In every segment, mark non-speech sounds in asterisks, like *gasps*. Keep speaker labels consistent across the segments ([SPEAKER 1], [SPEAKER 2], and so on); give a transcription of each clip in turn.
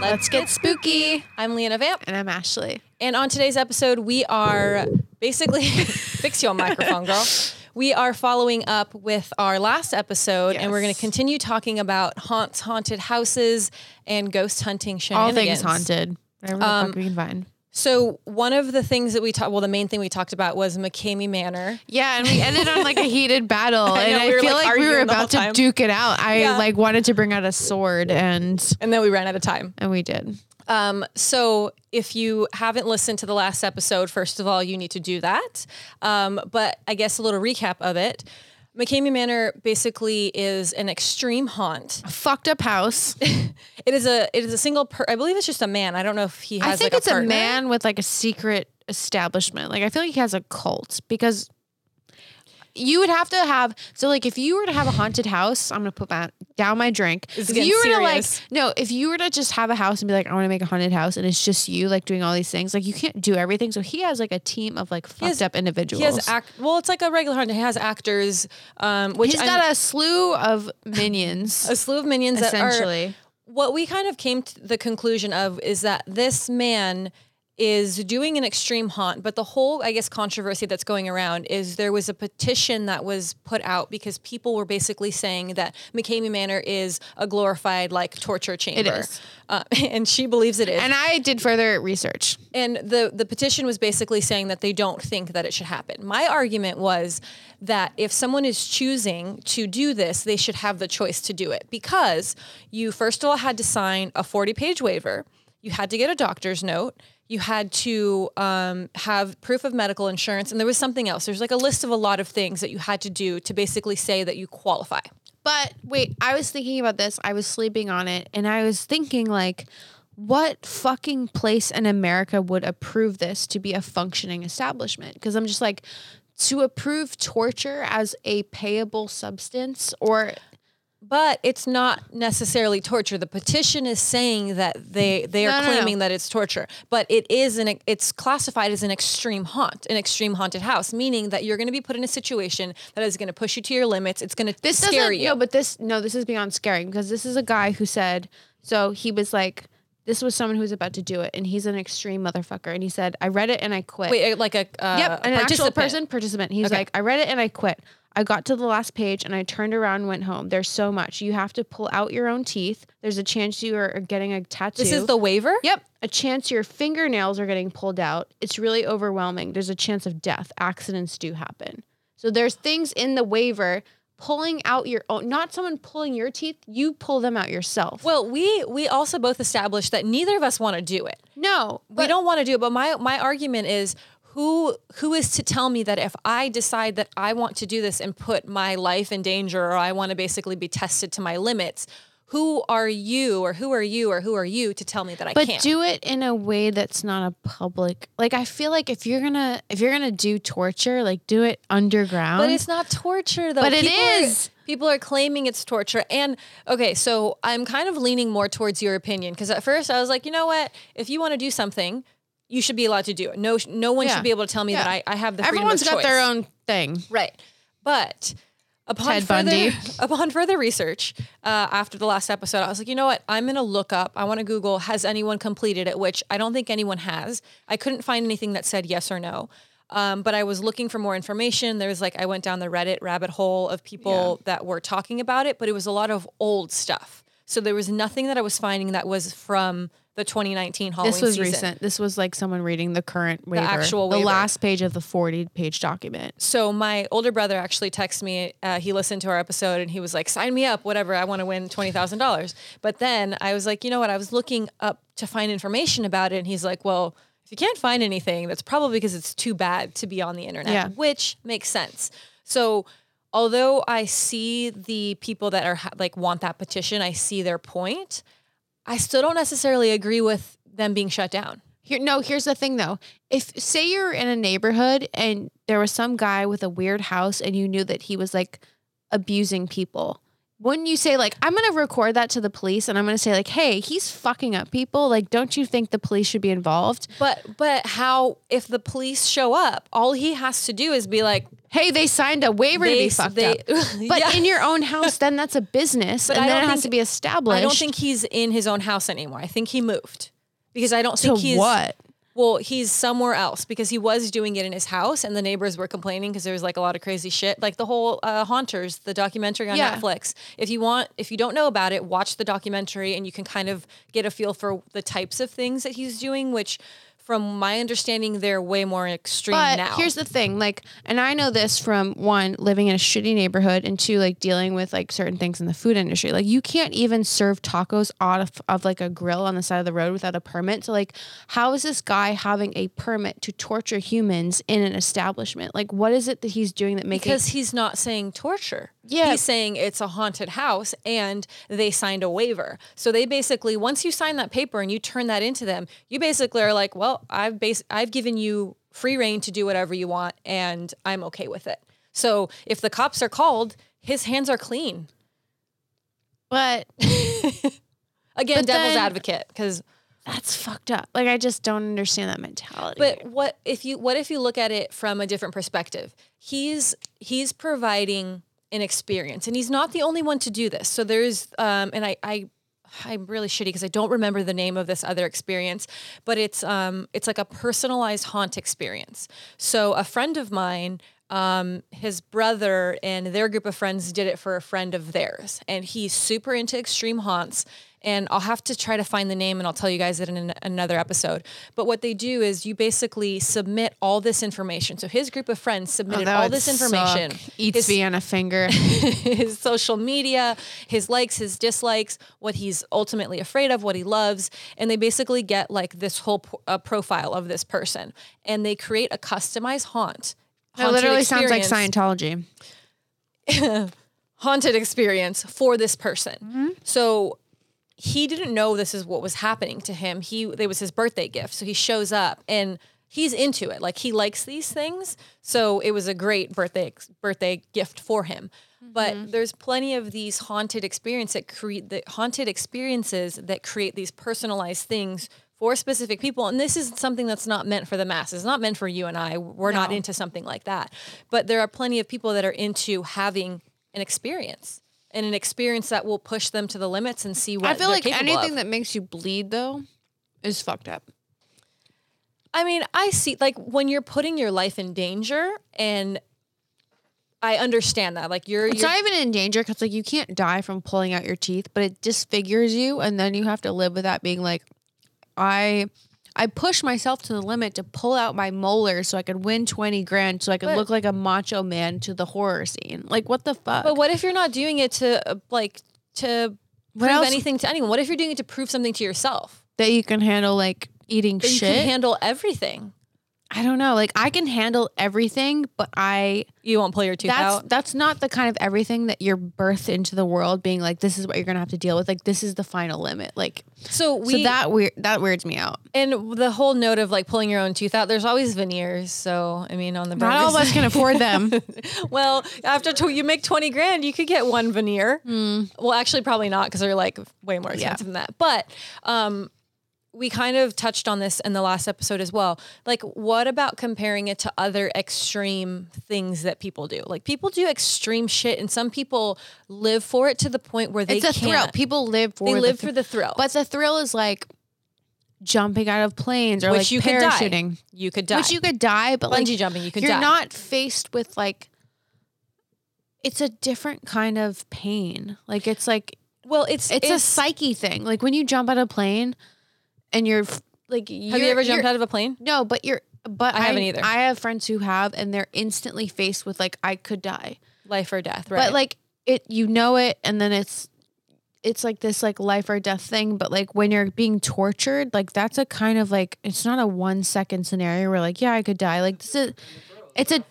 [SPEAKER 1] Let's get spooky.
[SPEAKER 2] I'm Leanna Vamp,
[SPEAKER 1] And I'm Ashley.
[SPEAKER 2] and on today's episode, we are basically *laughs* fix your microphone,
[SPEAKER 1] *laughs*
[SPEAKER 2] girl. We are following up with our last episode, and we're going to
[SPEAKER 1] Yes.
[SPEAKER 2] continue talking about haunts, haunted houses, and ghost hunting
[SPEAKER 1] All
[SPEAKER 2] shenanigans.
[SPEAKER 1] things haunted. Whatever the fuck we can find.
[SPEAKER 2] So one of the things that we talked, well, the main thing we talked about was McCamey Manor.
[SPEAKER 1] Yeah, and we ended on like a heated battle. and
[SPEAKER 2] know,
[SPEAKER 1] *laughs* I
[SPEAKER 2] we were,
[SPEAKER 1] feel
[SPEAKER 2] like,
[SPEAKER 1] like we were
[SPEAKER 2] arguing the whole
[SPEAKER 1] about to
[SPEAKER 2] time.
[SPEAKER 1] duke it out. I
[SPEAKER 2] Yeah.
[SPEAKER 1] like wanted to bring out a sword and
[SPEAKER 2] And then we ran out of time.
[SPEAKER 1] and we did.
[SPEAKER 2] Um, so if you haven't listened to the last episode, first of all, you need to do that. Um, but I guess a little recap of it. McCamey Manor basically is an extreme haunt. *laughs*
[SPEAKER 1] Fucked up house.
[SPEAKER 2] It is a it is a single per- I believe it's just a man. I don't know if he has
[SPEAKER 1] I think
[SPEAKER 2] like
[SPEAKER 1] it's
[SPEAKER 2] a
[SPEAKER 1] a,
[SPEAKER 2] partner.
[SPEAKER 1] man with like a secret establishment. Like I feel like he has a cult because you would have to have so like if you were to have a haunted house, I'm gonna put my, down my drink.
[SPEAKER 2] It's
[SPEAKER 1] if
[SPEAKER 2] getting
[SPEAKER 1] you were to like
[SPEAKER 2] serious.
[SPEAKER 1] no, if you were to just have a house and be like, I want to make a haunted house, and it's just you like doing all these things, like you can't do everything. So he has like a team of like fucked
[SPEAKER 2] has-
[SPEAKER 1] up
[SPEAKER 2] He
[SPEAKER 1] individuals.
[SPEAKER 2] has act well, it's like a regular haunt. He has actors, um, which
[SPEAKER 1] He's
[SPEAKER 2] I'm-
[SPEAKER 1] got a slew of
[SPEAKER 2] *laughs*
[SPEAKER 1] minions.
[SPEAKER 2] a slew of minions that are
[SPEAKER 1] essentially,
[SPEAKER 2] what we kind of came to the conclusion of is that this man is doing an extreme haunt but the whole i guess controversy that's going around is there was a petition that was put out because people were basically saying that mccamey manor is a glorified like torture chamber
[SPEAKER 1] is.
[SPEAKER 2] Uh, *laughs* and she believes it is
[SPEAKER 1] and I did further research.
[SPEAKER 2] and the the petition was basically saying that they don't think that it should happen. My argument was that if someone is choosing to do this, they should have the choice to do it because you first of all had to sign a 40-page waiver. You had to get a doctor's note. You had to um, have proof of medical insurance, and there was something else. There's like a list of a lot of things that you had to do to basically say that you qualify.
[SPEAKER 1] But wait, I was thinking about this. I was sleeping on it and I was thinking like what fucking place in America would approve this to be a functioning establishment? Because I'm just like to approve torture as a payable substance or
[SPEAKER 2] But it's not necessarily torture. The petition is saying that they they are
[SPEAKER 1] No, no, no.
[SPEAKER 2] claiming that it's torture, but it is an it's classified as an extreme haunt, an extreme haunted house, meaning that you're going to be put in a situation that is going to push you to your limits. It's going to
[SPEAKER 1] this
[SPEAKER 2] scare
[SPEAKER 1] doesn't
[SPEAKER 2] you.
[SPEAKER 1] no, but this no, this is beyond scaring because this is a guy who said so he was like this was someone who was about to do it and he's an extreme motherfucker and he said I read it and I quit.
[SPEAKER 2] Wait, uh, like a uh,
[SPEAKER 1] Yep,
[SPEAKER 2] a
[SPEAKER 1] an actual
[SPEAKER 2] participant.
[SPEAKER 1] person participant. He's like, I read it and I quit. I got to the last page and I turned around and went home. There's so much. You have to pull out your own teeth. There's a chance you are are getting a tattoo.
[SPEAKER 2] This is the waiver.
[SPEAKER 1] Yep. A chance your fingernails are getting pulled out. It's really overwhelming. There's a chance of death. Accidents do happen. So there's things in the waiver pulling out your own not someone pulling your teeth, you pull them out yourself.
[SPEAKER 2] Well, we we also both established that neither of us want to do it.
[SPEAKER 1] no.
[SPEAKER 2] we don't want to do it. But my my argument is who who is to tell me that if I decide that I want to do this and put my life in danger or I want to basically be tested to my limits, who are you or who are you or who are you to tell me that I
[SPEAKER 1] but
[SPEAKER 2] can't?
[SPEAKER 1] do it in a way that's not a public like i feel like if you're gonna if you're gonna do torture like do it underground
[SPEAKER 2] But it's not torture, though.
[SPEAKER 1] But it
[SPEAKER 2] People are-
[SPEAKER 1] is.
[SPEAKER 2] people are claiming it's torture. And okay, so I'm kind of leaning more towards your opinion because at first I was like, you know what? If you want to do something, you should be allowed to do it. No, no one
[SPEAKER 1] Yeah.
[SPEAKER 2] should be able to tell me that
[SPEAKER 1] Yeah.
[SPEAKER 2] I, I have the freedom
[SPEAKER 1] everyone's
[SPEAKER 2] of
[SPEAKER 1] got their
[SPEAKER 2] choice.
[SPEAKER 1] own thing
[SPEAKER 2] Right. But upon
[SPEAKER 1] Mm-hmm. Ted
[SPEAKER 2] further
[SPEAKER 1] Bundy.
[SPEAKER 2] *laughs* upon further research, uh, after the last episode, I was like, you know what? I'm gonna look up. I want to Google has anyone completed it, which I don't think anyone has. I couldn't find anything that said yes or no. Um, but I was looking for more information. There was like I went down the Reddit rabbit hole of people that were talking about it, but it was a lot of old stuff. So there was nothing that I was finding that was from the 2019 Halloween
[SPEAKER 1] this was
[SPEAKER 2] season.
[SPEAKER 1] recent this was like someone reading the current waiver
[SPEAKER 2] actual
[SPEAKER 1] the
[SPEAKER 2] waiver.
[SPEAKER 1] last page of the 40 page document
[SPEAKER 2] So my older brother actually texted me. Uh, he listened to our episode and he was like, "Sign me up, whatever. I want to win twenty thousand dollars." But then I was like, "You know what? I was looking up to find information about it." And he's like, "Well, if you can't find anything, that's probably because it's too bad to be on the internet."
[SPEAKER 1] Yeah.
[SPEAKER 2] which makes sense. So although I see the people that are ha- like want that petition, I see their point. I still don't necessarily agree with them being shut down.
[SPEAKER 1] Here, no, here's the thing though. If say you're in a neighborhood and there was some guy with a weird house and you knew that he was like abusing people, wouldn't you say like I'm gonna record that to the police and I'm gonna say like, hey, he's fucking up people. Like, don't you think the police should be involved?
[SPEAKER 2] But but how if the police show up, all he has to do is be like,
[SPEAKER 1] hey, they signed a waiver to
[SPEAKER 2] They-
[SPEAKER 1] be fucked
[SPEAKER 2] they-
[SPEAKER 1] up.
[SPEAKER 2] *laughs*
[SPEAKER 1] But
[SPEAKER 2] Yeah. *laughs*
[SPEAKER 1] in your own house, then that's a business, and
[SPEAKER 2] I
[SPEAKER 1] then
[SPEAKER 2] don't
[SPEAKER 1] it has
[SPEAKER 2] think-
[SPEAKER 1] to be established.
[SPEAKER 2] I don't think he's in his own house anymore. I think he moved because I don't
[SPEAKER 1] to
[SPEAKER 2] think he's
[SPEAKER 1] what.
[SPEAKER 2] Well, he's somewhere else because he was doing it in his house, and the neighbors were complaining because there was like a lot of crazy shit, like the whole uh, Haunters, the documentary on
[SPEAKER 1] Yeah.
[SPEAKER 2] Netflix. If you want, if you don't know about it, watch the documentary, and you can kind of get a feel for the types of things that he's doing. Which, from my understanding, they're way more extreme
[SPEAKER 1] But
[SPEAKER 2] now.
[SPEAKER 1] here's the thing, like, and I know this from one living in a shitty neighborhood, and two, like dealing with like certain things in the food industry. Like, you can't even serve tacos out of, of like a grill on the side of the road without a permit. So, like, how is this guy having a permit to torture humans in an establishment? Like, what is it that he's doing that makes
[SPEAKER 2] because he's not saying torture.
[SPEAKER 1] Yeah.
[SPEAKER 2] He's saying it's a haunted house and they signed a waiver. So they basically once you sign that paper and you turn that into them, you basically are like, well, I've bas- I've given you free reign to do whatever you want and I'm okay with it. So if the cops are called, his hands are clean.
[SPEAKER 1] *laughs* But
[SPEAKER 2] Again,
[SPEAKER 1] But
[SPEAKER 2] devil's
[SPEAKER 1] then-
[SPEAKER 2] advocate cuz
[SPEAKER 1] that's fucked up. Like, I just don't understand that mentality.
[SPEAKER 2] But what if you what if you look at it from a different perspective? He's he's providing an experience, and he's not the only one to do this. So there's um, and I I I'm really shitty because I don't remember the name of this other experience, but it's um it's like a personalized haunt experience. So a friend of mine. Um, his brother and their group of friends did it for a friend of theirs, and he's super into extreme haunts and I'll have to try to find the name and I'll tell you guys it in an, another episode. But what they do is you basically submit all this information. So his group of friends submitted
[SPEAKER 1] Oh, That
[SPEAKER 2] all
[SPEAKER 1] would
[SPEAKER 2] this information.
[SPEAKER 1] suck. Eats
[SPEAKER 2] his,
[SPEAKER 1] Vienna finger.
[SPEAKER 2] *laughs* his social media, his likes, his dislikes, what he's ultimately afraid of, what he loves, and they basically get like this whole po- uh, profile of this person and they create a customized haunt.
[SPEAKER 1] That literally sounds like
[SPEAKER 2] science
[SPEAKER 1] Scientology.
[SPEAKER 2] haunted experience for this person. So he didn't know this is what was happening to him. He it was his birthday gift, so he shows up and he's into it. Like he likes these things, so it was a great birthday ex- birthday gift for him. But there's plenty of these haunted experience that create the haunted experiences that create these personalized things for specific people. And this is something that's not meant for the masses, It's not meant for you and I. We're not into something like that. But there are plenty of people that are into having an experience and an experience that will push them to the limits and see what
[SPEAKER 1] I feel
[SPEAKER 2] they're
[SPEAKER 1] like
[SPEAKER 2] capable
[SPEAKER 1] anything
[SPEAKER 2] of.
[SPEAKER 1] that makes you bleed though is fucked up.
[SPEAKER 2] I mean, I see like when you're putting your life in danger and I understand that. Like you're,
[SPEAKER 1] It's
[SPEAKER 2] you're
[SPEAKER 1] not even in danger because like you can't die from pulling out your teeth, but it disfigures you, and then you have to live with that being like, I, I push myself to the limit to pull out my molar so I could win twenty grand, so I could
[SPEAKER 2] But-
[SPEAKER 1] look like a macho man to the horror scene. Like what the fuck?
[SPEAKER 2] but what if you're not doing it to uh, like to prove
[SPEAKER 1] else-
[SPEAKER 2] anything to anyone? What if you're doing it to prove something to yourself?
[SPEAKER 1] that you can handle like eating
[SPEAKER 2] That you
[SPEAKER 1] shit.
[SPEAKER 2] can handle everything.
[SPEAKER 1] I don't know. Like I can handle everything, but I
[SPEAKER 2] You won't pull your tooth
[SPEAKER 1] that's
[SPEAKER 2] out.
[SPEAKER 1] that's not the kind of everything that you're birthed into the world being like this is what you're gonna have to deal with like this is the final limit like
[SPEAKER 2] So we
[SPEAKER 1] so that weird that weirds me out
[SPEAKER 2] and the whole note of like pulling your own tooth out. There's always veneers. So I mean, on the
[SPEAKER 1] not all of
[SPEAKER 2] burgers-
[SPEAKER 1] us can *laughs* afford them
[SPEAKER 2] Well, after tw- you make 20 grand, you could get one veneer.
[SPEAKER 1] Hmm.
[SPEAKER 2] Well, actually, probably not because they're like way more expensive than that. But um, we kind of touched on this in the last episode as well. Like, what about comparing it to other extreme things that people do? Like, people do extreme shit, and some people live for it to the point where they
[SPEAKER 1] it's a
[SPEAKER 2] can't.
[SPEAKER 1] thrill people live for
[SPEAKER 2] They
[SPEAKER 1] the
[SPEAKER 2] live
[SPEAKER 1] thr-
[SPEAKER 2] for the thrill,
[SPEAKER 1] but the thrill is like jumping out of planes or
[SPEAKER 2] which
[SPEAKER 1] like
[SPEAKER 2] you could
[SPEAKER 1] parachuting
[SPEAKER 2] die. You could die.
[SPEAKER 1] which you could die but
[SPEAKER 2] Bungee
[SPEAKER 1] like
[SPEAKER 2] jumping, you could
[SPEAKER 1] you're
[SPEAKER 2] die.
[SPEAKER 1] not faced with like it's a different kind of pain like it's like
[SPEAKER 2] well, it's
[SPEAKER 1] it's, a psyche thing. Like when you jump out of a plane and you're f- like,
[SPEAKER 2] Have you ever jumped out of a plane?
[SPEAKER 1] No, but you're, but
[SPEAKER 2] I haven't either.
[SPEAKER 1] I have friends who have, and they're instantly faced with like, I could die.
[SPEAKER 2] Life or death, right?
[SPEAKER 1] But like it, you know it, and then it's, it's like this like life or death thing. But like when you're being tortured, like that's a kind of like it's not a one second scenario where like yeah I could die. Like this is, it's a,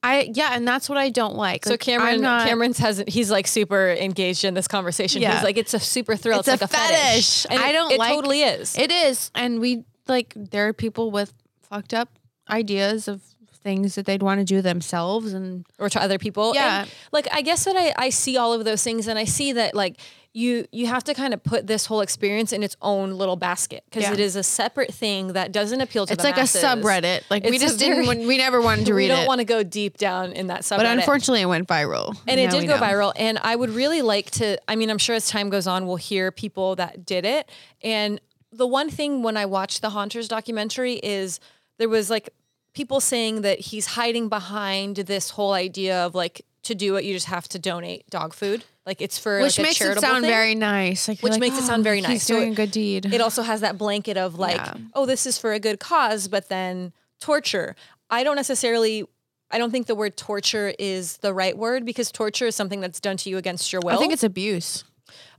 [SPEAKER 1] I yeah, and that's what I don't like.
[SPEAKER 2] So
[SPEAKER 1] Like,
[SPEAKER 2] Cameron,
[SPEAKER 1] I'm not-
[SPEAKER 2] Cameron's has he's like super engaged in this conversation.
[SPEAKER 1] Yeah.
[SPEAKER 2] He's like, it's a super thrill. It's,
[SPEAKER 1] It's a
[SPEAKER 2] like a fetish.
[SPEAKER 1] fetish. I
[SPEAKER 2] it-
[SPEAKER 1] don't
[SPEAKER 2] It
[SPEAKER 1] like-
[SPEAKER 2] totally is.
[SPEAKER 1] It is. And we like there are people with fucked up ideas of things that they'd want to do themselves and
[SPEAKER 2] or to other people.
[SPEAKER 1] Yeah.
[SPEAKER 2] And, like I guess that I, I see all of those things and I see that like you you have to kind of put this whole experience in its own little basket because
[SPEAKER 1] Yeah.
[SPEAKER 2] it is a separate thing that doesn't appeal to
[SPEAKER 1] It's
[SPEAKER 2] the
[SPEAKER 1] like
[SPEAKER 2] masses.
[SPEAKER 1] a subreddit. Like we
[SPEAKER 2] It's a
[SPEAKER 1] just didn't.
[SPEAKER 2] very-
[SPEAKER 1] want- We never
[SPEAKER 2] *laughs*
[SPEAKER 1] wanted to read
[SPEAKER 2] we don't
[SPEAKER 1] it.
[SPEAKER 2] want to go deep down in that subreddit
[SPEAKER 1] but unfortunately, it went viral.
[SPEAKER 2] and it
[SPEAKER 1] Now
[SPEAKER 2] did
[SPEAKER 1] we
[SPEAKER 2] go
[SPEAKER 1] know.
[SPEAKER 2] viral and i would really like to i mean i'm sure as time goes on we'll hear people that did it and the one thing when i watched the haunters documentary is there was like people saying that he's hiding behind this whole idea of like to do it you just have to donate dog food like it's for like,
[SPEAKER 1] which
[SPEAKER 2] a
[SPEAKER 1] makes it
[SPEAKER 2] charitable
[SPEAKER 1] sound
[SPEAKER 2] thing.
[SPEAKER 1] very nice. Like, you're
[SPEAKER 2] Which
[SPEAKER 1] like,
[SPEAKER 2] makes it
[SPEAKER 1] "Oh,
[SPEAKER 2] sound very
[SPEAKER 1] he's
[SPEAKER 2] nice." So
[SPEAKER 1] Doing
[SPEAKER 2] it-
[SPEAKER 1] a good deed.
[SPEAKER 2] it also has that blanket of like,
[SPEAKER 1] Yeah.
[SPEAKER 2] oh, this is for a good cause, but then torture. I don't necessarily. I don't think the word torture is the right word because torture is something that's done to you against your will.
[SPEAKER 1] I think it's abuse.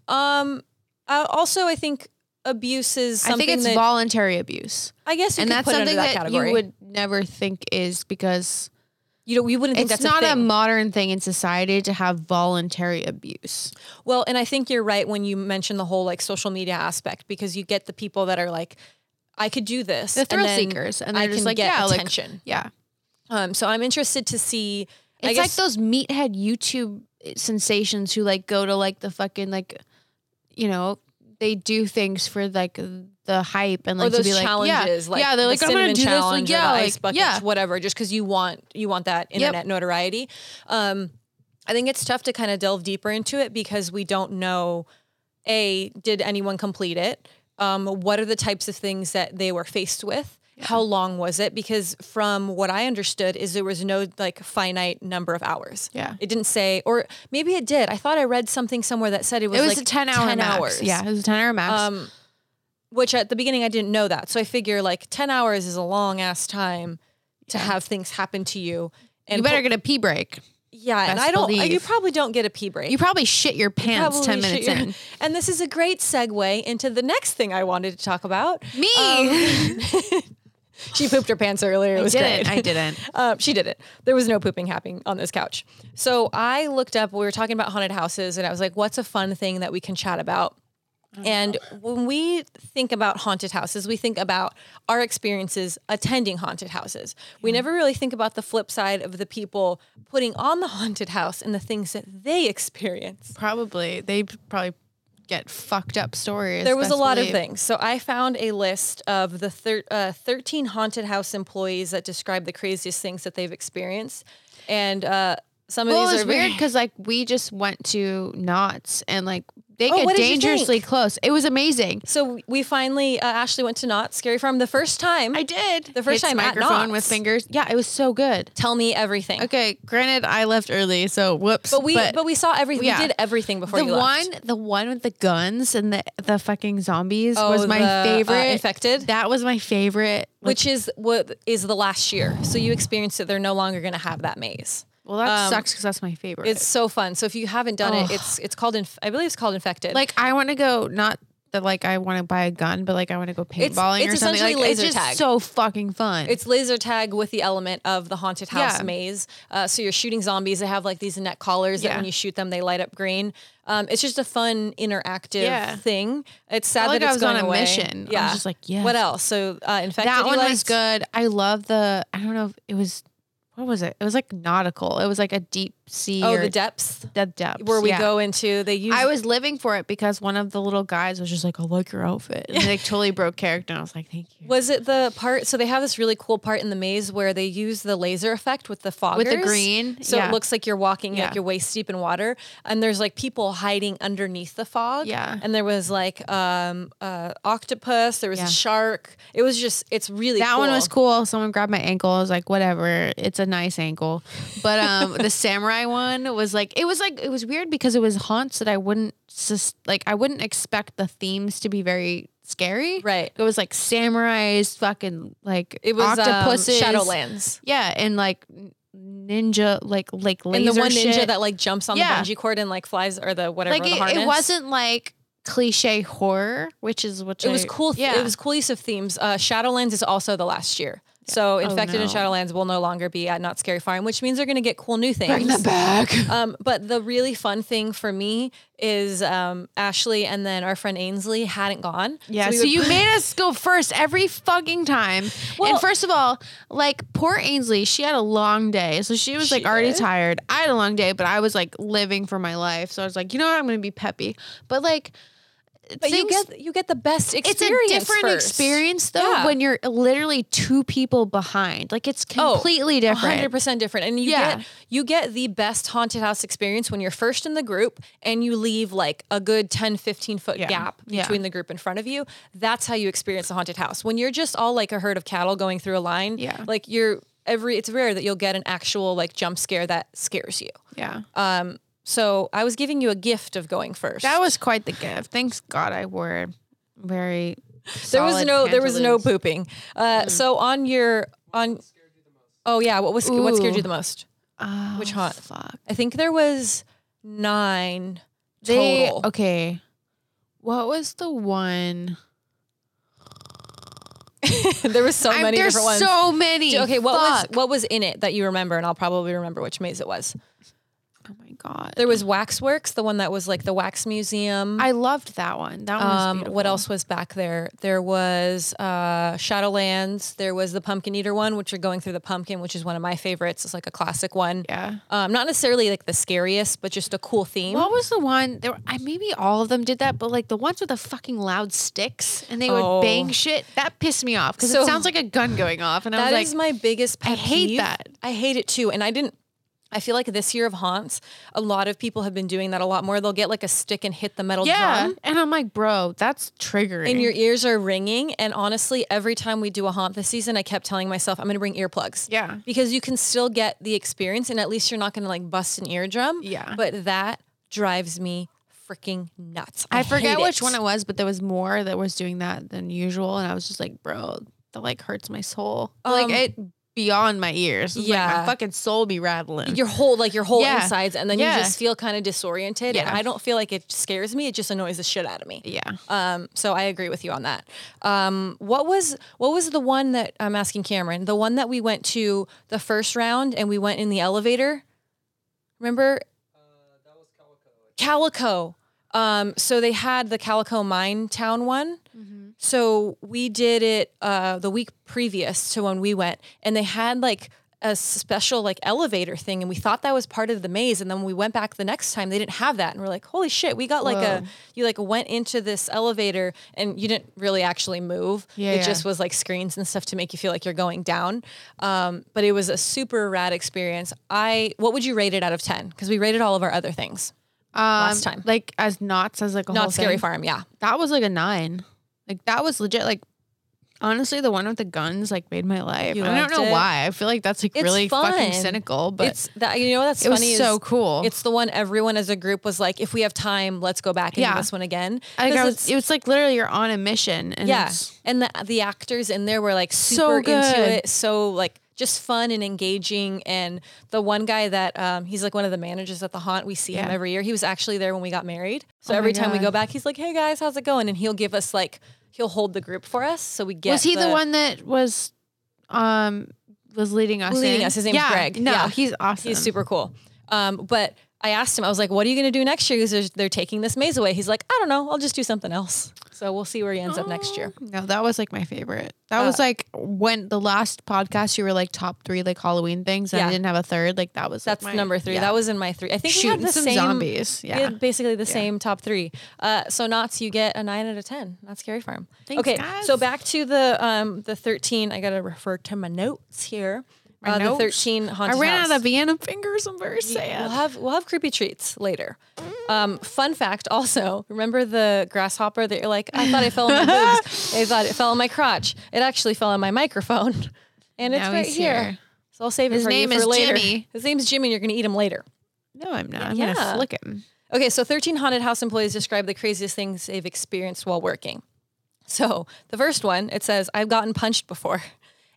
[SPEAKER 2] um, uh, also I think abuse is
[SPEAKER 1] I
[SPEAKER 2] something
[SPEAKER 1] think it's
[SPEAKER 2] that
[SPEAKER 1] voluntary abuse,
[SPEAKER 2] I guess you
[SPEAKER 1] and
[SPEAKER 2] could
[SPEAKER 1] that's
[SPEAKER 2] put it
[SPEAKER 1] something
[SPEAKER 2] under that,
[SPEAKER 1] that
[SPEAKER 2] category.
[SPEAKER 1] you would never think is because
[SPEAKER 2] you know, we wouldn't think
[SPEAKER 1] it's
[SPEAKER 2] that's
[SPEAKER 1] not
[SPEAKER 2] a
[SPEAKER 1] a,
[SPEAKER 2] thing.
[SPEAKER 1] modern thing in society to have voluntary abuse.
[SPEAKER 2] Well, and I think you're right when you mention the whole like social media aspect because you get the people that are like, I could do this.
[SPEAKER 1] The
[SPEAKER 2] and
[SPEAKER 1] thrill
[SPEAKER 2] then
[SPEAKER 1] seekers, and
[SPEAKER 2] I
[SPEAKER 1] they're
[SPEAKER 2] can
[SPEAKER 1] just like,
[SPEAKER 2] get
[SPEAKER 1] yeah,
[SPEAKER 2] attention.
[SPEAKER 1] like, yeah.
[SPEAKER 2] um, so I'm interested to see. I
[SPEAKER 1] It's
[SPEAKER 2] guess,
[SPEAKER 1] like those meathead YouTube sensations who like go to like the fucking like, you know, they do things for like the hype and like
[SPEAKER 2] or those
[SPEAKER 1] to be like
[SPEAKER 2] challenges,
[SPEAKER 1] yeah,
[SPEAKER 2] like
[SPEAKER 1] yeah, they're
[SPEAKER 2] the
[SPEAKER 1] like I'm
[SPEAKER 2] cinnamon
[SPEAKER 1] gonna do this,
[SPEAKER 2] challenge,
[SPEAKER 1] like, yeah,
[SPEAKER 2] or the
[SPEAKER 1] like,
[SPEAKER 2] ice bucket,
[SPEAKER 1] yeah,
[SPEAKER 2] whatever, just because you want you want that internet notoriety. Um, I think it's tough to kind of delve deeper into it because we don't know. A, did anyone complete it? Um, what are the types of things that they were faced with? How long was it? Because from what I understood, is there was no like finite number of hours.
[SPEAKER 1] Yeah.
[SPEAKER 2] it didn't say, or maybe it did. I thought I read something somewhere that said it was
[SPEAKER 1] it was
[SPEAKER 2] like
[SPEAKER 1] a ten hour
[SPEAKER 2] 10
[SPEAKER 1] max.
[SPEAKER 2] hours.
[SPEAKER 1] Yeah, it was a ten hour max.
[SPEAKER 2] Um, which at the beginning I didn't know that. So I figure like 10 hours is a long ass time to have things happen to you. And
[SPEAKER 1] you better get a pee break.
[SPEAKER 2] yeah, and
[SPEAKER 1] best
[SPEAKER 2] I don't, uh, you
[SPEAKER 1] believe.
[SPEAKER 2] probably don't get a pee break.
[SPEAKER 1] You probably shit your pants
[SPEAKER 2] Probably
[SPEAKER 1] ten
[SPEAKER 2] should-
[SPEAKER 1] minutes
[SPEAKER 2] *laughs*
[SPEAKER 1] in.
[SPEAKER 2] And this is a great segue into the next thing I wanted to talk about. Um,
[SPEAKER 1] Me,
[SPEAKER 2] *laughs* She pooped her pants earlier. It
[SPEAKER 1] I
[SPEAKER 2] was
[SPEAKER 1] didn't.
[SPEAKER 2] great.
[SPEAKER 1] I didn't. *laughs*
[SPEAKER 2] Um, she did it. There was no pooping happening on this couch. So I looked up, we were talking about haunted houses, and I was like, what's a fun thing that we can chat about? And when we think about haunted houses, we think about our experiences attending haunted houses. We never really think about the flip side of the people putting on the *laughs* haunted house and the things that they experience.
[SPEAKER 1] Probably they probably get fucked up stories.
[SPEAKER 2] There was a
[SPEAKER 1] best
[SPEAKER 2] lot of
[SPEAKER 1] believe.
[SPEAKER 2] things. So I found a list of the thir- uh, 13 haunted house employees that describe the craziest things that they've experienced. And uh, some of
[SPEAKER 1] Well, Oh, it
[SPEAKER 2] these
[SPEAKER 1] was
[SPEAKER 2] are very-
[SPEAKER 1] weird because like we just went to Knots and like they
[SPEAKER 2] Oh, what
[SPEAKER 1] get
[SPEAKER 2] did you think?
[SPEAKER 1] dangerously close. It was amazing.
[SPEAKER 2] *laughs* So we finally, uh, Ashley went to Knott Scary Farm the first time.
[SPEAKER 1] I did
[SPEAKER 2] The first
[SPEAKER 1] Hits
[SPEAKER 2] time at
[SPEAKER 1] microphone with
[SPEAKER 2] Knott's.
[SPEAKER 1] fingers. Yeah, it was so good.
[SPEAKER 2] Tell me everything.
[SPEAKER 1] Okay, granted I left early, so whoops.
[SPEAKER 2] But we but, we saw everything.
[SPEAKER 1] yeah.
[SPEAKER 2] We did everything before
[SPEAKER 1] the
[SPEAKER 2] you left.
[SPEAKER 1] one the one with the guns and the the fucking zombies
[SPEAKER 2] Oh,
[SPEAKER 1] was my
[SPEAKER 2] the, uh,
[SPEAKER 1] favorite.
[SPEAKER 2] infected?
[SPEAKER 1] That was my favorite. Like,
[SPEAKER 2] which is what is the last year. So you experienced it. They're no longer going to have that maze.
[SPEAKER 1] well, that sucks 'cause sucks because that's my favorite.
[SPEAKER 2] Um, It's so fun. So if you haven't done it, it's it's called. Inf- I believe it's called infected.
[SPEAKER 1] like I want to go not. That like I want to buy a gun, but like I want to go paintballing
[SPEAKER 2] it's
[SPEAKER 1] or something.
[SPEAKER 2] essentially
[SPEAKER 1] Like,
[SPEAKER 2] laser
[SPEAKER 1] it's just
[SPEAKER 2] tag.
[SPEAKER 1] so fucking fun.
[SPEAKER 2] It's laser tag with the element of the haunted house
[SPEAKER 1] Yeah.
[SPEAKER 2] maze. Uh, so you're shooting zombies. They have like these net collars that
[SPEAKER 1] Yeah.
[SPEAKER 2] when you shoot them, they light up green. Um, it's just a fun interactive
[SPEAKER 1] Yeah.
[SPEAKER 2] thing. It's sad
[SPEAKER 1] Felt
[SPEAKER 2] that
[SPEAKER 1] like I
[SPEAKER 2] it's
[SPEAKER 1] was on
[SPEAKER 2] going
[SPEAKER 1] a
[SPEAKER 2] away.
[SPEAKER 1] mission. I was
[SPEAKER 2] Yeah,
[SPEAKER 1] just like, yes.
[SPEAKER 2] What else? So uh, infected.
[SPEAKER 1] that
[SPEAKER 2] you
[SPEAKER 1] one was
[SPEAKER 2] liked?
[SPEAKER 1] good. I love the. I don't know. if It was. What was it? It was like nautical. It was like a deep sea.
[SPEAKER 2] Oh,
[SPEAKER 1] or
[SPEAKER 2] the depths
[SPEAKER 1] the depths.
[SPEAKER 2] where we
[SPEAKER 1] yeah.
[SPEAKER 2] go into. They use.
[SPEAKER 1] I was living for it because one of the little guys was just like, "I like your outfit," and they totally broke character. And I was like, "Thank you."
[SPEAKER 2] was it the part? So they have this really cool part in the maze where they use the laser effect with the foggers,
[SPEAKER 1] green,
[SPEAKER 2] So
[SPEAKER 1] yeah.
[SPEAKER 2] it looks like you're walking
[SPEAKER 1] Yeah.
[SPEAKER 2] like you're waist deep in water, and there's like people hiding underneath the fog.
[SPEAKER 1] Yeah.
[SPEAKER 2] and there was like um uh octopus. There was
[SPEAKER 1] Yeah.
[SPEAKER 2] a shark. It was just it's really
[SPEAKER 1] That one was cool. Someone grabbed my ankle. I was like, "Whatever, it's a nice ankle." But um, the *laughs* samurai one was like, it was like it was weird because it was haunts that I wouldn't sus- like. I wouldn't expect the themes to be very scary.
[SPEAKER 2] Right.
[SPEAKER 1] It was like samurais, fucking like
[SPEAKER 2] It was um,
[SPEAKER 1] octopuses,
[SPEAKER 2] Shadowlands.
[SPEAKER 1] Yeah, and like n- ninja, like like laser
[SPEAKER 2] And the one ninja
[SPEAKER 1] shit.
[SPEAKER 2] that like jumps on
[SPEAKER 1] Yeah.
[SPEAKER 2] the bungee cord and like flies or the whatever
[SPEAKER 1] like
[SPEAKER 2] the
[SPEAKER 1] it,
[SPEAKER 2] harness.
[SPEAKER 1] it wasn't like cliche horror, which is what
[SPEAKER 2] It was cool.
[SPEAKER 1] Yeah,
[SPEAKER 2] It was cool use of themes. Uh, Shadowlands is also the last year. So infected
[SPEAKER 1] Oh, no.
[SPEAKER 2] and Shadowlands will no longer be at Not Scary Farm, which means they're going to get cool new things.
[SPEAKER 1] back.
[SPEAKER 2] Um, but the really fun thing for me is um, Ashley and then our friend Ainsley hadn't gone.
[SPEAKER 1] *laughs* Yeah,
[SPEAKER 2] we
[SPEAKER 1] so
[SPEAKER 2] would
[SPEAKER 1] you
[SPEAKER 2] put-
[SPEAKER 1] made us go first every fucking time.
[SPEAKER 2] Well-
[SPEAKER 1] and first of all, like poor Ainsley, she had a long day. So she was like
[SPEAKER 2] She
[SPEAKER 1] already
[SPEAKER 2] did.
[SPEAKER 1] tired. I had a long day, but I was like living for my life. So I was like, you know what? I'm going to be peppy. But like,
[SPEAKER 2] but you
[SPEAKER 1] things-
[SPEAKER 2] get you get the best
[SPEAKER 1] it's
[SPEAKER 2] experience.
[SPEAKER 1] a different
[SPEAKER 2] first.
[SPEAKER 1] experience though
[SPEAKER 2] Yeah.
[SPEAKER 1] when you're literally two people behind. Like it's
[SPEAKER 2] Oh,
[SPEAKER 1] completely different.
[SPEAKER 2] 100% different and you
[SPEAKER 1] Yeah.
[SPEAKER 2] get you get the best haunted house experience when you're first in the group and you leave like a good 10 15 foot gap
[SPEAKER 1] Yeah.
[SPEAKER 2] between the group in front of you that's how you experience a haunted house when you're just all like a herd of cattle going through a line
[SPEAKER 1] Yeah.
[SPEAKER 2] like you're every it's rare that you'll get an actual like jump scare that scares you Um,
[SPEAKER 1] Yeah.
[SPEAKER 2] so i was giving you a gift of going first
[SPEAKER 1] that was quite the gift. Thanks God I wore very
[SPEAKER 2] there was
[SPEAKER 1] solid Mm-hmm.
[SPEAKER 2] no there was no
[SPEAKER 1] pantaloons.
[SPEAKER 2] pooping uh, so on your on oh yeah what was what scared
[SPEAKER 1] Ooh.
[SPEAKER 2] you the most
[SPEAKER 1] Oh,
[SPEAKER 2] Which haunt?
[SPEAKER 1] Fuck.
[SPEAKER 2] I think there was nine
[SPEAKER 1] They
[SPEAKER 2] total. *laughs*
[SPEAKER 1] okay. What was the one?
[SPEAKER 2] there was so
[SPEAKER 1] I'm-
[SPEAKER 2] many
[SPEAKER 1] there's
[SPEAKER 2] different ones.
[SPEAKER 1] so many.
[SPEAKER 2] okay, what
[SPEAKER 1] Fuck.
[SPEAKER 2] was what was in it that you remember? And I'll probably remember which maze it was.
[SPEAKER 1] Oh my god.
[SPEAKER 2] There was Waxworks, the one that was like the wax museum.
[SPEAKER 1] I loved that one. That one. was
[SPEAKER 2] um, what
[SPEAKER 1] beautiful.
[SPEAKER 2] else was back there? There was uh, Shadowlands. There was the Pumpkin Eater one, which you're going through the pumpkin, which is one of my favorites. It's like a classic one.
[SPEAKER 1] Yeah.
[SPEAKER 2] Um, not necessarily like the scariest, but just a cool theme.
[SPEAKER 1] What was the one? There, were- I maybe all of them did that, but like the ones with the fucking loud sticks and they
[SPEAKER 2] Oh.
[SPEAKER 1] would bang shit. That pissed me off because
[SPEAKER 2] So-
[SPEAKER 1] it sounds like a gun going off, and I was
[SPEAKER 2] That
[SPEAKER 1] like,
[SPEAKER 2] is my biggest pet
[SPEAKER 1] I hate
[SPEAKER 2] peeve.
[SPEAKER 1] that.
[SPEAKER 2] I hate it too. And I didn't I feel like this year of haunts, a lot of people have been doing that a lot more. They'll get like a stick and hit the metal
[SPEAKER 1] yeah.
[SPEAKER 2] drum.
[SPEAKER 1] And I'm like, bro, that's triggering.
[SPEAKER 2] And your ears are ringing. And honestly, every time we do a haunt this season, I kept telling myself, I'm going to bring earplugs.
[SPEAKER 1] Yeah.
[SPEAKER 2] Because you can still get the experience and at least you're not going to like bust an eardrum.
[SPEAKER 1] Yeah.
[SPEAKER 2] But that drives me freaking nuts. I,
[SPEAKER 1] I forget
[SPEAKER 2] hate
[SPEAKER 1] which
[SPEAKER 2] it.
[SPEAKER 1] one it was, but there was more that was doing that than usual, and I was just like, bro, that like hurts my soul,
[SPEAKER 2] Um,
[SPEAKER 1] like it beyond my ears. It's like
[SPEAKER 2] yeah.
[SPEAKER 1] my fucking soul be rattling.
[SPEAKER 2] your whole like your whole
[SPEAKER 1] Yeah.
[SPEAKER 2] insides and then
[SPEAKER 1] Yeah.
[SPEAKER 2] you just feel kind of disoriented and
[SPEAKER 1] Yeah.
[SPEAKER 2] i don't feel like it scares me it just annoys the shit out of me
[SPEAKER 1] yeah,
[SPEAKER 2] um so i agree with you on that um what was what was the one that i'm asking cameron the one that we went to the first round and we went in the elevator remember calico um so they had the calico mine town one so we did it uh, the week previous to when we went, and they had like a special like elevator thing, and we thought that was part of the maze. And then when we went back the next time, they didn't have that, and we're like, "Holy shit!" We got like a
[SPEAKER 1] Whoa.
[SPEAKER 2] you like went into this elevator, and you didn't really actually move.
[SPEAKER 1] Yeah,
[SPEAKER 2] it
[SPEAKER 1] yeah.
[SPEAKER 2] just was like screens and stuff to make you feel like you're going down. Um, but it was a super rad experience. I what would you rate it out of ten? Because we rated all of our other things.
[SPEAKER 1] um,
[SPEAKER 2] last time.
[SPEAKER 1] like as knots as like a whole
[SPEAKER 2] Not scary
[SPEAKER 1] thing.
[SPEAKER 2] farm, yeah.
[SPEAKER 1] That was like a nine. Like that was legit. Like honestly, the one with the guns like made my life.
[SPEAKER 2] You
[SPEAKER 1] I don't
[SPEAKER 2] liked
[SPEAKER 1] know
[SPEAKER 2] it?
[SPEAKER 1] why. I feel like that's like
[SPEAKER 2] It's
[SPEAKER 1] really
[SPEAKER 2] fun.
[SPEAKER 1] fucking cynical, but
[SPEAKER 2] it's that you know what's
[SPEAKER 1] it was
[SPEAKER 2] funny
[SPEAKER 1] so
[SPEAKER 2] is
[SPEAKER 1] cool.
[SPEAKER 2] It's the one everyone as a group was like, if we have time, let's go back and
[SPEAKER 1] Yeah.
[SPEAKER 2] do this one again.
[SPEAKER 1] like I
[SPEAKER 2] 'Cause
[SPEAKER 1] was,
[SPEAKER 2] it's-
[SPEAKER 1] it was like literally you're on a mission. And
[SPEAKER 2] yeah.
[SPEAKER 1] it's-
[SPEAKER 2] And the the actors in there were like
[SPEAKER 1] So
[SPEAKER 2] super into
[SPEAKER 1] good.
[SPEAKER 2] it, so like just fun and engaging. And the one guy that um, he's like one of the managers at the haunt. We see him
[SPEAKER 1] Yeah.
[SPEAKER 2] every year. He was actually there when we got married. So
[SPEAKER 1] Oh my
[SPEAKER 2] every time we
[SPEAKER 1] God.
[SPEAKER 2] go back, he's like, "Hey guys, how's it going?" And he'll give us like he'll hold the group for us, so we get.
[SPEAKER 1] was he the, one that was um was leading us
[SPEAKER 2] Leading
[SPEAKER 1] in?
[SPEAKER 2] us. His name's
[SPEAKER 1] yeah,
[SPEAKER 2] Greg.
[SPEAKER 1] no
[SPEAKER 2] Yeah.
[SPEAKER 1] he's awesome
[SPEAKER 2] He's super cool. Um, but I asked him, I was like, what are you going to do next year? Because they're, they're taking this maze away. He's like, I don't know. I'll just do something else. So we'll see where he ends up next year.
[SPEAKER 1] *gasps*
[SPEAKER 2] Uh.
[SPEAKER 1] no that was like my favorite that was like when the last podcast you were like top three like halloween things and
[SPEAKER 2] Yeah.
[SPEAKER 1] i didn't have a third like that was like,
[SPEAKER 2] That's
[SPEAKER 1] Oh my-
[SPEAKER 2] number three.
[SPEAKER 1] yeah.
[SPEAKER 2] That was in my three. I think we had
[SPEAKER 1] shooting
[SPEAKER 2] the
[SPEAKER 1] some
[SPEAKER 2] same,
[SPEAKER 1] zombies
[SPEAKER 2] we
[SPEAKER 1] yeah
[SPEAKER 2] had basically the same top three. Uh, so Knots, you get a nine out of 10. Not Scary Farm.
[SPEAKER 1] Thanks,
[SPEAKER 2] okay.
[SPEAKER 1] guys.
[SPEAKER 2] So back to the, um, the 13, I got to refer to my notes here.
[SPEAKER 1] My
[SPEAKER 2] uh,
[SPEAKER 1] notes?
[SPEAKER 2] The 13
[SPEAKER 1] i
[SPEAKER 2] haunted
[SPEAKER 1] ran
[SPEAKER 2] house.
[SPEAKER 1] out of vienna fingers i'm very
[SPEAKER 2] We'll
[SPEAKER 1] sad
[SPEAKER 2] have we'll have creepy treats later. Um, fun fact also, remember the grasshopper that you're like, I thought it fell
[SPEAKER 1] *laughs*
[SPEAKER 2] in my boobs. I thought it fell in my crotch. It actually fell on my microphone. *laughs* And it's
[SPEAKER 1] Now
[SPEAKER 2] right
[SPEAKER 1] he's
[SPEAKER 2] here.
[SPEAKER 1] here.
[SPEAKER 2] So I'll save
[SPEAKER 1] His
[SPEAKER 2] it for you
[SPEAKER 1] name
[SPEAKER 2] for
[SPEAKER 1] is
[SPEAKER 2] later.
[SPEAKER 1] Jimmy.
[SPEAKER 2] His name's Jimmy and you're gonna eat him later.
[SPEAKER 1] no i'm not i'm
[SPEAKER 2] Yeah.
[SPEAKER 1] gonna flick him
[SPEAKER 2] Okay, so 13 haunted house employees describe the craziest things they've experienced while working. So the first one, it says, I've gotten punched before.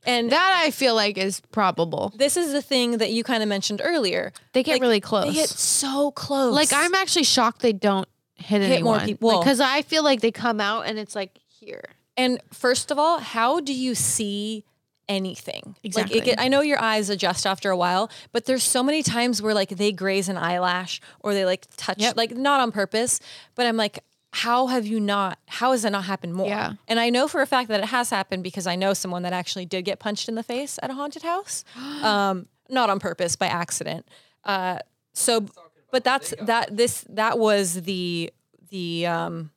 [SPEAKER 2] And
[SPEAKER 1] that i feel like is probable
[SPEAKER 2] this is the thing that you kind of mentioned earlier.
[SPEAKER 1] they get
[SPEAKER 2] Like,
[SPEAKER 1] really close
[SPEAKER 2] They get so close.
[SPEAKER 1] like i'm actually shocked they don't hit,
[SPEAKER 2] Hit more
[SPEAKER 1] anyone
[SPEAKER 2] people.
[SPEAKER 1] because i feel like they come out and it's like here
[SPEAKER 2] And first of all, how do you see anything.
[SPEAKER 1] Exactly.
[SPEAKER 2] Like it, get- I know your eyes adjust after a while, but there's so many times where like they graze an eyelash or they like touch
[SPEAKER 1] Yep.
[SPEAKER 2] like not on purpose, but I'm like how have you not how has that not happened more?
[SPEAKER 1] Yeah.
[SPEAKER 2] And I know for a fact that it has happened because I know someone that actually did get punched in the face at a haunted
[SPEAKER 1] *gasps*
[SPEAKER 2] house. Um not on purpose, by accident. Uh so but that's that this that was the the um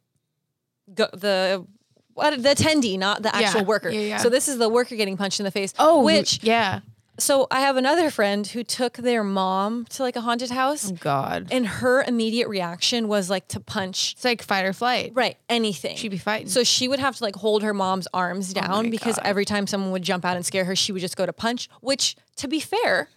[SPEAKER 2] go, the what the attendee, not the actual worker.
[SPEAKER 1] yeah, Oh, yeah.
[SPEAKER 2] So this is the worker getting punched in the face. Oh, which
[SPEAKER 1] yeah.
[SPEAKER 2] so I have another friend who took their mom to like a haunted house,
[SPEAKER 1] Oh, God.
[SPEAKER 2] and her immediate reaction was like to punch
[SPEAKER 1] It's like fight or flight.
[SPEAKER 2] right anything.
[SPEAKER 1] She'd be fighting.
[SPEAKER 2] So she would have to like hold her mom's arms down
[SPEAKER 1] my
[SPEAKER 2] because
[SPEAKER 1] God.
[SPEAKER 2] every time someone would jump out and scare her, she would just go to punch. Which, to be fair,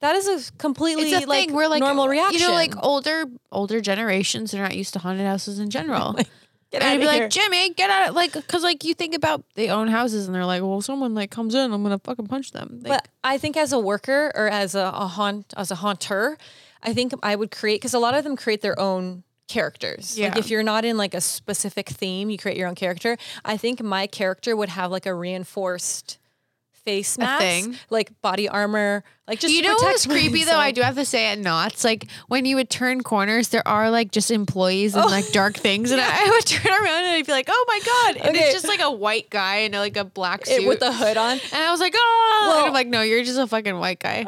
[SPEAKER 2] that is a completely
[SPEAKER 1] it's a
[SPEAKER 2] like,
[SPEAKER 1] thing. We're like
[SPEAKER 2] normal reaction.
[SPEAKER 1] You know, like older older generations are not used to haunted houses in general.
[SPEAKER 2] *laughs* Get
[SPEAKER 1] and I'd
[SPEAKER 2] outta
[SPEAKER 1] be
[SPEAKER 2] here.
[SPEAKER 1] like, Jimmy, get out! of Like, cause like you think about they own houses and they're like, well, someone like comes in, I'm gonna fucking punch them. Like,
[SPEAKER 2] But I think as a worker or as a, a haunt as a haunter, I think I would create because a lot of them create their own characters. Like
[SPEAKER 1] Yeah.
[SPEAKER 2] if you're not in like a specific theme, you create your own character. I think my character would have like a reinforced face mask,
[SPEAKER 1] thing.
[SPEAKER 2] like body armor, like just
[SPEAKER 1] you
[SPEAKER 2] to
[SPEAKER 1] know what
[SPEAKER 2] protect
[SPEAKER 1] was creepy though? I
[SPEAKER 2] myself.
[SPEAKER 1] do have to say at Knots, like when you would turn corners, there are like just employees and
[SPEAKER 2] Oh.
[SPEAKER 1] like dark things,
[SPEAKER 2] *laughs*
[SPEAKER 1] and I, I would turn around and I'd be like, oh my god! And
[SPEAKER 2] Okay.
[SPEAKER 1] it's just like a white guy in like a black suit
[SPEAKER 2] It- with the hood
[SPEAKER 1] *laughs*
[SPEAKER 2] on.
[SPEAKER 1] And I was like, oh,
[SPEAKER 2] Well-
[SPEAKER 1] and I'm like, no, you're just a fucking
[SPEAKER 2] *laughs*
[SPEAKER 1] white guy.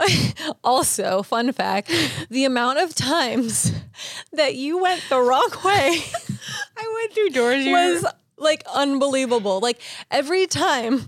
[SPEAKER 2] Also, fun fact, the amount of times that you went the wrong
[SPEAKER 1] *laughs*
[SPEAKER 2] way
[SPEAKER 1] I went through doors. you
[SPEAKER 2] was like unbelievable. Like every time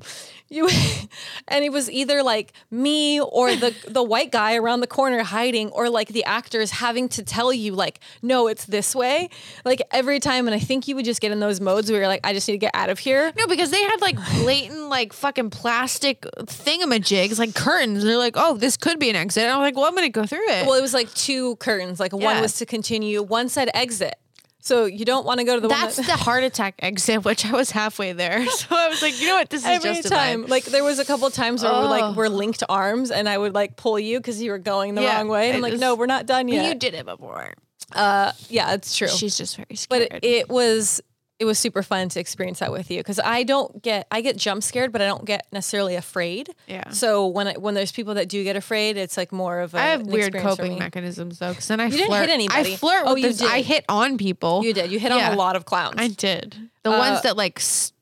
[SPEAKER 2] you *laughs* and it was either like me or the the white guy around the corner hiding or like the actors having to tell you like no it's this way like every time and I think you would just get in those modes where you're like I just need to get out of here.
[SPEAKER 1] No, because they had like blatant, like fucking plastic thingamajigs, like curtains. They're like, oh, this could be an exit. And I'm like, well, I'm gonna go through it.
[SPEAKER 2] Well it was like two curtains like one
[SPEAKER 1] Yeah.
[SPEAKER 2] was to continue one said exit. So you don't want to go to the
[SPEAKER 1] that's
[SPEAKER 2] one that- *laughs*
[SPEAKER 1] *laughs* the heart attack exit, which I was halfway there. *laughs* So I was like, you know what, this is
[SPEAKER 2] every
[SPEAKER 1] justified.
[SPEAKER 2] time. Like there was a couple times where we're
[SPEAKER 1] Oh.
[SPEAKER 2] like we're linked arms and I would like pull you because you were going the
[SPEAKER 1] Yeah,
[SPEAKER 2] wrong way. And
[SPEAKER 1] I
[SPEAKER 2] I'm like
[SPEAKER 1] just-
[SPEAKER 2] no we're not done yet.
[SPEAKER 1] You did it before.
[SPEAKER 2] Uh, yeah, it's true.
[SPEAKER 1] She's just very
[SPEAKER 2] but
[SPEAKER 1] scared.
[SPEAKER 2] it, it was it was super fun to experience that with you because I don't get I get jump scared, but I don't get necessarily afraid.
[SPEAKER 1] Yeah.
[SPEAKER 2] So when I, when there's people that do get afraid, it's like more of a
[SPEAKER 1] I have
[SPEAKER 2] an
[SPEAKER 1] weird
[SPEAKER 2] experience for
[SPEAKER 1] coping
[SPEAKER 2] me.
[SPEAKER 1] mechanisms though, because then I
[SPEAKER 2] didn't hit
[SPEAKER 1] flirt.
[SPEAKER 2] anybody.
[SPEAKER 1] I flirt
[SPEAKER 2] Oh,
[SPEAKER 1] with
[SPEAKER 2] you
[SPEAKER 1] this.
[SPEAKER 2] did.
[SPEAKER 1] I hit on people.
[SPEAKER 2] You did. You hit on
[SPEAKER 1] Yeah.
[SPEAKER 2] a lot of clowns.
[SPEAKER 1] I did. The ones that like s-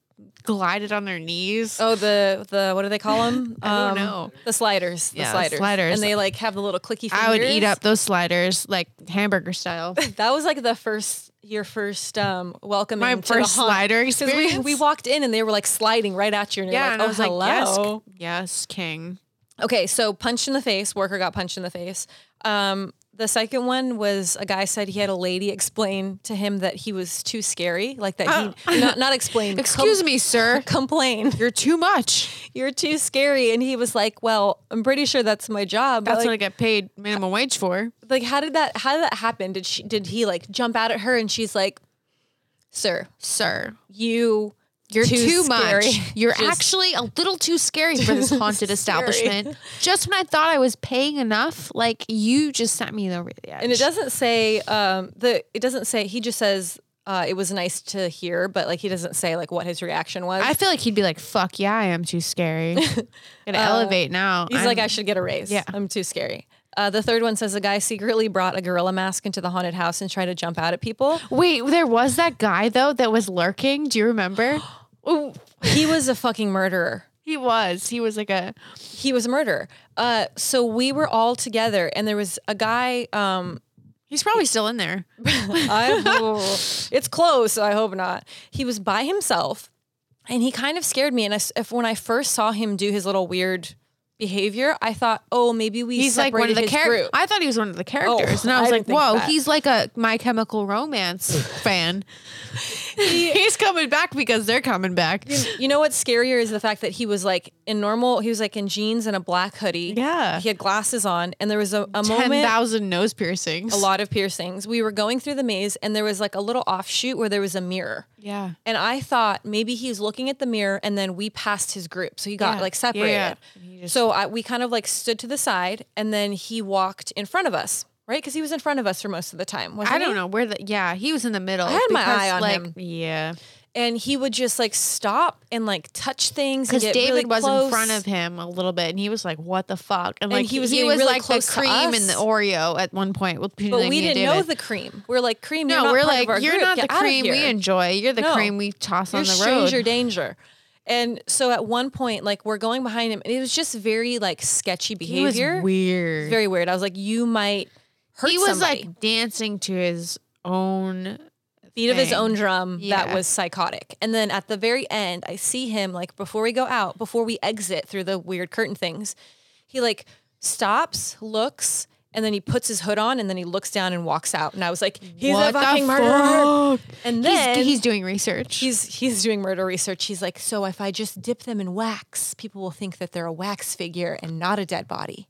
[SPEAKER 1] glided on their knees.
[SPEAKER 2] oh, the the what do they call them?
[SPEAKER 1] *laughs*
[SPEAKER 2] Um,
[SPEAKER 1] I don't know.
[SPEAKER 2] The sliders. The
[SPEAKER 1] Yeah, the
[SPEAKER 2] sliders.
[SPEAKER 1] sliders.
[SPEAKER 2] And they like have the little clicky. Fingers.
[SPEAKER 1] I would eat up those sliders like
[SPEAKER 2] *laughs*
[SPEAKER 1] hamburger style.
[SPEAKER 2] That was like the first your first um welcoming.
[SPEAKER 1] My
[SPEAKER 2] to the
[SPEAKER 1] first
[SPEAKER 2] haunt.
[SPEAKER 1] slider
[SPEAKER 2] 'Cause We,
[SPEAKER 1] experience.
[SPEAKER 2] we walked in and they were like sliding right at you, and you're like,
[SPEAKER 1] and
[SPEAKER 2] oh
[SPEAKER 1] I was
[SPEAKER 2] hello.
[SPEAKER 1] like, yes, yes, King.
[SPEAKER 2] Okay, so punched in the face. Worker got punched in the face. Um, the second one was a guy said he had a lady explain to him that he was too scary, like that he not not explain.
[SPEAKER 1] Ah. Excuse
[SPEAKER 2] *laughs*
[SPEAKER 1] me, sir.
[SPEAKER 2] complain.
[SPEAKER 1] You're too much.
[SPEAKER 2] You're too scary, and he was like, "Well, I'm pretty sure that's my job." But
[SPEAKER 1] That's what I
[SPEAKER 2] like,
[SPEAKER 1] get paid minimum wage for.
[SPEAKER 2] like, how did that how did that happen? Did she did he like jump out at her, and she's like, "Sir,
[SPEAKER 1] Sir,
[SPEAKER 2] you."
[SPEAKER 1] you're too,
[SPEAKER 2] scary."
[SPEAKER 1] much. *laughs* You're
[SPEAKER 2] Just-
[SPEAKER 1] actually a little too scary
[SPEAKER 2] *laughs*
[SPEAKER 1] for this haunted
[SPEAKER 2] Scary.
[SPEAKER 1] establishment. Just when I thought I was paying enough, like you just sent me over the edge.
[SPEAKER 2] And it doesn't say um, the. It doesn't say. He just says uh, it was nice to hear, but like he doesn't say like what his reaction was.
[SPEAKER 1] I feel like he'd be like, "Fuck yeah, I am too scary."
[SPEAKER 2] *laughs*
[SPEAKER 1] Gonna elevate now.
[SPEAKER 2] Uh, He's like,
[SPEAKER 1] I'm-
[SPEAKER 2] I should get a raise.
[SPEAKER 1] Yeah.
[SPEAKER 2] I'm too scary. Uh, the third one says a guy secretly brought a gorilla mask into the haunted house and tried to jump out at people.
[SPEAKER 1] Wait, there was that guy though that was lurking. Do you
[SPEAKER 2] *gasps*
[SPEAKER 1] remember? Ooh,
[SPEAKER 2] He was a fucking murderer.
[SPEAKER 1] he was. He was like a.
[SPEAKER 2] He was a murderer. Uh, so we were all together, and there was a guy. Um, *laughs*
[SPEAKER 1] He's probably still in there.
[SPEAKER 2] I, it's close, so I hope not. He was by himself, and he kind of scared me. And I s if when I first saw him do his little weird behavior, I thought, oh, maybe we
[SPEAKER 1] he's like one of the characters.
[SPEAKER 2] characters.
[SPEAKER 1] I thought he was one of the characters, and I
[SPEAKER 2] Oh, I
[SPEAKER 1] was like,
[SPEAKER 2] didn't think
[SPEAKER 1] "Whoa,
[SPEAKER 2] that.
[SPEAKER 1] he's like a My Chemical
[SPEAKER 2] *laughs*
[SPEAKER 1] Romance fan. *laughs* he's coming back because they're coming back."
[SPEAKER 2] You know what's scarier is the fact that he was like in normal, he was like in jeans and a black hoodie.
[SPEAKER 1] Yeah.
[SPEAKER 2] He had glasses on, and there was a, a
[SPEAKER 1] Ten
[SPEAKER 2] moment,
[SPEAKER 1] thousand nose piercings.
[SPEAKER 2] a lot of piercings. We were going through the maze, and there was like a little offshoot where there was a mirror.
[SPEAKER 1] Yeah.
[SPEAKER 2] And I thought maybe he's looking at the mirror, and then we passed his group. So he got
[SPEAKER 1] Yeah.
[SPEAKER 2] like
[SPEAKER 1] Yeah, yeah.
[SPEAKER 2] separated.
[SPEAKER 1] And he just-
[SPEAKER 2] so I, we kind of like stood to the side, and then he walked in front of us, right? Because he was in front of us for most of the time. Wasn't
[SPEAKER 1] I
[SPEAKER 2] he?
[SPEAKER 1] don't know where the yeah he was in the middle. I
[SPEAKER 2] had my eye on
[SPEAKER 1] like,
[SPEAKER 2] him.
[SPEAKER 1] Yeah,
[SPEAKER 2] and he would just like stop and like touch things and
[SPEAKER 1] Because
[SPEAKER 2] get
[SPEAKER 1] David
[SPEAKER 2] really
[SPEAKER 1] was in
[SPEAKER 2] close.
[SPEAKER 1] front of him a little bit, and he was like, "What the fuck?"
[SPEAKER 2] And
[SPEAKER 1] And, like
[SPEAKER 2] he was
[SPEAKER 1] he
[SPEAKER 2] getting
[SPEAKER 1] was
[SPEAKER 2] really
[SPEAKER 1] like
[SPEAKER 2] close
[SPEAKER 1] the
[SPEAKER 2] to
[SPEAKER 1] cream and the
[SPEAKER 2] us.
[SPEAKER 1] Oreo at one point. With
[SPEAKER 2] But we didn't know the cream. We're like cream.
[SPEAKER 1] No,
[SPEAKER 2] you're not
[SPEAKER 1] we're
[SPEAKER 2] part
[SPEAKER 1] like,
[SPEAKER 2] of our
[SPEAKER 1] "You're
[SPEAKER 2] group.
[SPEAKER 1] not
[SPEAKER 2] Get
[SPEAKER 1] the
[SPEAKER 2] out of
[SPEAKER 1] cream we
[SPEAKER 2] here."
[SPEAKER 1] enjoy. You're the
[SPEAKER 2] No.
[SPEAKER 1] cream we toss
[SPEAKER 2] You're
[SPEAKER 1] on the road."
[SPEAKER 2] stranger danger. And so at one point, like we're going behind him, and it was just very like sketchy
[SPEAKER 1] he was
[SPEAKER 2] behavior.
[SPEAKER 1] weird.
[SPEAKER 2] Very weird. I was like, you might hurt
[SPEAKER 1] he was
[SPEAKER 2] somebody.
[SPEAKER 1] like dancing to his own.
[SPEAKER 2] beat of his
[SPEAKER 1] thing.
[SPEAKER 2] own drum
[SPEAKER 1] Yeah.
[SPEAKER 2] that was psychotic. And then at the very end, I see him like before we go out, before we exit through the weird curtain things, he like stops, looks, and then he puts his hood on and then he looks down and walks out. And I was like, he's
[SPEAKER 1] what
[SPEAKER 2] a fucking
[SPEAKER 1] the
[SPEAKER 2] murderer.
[SPEAKER 1] fuck?
[SPEAKER 2] And
[SPEAKER 1] He's-
[SPEAKER 2] then
[SPEAKER 1] He's, doing research.
[SPEAKER 2] he's he's doing murder research. He's like, so if I just dip them in wax, people will think that they're a wax figure and not a dead body.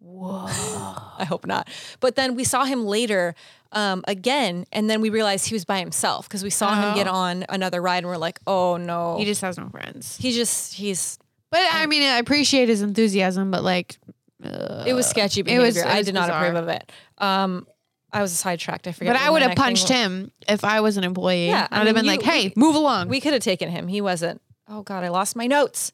[SPEAKER 2] Whoa! *laughs* I hope not. But then we saw him later um, again, and then we realized he was by himself because we saw him get on another ride, and we're like, oh no,
[SPEAKER 1] Oh. he just has no friends.
[SPEAKER 2] he just he's.
[SPEAKER 1] But
[SPEAKER 2] Mm.
[SPEAKER 1] I mean, I appreciate his enthusiasm, but like, uh,
[SPEAKER 2] It was sketchy
[SPEAKER 1] it
[SPEAKER 2] behavior.
[SPEAKER 1] was- it
[SPEAKER 2] I
[SPEAKER 1] was
[SPEAKER 2] did not
[SPEAKER 1] bizarre.
[SPEAKER 2] approve of it. Um, I was sidetracked. I forget.
[SPEAKER 1] but
[SPEAKER 2] what
[SPEAKER 1] I would
[SPEAKER 2] my
[SPEAKER 1] have
[SPEAKER 2] next thing
[SPEAKER 1] punched
[SPEAKER 2] was.
[SPEAKER 1] him if I was an employee.
[SPEAKER 2] Yeah, I
[SPEAKER 1] I would have
[SPEAKER 2] mean,
[SPEAKER 1] been
[SPEAKER 2] you-
[SPEAKER 1] like, "Hey, move along."
[SPEAKER 2] We could have taken him. He wasn't. Oh God, I lost my notes.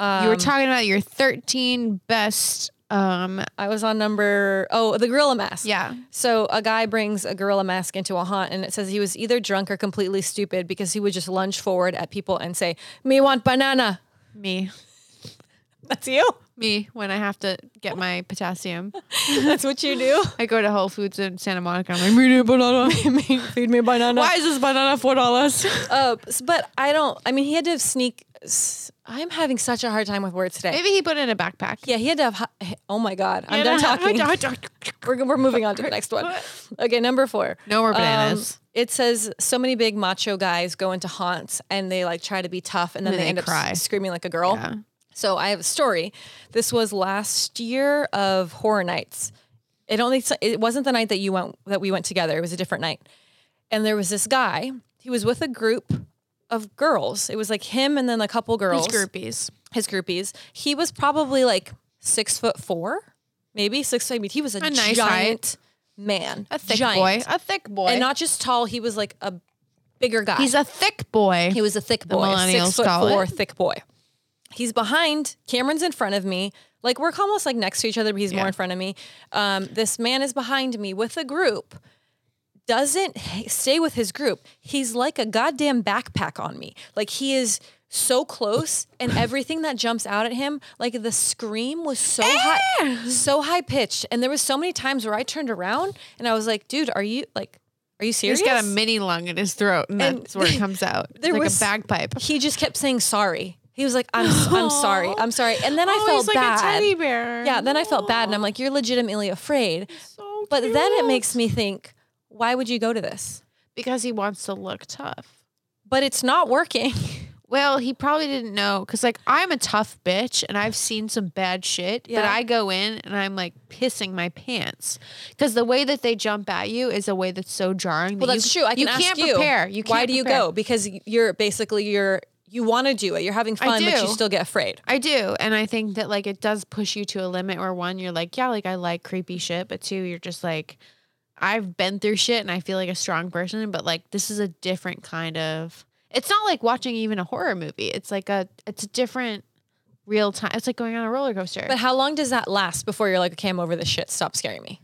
[SPEAKER 1] you
[SPEAKER 2] um,
[SPEAKER 1] were talking about your 13 best. Um,
[SPEAKER 2] I was on number oh the gorilla mask.
[SPEAKER 1] yeah,
[SPEAKER 2] So a guy brings a gorilla mask into a haunt, and it says he was either drunk or completely stupid because he would just lunge forward at people and say, "Me want banana."
[SPEAKER 1] me,
[SPEAKER 2] That's you. *laughs*
[SPEAKER 1] me. When I have to get my potassium,
[SPEAKER 2] That's what you do.
[SPEAKER 1] I go to Whole Foods in Santa Monica. I'm like, "Me need a banana."
[SPEAKER 2] Feed *laughs* me *laughs* banana.
[SPEAKER 1] Why is this banana four dollars?
[SPEAKER 2] Uh, s- but I don't. I mean, he had to have sneak. s- I'm having such a hard time with words today.
[SPEAKER 1] *laughs* Maybe he put it in a backpack.
[SPEAKER 2] Yeah, he had to have. hi- Oh my God, I'm done talking. *laughs* we're, we're moving on to the next one. Okay, number four.
[SPEAKER 1] *laughs* No more
[SPEAKER 2] Um,
[SPEAKER 1] bananas.
[SPEAKER 2] it says so many big macho guys go into haunts and they like try to be tough and then
[SPEAKER 1] And
[SPEAKER 2] they,
[SPEAKER 1] they
[SPEAKER 2] end up
[SPEAKER 1] cry.
[SPEAKER 2] s- screaming like a girl.
[SPEAKER 1] Yeah.
[SPEAKER 2] So I have a story. This was last year of horror nights. It only it wasn't the night that you went that we went together. It was a different night. And there was this guy. He was with a group of girls. It was like him and then a couple girls
[SPEAKER 1] These groupies.
[SPEAKER 2] his groupies. He was probably like six foot four, maybe six. I mean, he was a,
[SPEAKER 1] A nice
[SPEAKER 2] giant man,
[SPEAKER 1] A thick
[SPEAKER 2] giant.
[SPEAKER 1] boy. A thick boy.
[SPEAKER 2] and not just tall. He was like a bigger guy.
[SPEAKER 1] He's a thick boy.
[SPEAKER 2] he was a thick boy, a
[SPEAKER 1] millennials
[SPEAKER 2] six foot
[SPEAKER 1] call it.
[SPEAKER 2] four, thick boy. He's behind. Cameron's in front of me. Like we're almost like next to each other, but he's more in front of me. Um, this man is behind me with a group. Doesn't h- stay with his group. He's like a goddamn backpack on me. Like he is so close, and
[SPEAKER 1] *laughs*
[SPEAKER 2] everything that jumps out at him, like the scream was so high, so high pitched, and there was so many times where I turned around and I was like, "Dude, are you like, are you serious?"
[SPEAKER 1] He's got a mini lung in his throat, and,
[SPEAKER 2] And
[SPEAKER 1] that's where
[SPEAKER 2] *laughs*
[SPEAKER 1] it comes out.
[SPEAKER 2] there
[SPEAKER 1] like
[SPEAKER 2] was-
[SPEAKER 1] a bagpipe.
[SPEAKER 2] he just kept saying sorry. He was like, "I'm *laughs* I'm sorry, I'm sorry," and then I
[SPEAKER 1] Oh,
[SPEAKER 2] felt
[SPEAKER 1] he's like
[SPEAKER 2] bad.
[SPEAKER 1] a teddy bear. Oh,
[SPEAKER 2] Yeah, then I felt bad, and I'm like, "You're legitimately afraid."
[SPEAKER 1] So
[SPEAKER 2] But then it
[SPEAKER 1] cute.
[SPEAKER 2] makes me think, why would you go to this?
[SPEAKER 1] because he wants to look tough.
[SPEAKER 2] But it's not working.
[SPEAKER 1] Well, he probably didn't know because, like, I'm a tough bitch and I've seen some bad shit. But
[SPEAKER 2] Yeah.
[SPEAKER 1] I go in and I'm like pissing my pants because the way that they jump at you is a way that's so
[SPEAKER 2] *laughs*
[SPEAKER 1] jarring.
[SPEAKER 2] Well,
[SPEAKER 1] that
[SPEAKER 2] that's
[SPEAKER 1] you,
[SPEAKER 2] true. I can
[SPEAKER 1] you
[SPEAKER 2] ask
[SPEAKER 1] can't
[SPEAKER 2] you.
[SPEAKER 1] prepare. You can't
[SPEAKER 2] why do you
[SPEAKER 1] prepare.
[SPEAKER 2] go? Because you're basically you're you want to do it. You're having
[SPEAKER 1] I
[SPEAKER 2] fun, but you
[SPEAKER 1] do.
[SPEAKER 2] still get afraid.
[SPEAKER 1] I do, and I think that like it does push you to a limit where one, you're like, yeah, like I like creepy shit, but two, you're just like, I've been through shit and I feel like a strong person, but like this is a different kind of. It's not like watching even a horror movie. It's like a, it's a different real time. It's like going on a roller coaster.
[SPEAKER 2] But how long does that last before you're like, okay, I'm over this shit. Stop scaring me.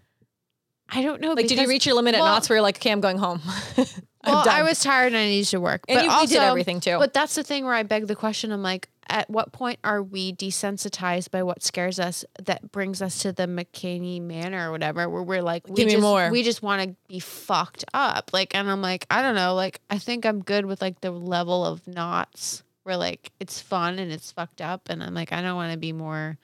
[SPEAKER 1] I don't know.
[SPEAKER 2] Like, did you
[SPEAKER 1] because-
[SPEAKER 2] reach your limit at
[SPEAKER 1] well-
[SPEAKER 2] knots where you're like, okay, I'm going home? *laughs* I'm
[SPEAKER 1] Well, I
[SPEAKER 2] done.
[SPEAKER 1] was tired and I needed to work.
[SPEAKER 2] And
[SPEAKER 1] but
[SPEAKER 2] you- we
[SPEAKER 1] also,
[SPEAKER 2] did everything, too.
[SPEAKER 1] But that's the thing where I beg the question. I'm like, at what point are we desensitized by what scares us that brings us to the McCaney Manor or whatever, where we're like, we
[SPEAKER 2] Give me
[SPEAKER 1] just,
[SPEAKER 2] more.
[SPEAKER 1] We just want to be fucked up. Like, and I'm like, I don't know. Like, I think I'm good with like the level of knots where like it's fun and it's fucked up, and I'm like, I don't want to be more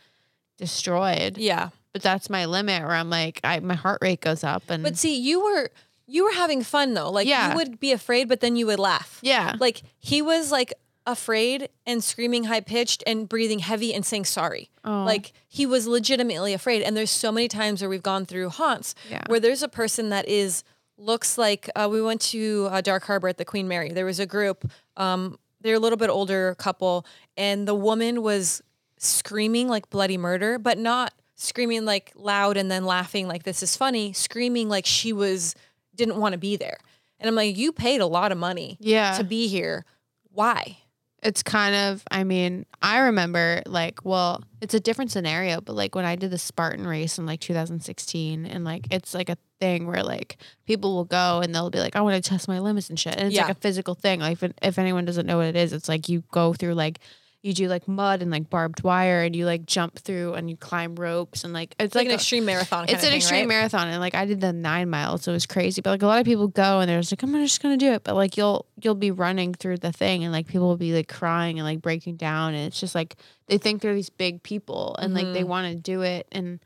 [SPEAKER 1] destroyed.
[SPEAKER 2] yeah.
[SPEAKER 1] But that's my limit where I'm like, I my heart rate goes up and
[SPEAKER 2] But see, you were you were having fun though. Like
[SPEAKER 1] Mm-hmm. Yeah.
[SPEAKER 2] you would be afraid, but then you would laugh.
[SPEAKER 1] yeah.
[SPEAKER 2] Like he was like afraid and screaming high pitched and breathing heavy and saying sorry.
[SPEAKER 1] Oh.
[SPEAKER 2] Like he was legitimately afraid. And there's so many times where we've gone through haunts
[SPEAKER 1] Yeah.
[SPEAKER 2] where there's a person that is looks like uh, we went to uh, Dark Harbor at the Queen Mary. There was a group. Um, they're a little bit older couple, and the woman was screaming like bloody murder, but not screaming like loud and then laughing like this is funny. Screaming like she was didn't want to be there. And I'm like, you paid a lot of money
[SPEAKER 1] Oh, Yeah.
[SPEAKER 2] to be here. why?
[SPEAKER 1] it's kind of i mean i remember like well it's a different scenario but like when i did the spartan race in like 2016 and like it's like a thing where like people will go and they'll be like i want to test my limits and shit and it's
[SPEAKER 2] Yeah.
[SPEAKER 1] like a physical thing like if, if anyone doesn't know what it is it's like you go through like you do like mud and like barbed wire and you like jump through and you climb ropes and like it's
[SPEAKER 2] It's like,
[SPEAKER 1] like,
[SPEAKER 2] an
[SPEAKER 1] a-
[SPEAKER 2] extreme marathon.
[SPEAKER 1] it's an extreme marathon and like i did the nine miles so it was crazy but like a lot of people go and they're just like i'm just gonna do it but like you'll you'll be running through the thing and like people will be like crying and like breaking down and it's just like they think they're these big people and like
[SPEAKER 2] Mm-hmm.
[SPEAKER 1] they want to do it and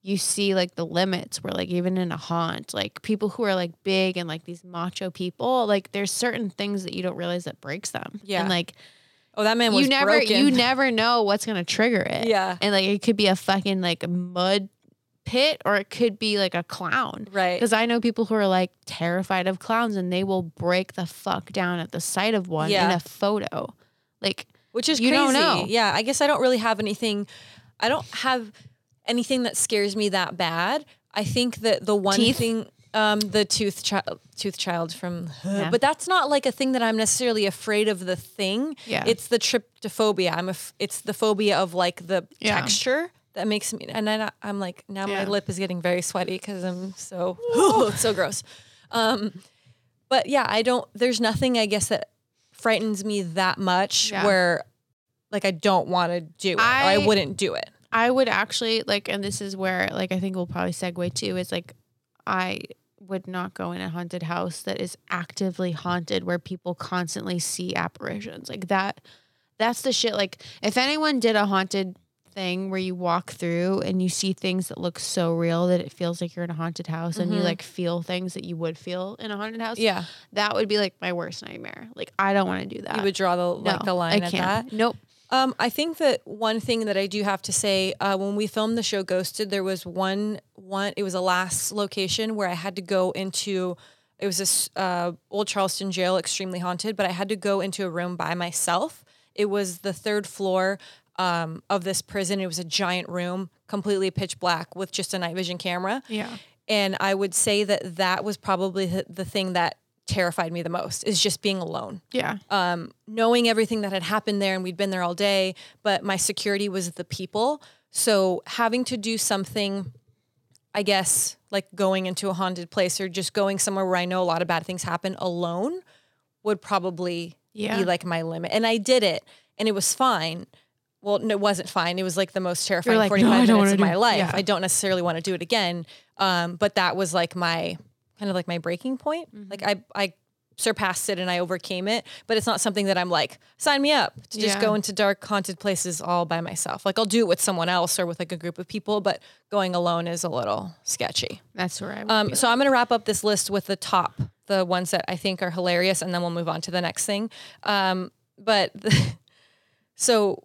[SPEAKER 1] you see like the limits where like even in a haunt like people who are like big and like these macho people like there's certain things that you don't realize that breaks them
[SPEAKER 2] Yeah.
[SPEAKER 1] and like
[SPEAKER 2] Oh, that man was
[SPEAKER 1] you never
[SPEAKER 2] broken.
[SPEAKER 1] you never know what's gonna trigger
[SPEAKER 2] *laughs*
[SPEAKER 1] it
[SPEAKER 2] Yeah.
[SPEAKER 1] and like it could be a fucking like mud pit or it could be like a clown
[SPEAKER 2] right.
[SPEAKER 1] because i know people who are like terrified of clowns and they will break the fuck down at the sight of one in
[SPEAKER 2] Yeah.
[SPEAKER 1] a photo like
[SPEAKER 2] Which is
[SPEAKER 1] you
[SPEAKER 2] crazy.
[SPEAKER 1] don't know.
[SPEAKER 2] Yeah, I guess I don't really have anything. I don't have anything that scares me that bad. I think that the one
[SPEAKER 1] Teeth?
[SPEAKER 2] thing, um, the tooth child, tooth child from,
[SPEAKER 1] Yeah.
[SPEAKER 2] but that's not like a thing that I'm necessarily afraid of. The thing,
[SPEAKER 1] Yeah.
[SPEAKER 2] it's the tryptophobia. I'm a, f- it's the phobia of like the
[SPEAKER 1] Yeah.
[SPEAKER 2] texture. That makes me, and then I, I'm like, now
[SPEAKER 1] Yeah.
[SPEAKER 2] my lip is getting very sweaty because I'm
[SPEAKER 1] *laughs*
[SPEAKER 2] so, oh, it's so gross. Um, but yeah, I don't. There's nothing, I guess, that frightens me that much
[SPEAKER 1] Yeah.
[SPEAKER 2] where like I don't want to do it. I,
[SPEAKER 1] I-
[SPEAKER 2] wouldn't do it.
[SPEAKER 1] I would actually like, and this is where like I think we'll probably segue to is like I would not go in a haunted house that is actively haunted where people constantly see apparitions like that. That's the shit. Like if anyone did a haunted thing where you walk through and you see things that look so real that it feels like you're in a haunted house and you
[SPEAKER 2] Mhm.
[SPEAKER 1] like feel things that you would feel in a haunted house,
[SPEAKER 2] Yeah,
[SPEAKER 1] that would be like my worst nightmare. Like I don't want to do that.
[SPEAKER 2] you would draw the
[SPEAKER 1] no,
[SPEAKER 2] like the line
[SPEAKER 1] I
[SPEAKER 2] at
[SPEAKER 1] can't.
[SPEAKER 2] that.
[SPEAKER 1] Nope.
[SPEAKER 2] Um, I think that one thing that I do have to say uh, when we filmed the show Ghosted, there was one one. It was a last location where I had to go into. It was this uh, old Charleston jail, extremely haunted, but I had to go into a room by myself. It was the third floor um, of this prison. It was a giant room, completely pitch black, with just a night vision camera.
[SPEAKER 1] Yeah.
[SPEAKER 2] And I would say that that was probably the- the thing that terrified me the most is just being alone
[SPEAKER 1] Yeah.
[SPEAKER 2] um, knowing everything that had happened there and we'd been there all day, but my security was the people. So having to do something, I guess, like going into a haunted place or just going somewhere where I know a lot of bad things happen alone would probably
[SPEAKER 1] Yeah.
[SPEAKER 2] be like my limit. And I did it and it was fine. Well, no, it wasn't fine. It was like the most terrifying
[SPEAKER 1] like, no,
[SPEAKER 2] 45
[SPEAKER 1] I
[SPEAKER 2] minutes
[SPEAKER 1] don't wanna
[SPEAKER 2] of my
[SPEAKER 1] do-
[SPEAKER 2] life.
[SPEAKER 1] yeah.
[SPEAKER 2] I don't necessarily want to do it again. Um, but that was like my kind of like my breaking point.
[SPEAKER 1] Mm-hmm.
[SPEAKER 2] Like I, I surpassed it and I overcame it, but it's not something that I'm like, sign me up to just
[SPEAKER 1] Yeah.
[SPEAKER 2] go into dark haunted places all by myself. Like I'll do it with someone else or with like a group of people, but going alone is a little sketchy.
[SPEAKER 1] That's where I would
[SPEAKER 2] Um, so I'm going to wrap up this list with the top, the ones that I think are hilarious, and then we'll move on to the next thing. Um, but *laughs* so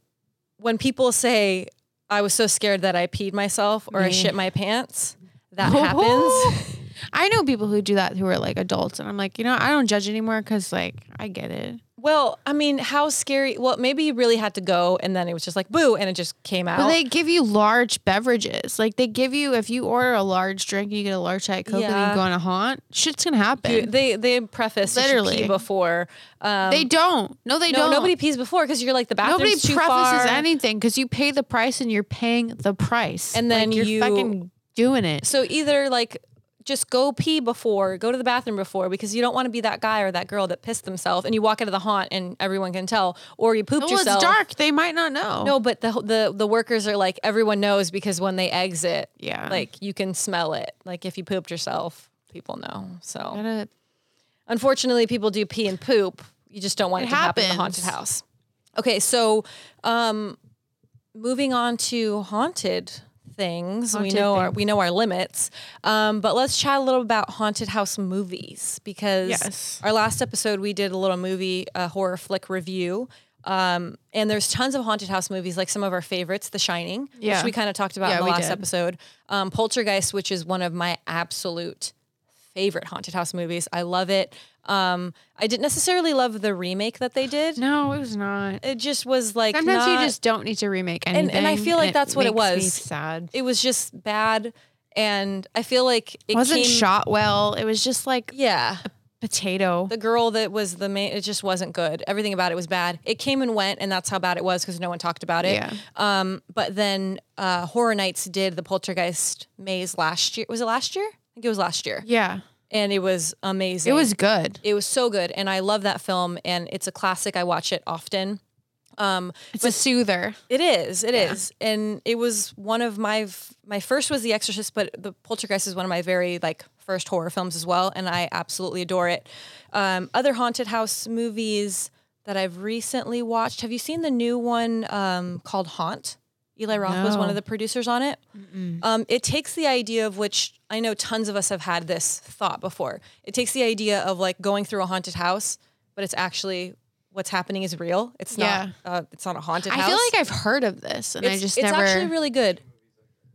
[SPEAKER 2] when people say, I was so scared that I peed myself or I
[SPEAKER 1] Me.
[SPEAKER 2] shit my pants, *laughs* that happens.
[SPEAKER 1] I know people who do that who are like adults, and I'm like, you know, I don't judge anymore because like I get it.
[SPEAKER 2] Well, I mean, how scary? Well, maybe you really had to go, and then it was just like boo, and it just came out.
[SPEAKER 1] But they give you large beverages. Like they give you if you order a large drink, you get a large diet coke, and
[SPEAKER 2] Yeah.
[SPEAKER 1] you go on a haunt. Shit's gonna happen.
[SPEAKER 2] You- they they preface literally
[SPEAKER 1] Literally.
[SPEAKER 2] before. Um,
[SPEAKER 1] they don't. No, they
[SPEAKER 2] no,
[SPEAKER 1] don't.
[SPEAKER 2] nobody pees before because you're like the bathroom's
[SPEAKER 1] Nobody
[SPEAKER 2] too
[SPEAKER 1] prefaces
[SPEAKER 2] far.
[SPEAKER 1] anything because you pay the price and you're paying the price,
[SPEAKER 2] And then
[SPEAKER 1] Like, you're
[SPEAKER 2] you-
[SPEAKER 1] fucking doing it.
[SPEAKER 2] So either like just go pee before, go to the bathroom before, because you don't want to be that guy or that girl that pissed themselves, and you walk out of the haunt and everyone can tell, or you pooped
[SPEAKER 1] Well,
[SPEAKER 2] yourself.
[SPEAKER 1] it's dark. They might not know.
[SPEAKER 2] No, but the the the workers are like everyone knows because when they exit,
[SPEAKER 1] Yeah.
[SPEAKER 2] like you can smell it. Like if you pooped yourself, people know. So
[SPEAKER 1] Gotta-
[SPEAKER 2] unfortunately, people do pee and poop. You just don't want it,
[SPEAKER 1] It
[SPEAKER 2] to happen in the
[SPEAKER 1] happens.
[SPEAKER 2] haunted house. Okay, so um, moving on to haunted things,
[SPEAKER 1] Haunted
[SPEAKER 2] we know our
[SPEAKER 1] things.
[SPEAKER 2] we know our limits. Um, but let's chat a little about haunted house movies because
[SPEAKER 1] Yes.
[SPEAKER 2] our last episode we did a little movie a horror flick review. Um, and there's tons of haunted house movies, like some of our favorites, The Shining,
[SPEAKER 1] Yeah.
[SPEAKER 2] which we kind of talked about
[SPEAKER 1] Yeah,
[SPEAKER 2] in the
[SPEAKER 1] we
[SPEAKER 2] last
[SPEAKER 1] did.
[SPEAKER 2] episode. Um, Poltergeist, which is one of my absolute favorite haunted house movies. I love it. Um, I didn't necessarily love the remake that they did.
[SPEAKER 1] no, it was not.
[SPEAKER 2] It just was like
[SPEAKER 1] Sometimes
[SPEAKER 2] not-
[SPEAKER 1] you just don't need to remake anything.
[SPEAKER 2] and I feel like that's what it
[SPEAKER 1] makes me
[SPEAKER 2] was.
[SPEAKER 1] sad.
[SPEAKER 2] it was just bad, and I feel like it
[SPEAKER 1] wasn't
[SPEAKER 2] came-
[SPEAKER 1] shot well. It was just like
[SPEAKER 2] Yeah,
[SPEAKER 1] potato.
[SPEAKER 2] The girl that was the main, it just wasn't good. Everything about it was bad. It came and went, and that's how bad it was because no one talked about it.
[SPEAKER 1] Yeah.
[SPEAKER 2] Um, but then uh, Horror Nights did the Poltergeist maze last year. Was it last year? I think it was last year,
[SPEAKER 1] yeah.
[SPEAKER 2] and it was amazing.
[SPEAKER 1] It was good.
[SPEAKER 2] It was so good, and I love that film, and it's a classic. I watch it often.
[SPEAKER 1] It's a soother.
[SPEAKER 2] It is. it is, and it was one of my f- my first was The Exorcist, but The Poltergeist is one of my very like first horror films as well, and I absolutely adore it. Um, other haunted house movies that I've recently watched. Have you seen the new one um, called Haunt? Eli Roth was one
[SPEAKER 1] No.
[SPEAKER 2] of the producers on it. Um, it takes the idea of which I know tons of us have had this thought before. It takes the idea of like going through a haunted house, but it's actually what's happening is real. It's
[SPEAKER 1] Yeah.
[SPEAKER 2] not. Uh, it's not a haunted house.
[SPEAKER 1] I feel like I've heard of this and I
[SPEAKER 2] It's-
[SPEAKER 1] just
[SPEAKER 2] it's
[SPEAKER 1] never.
[SPEAKER 2] actually really good.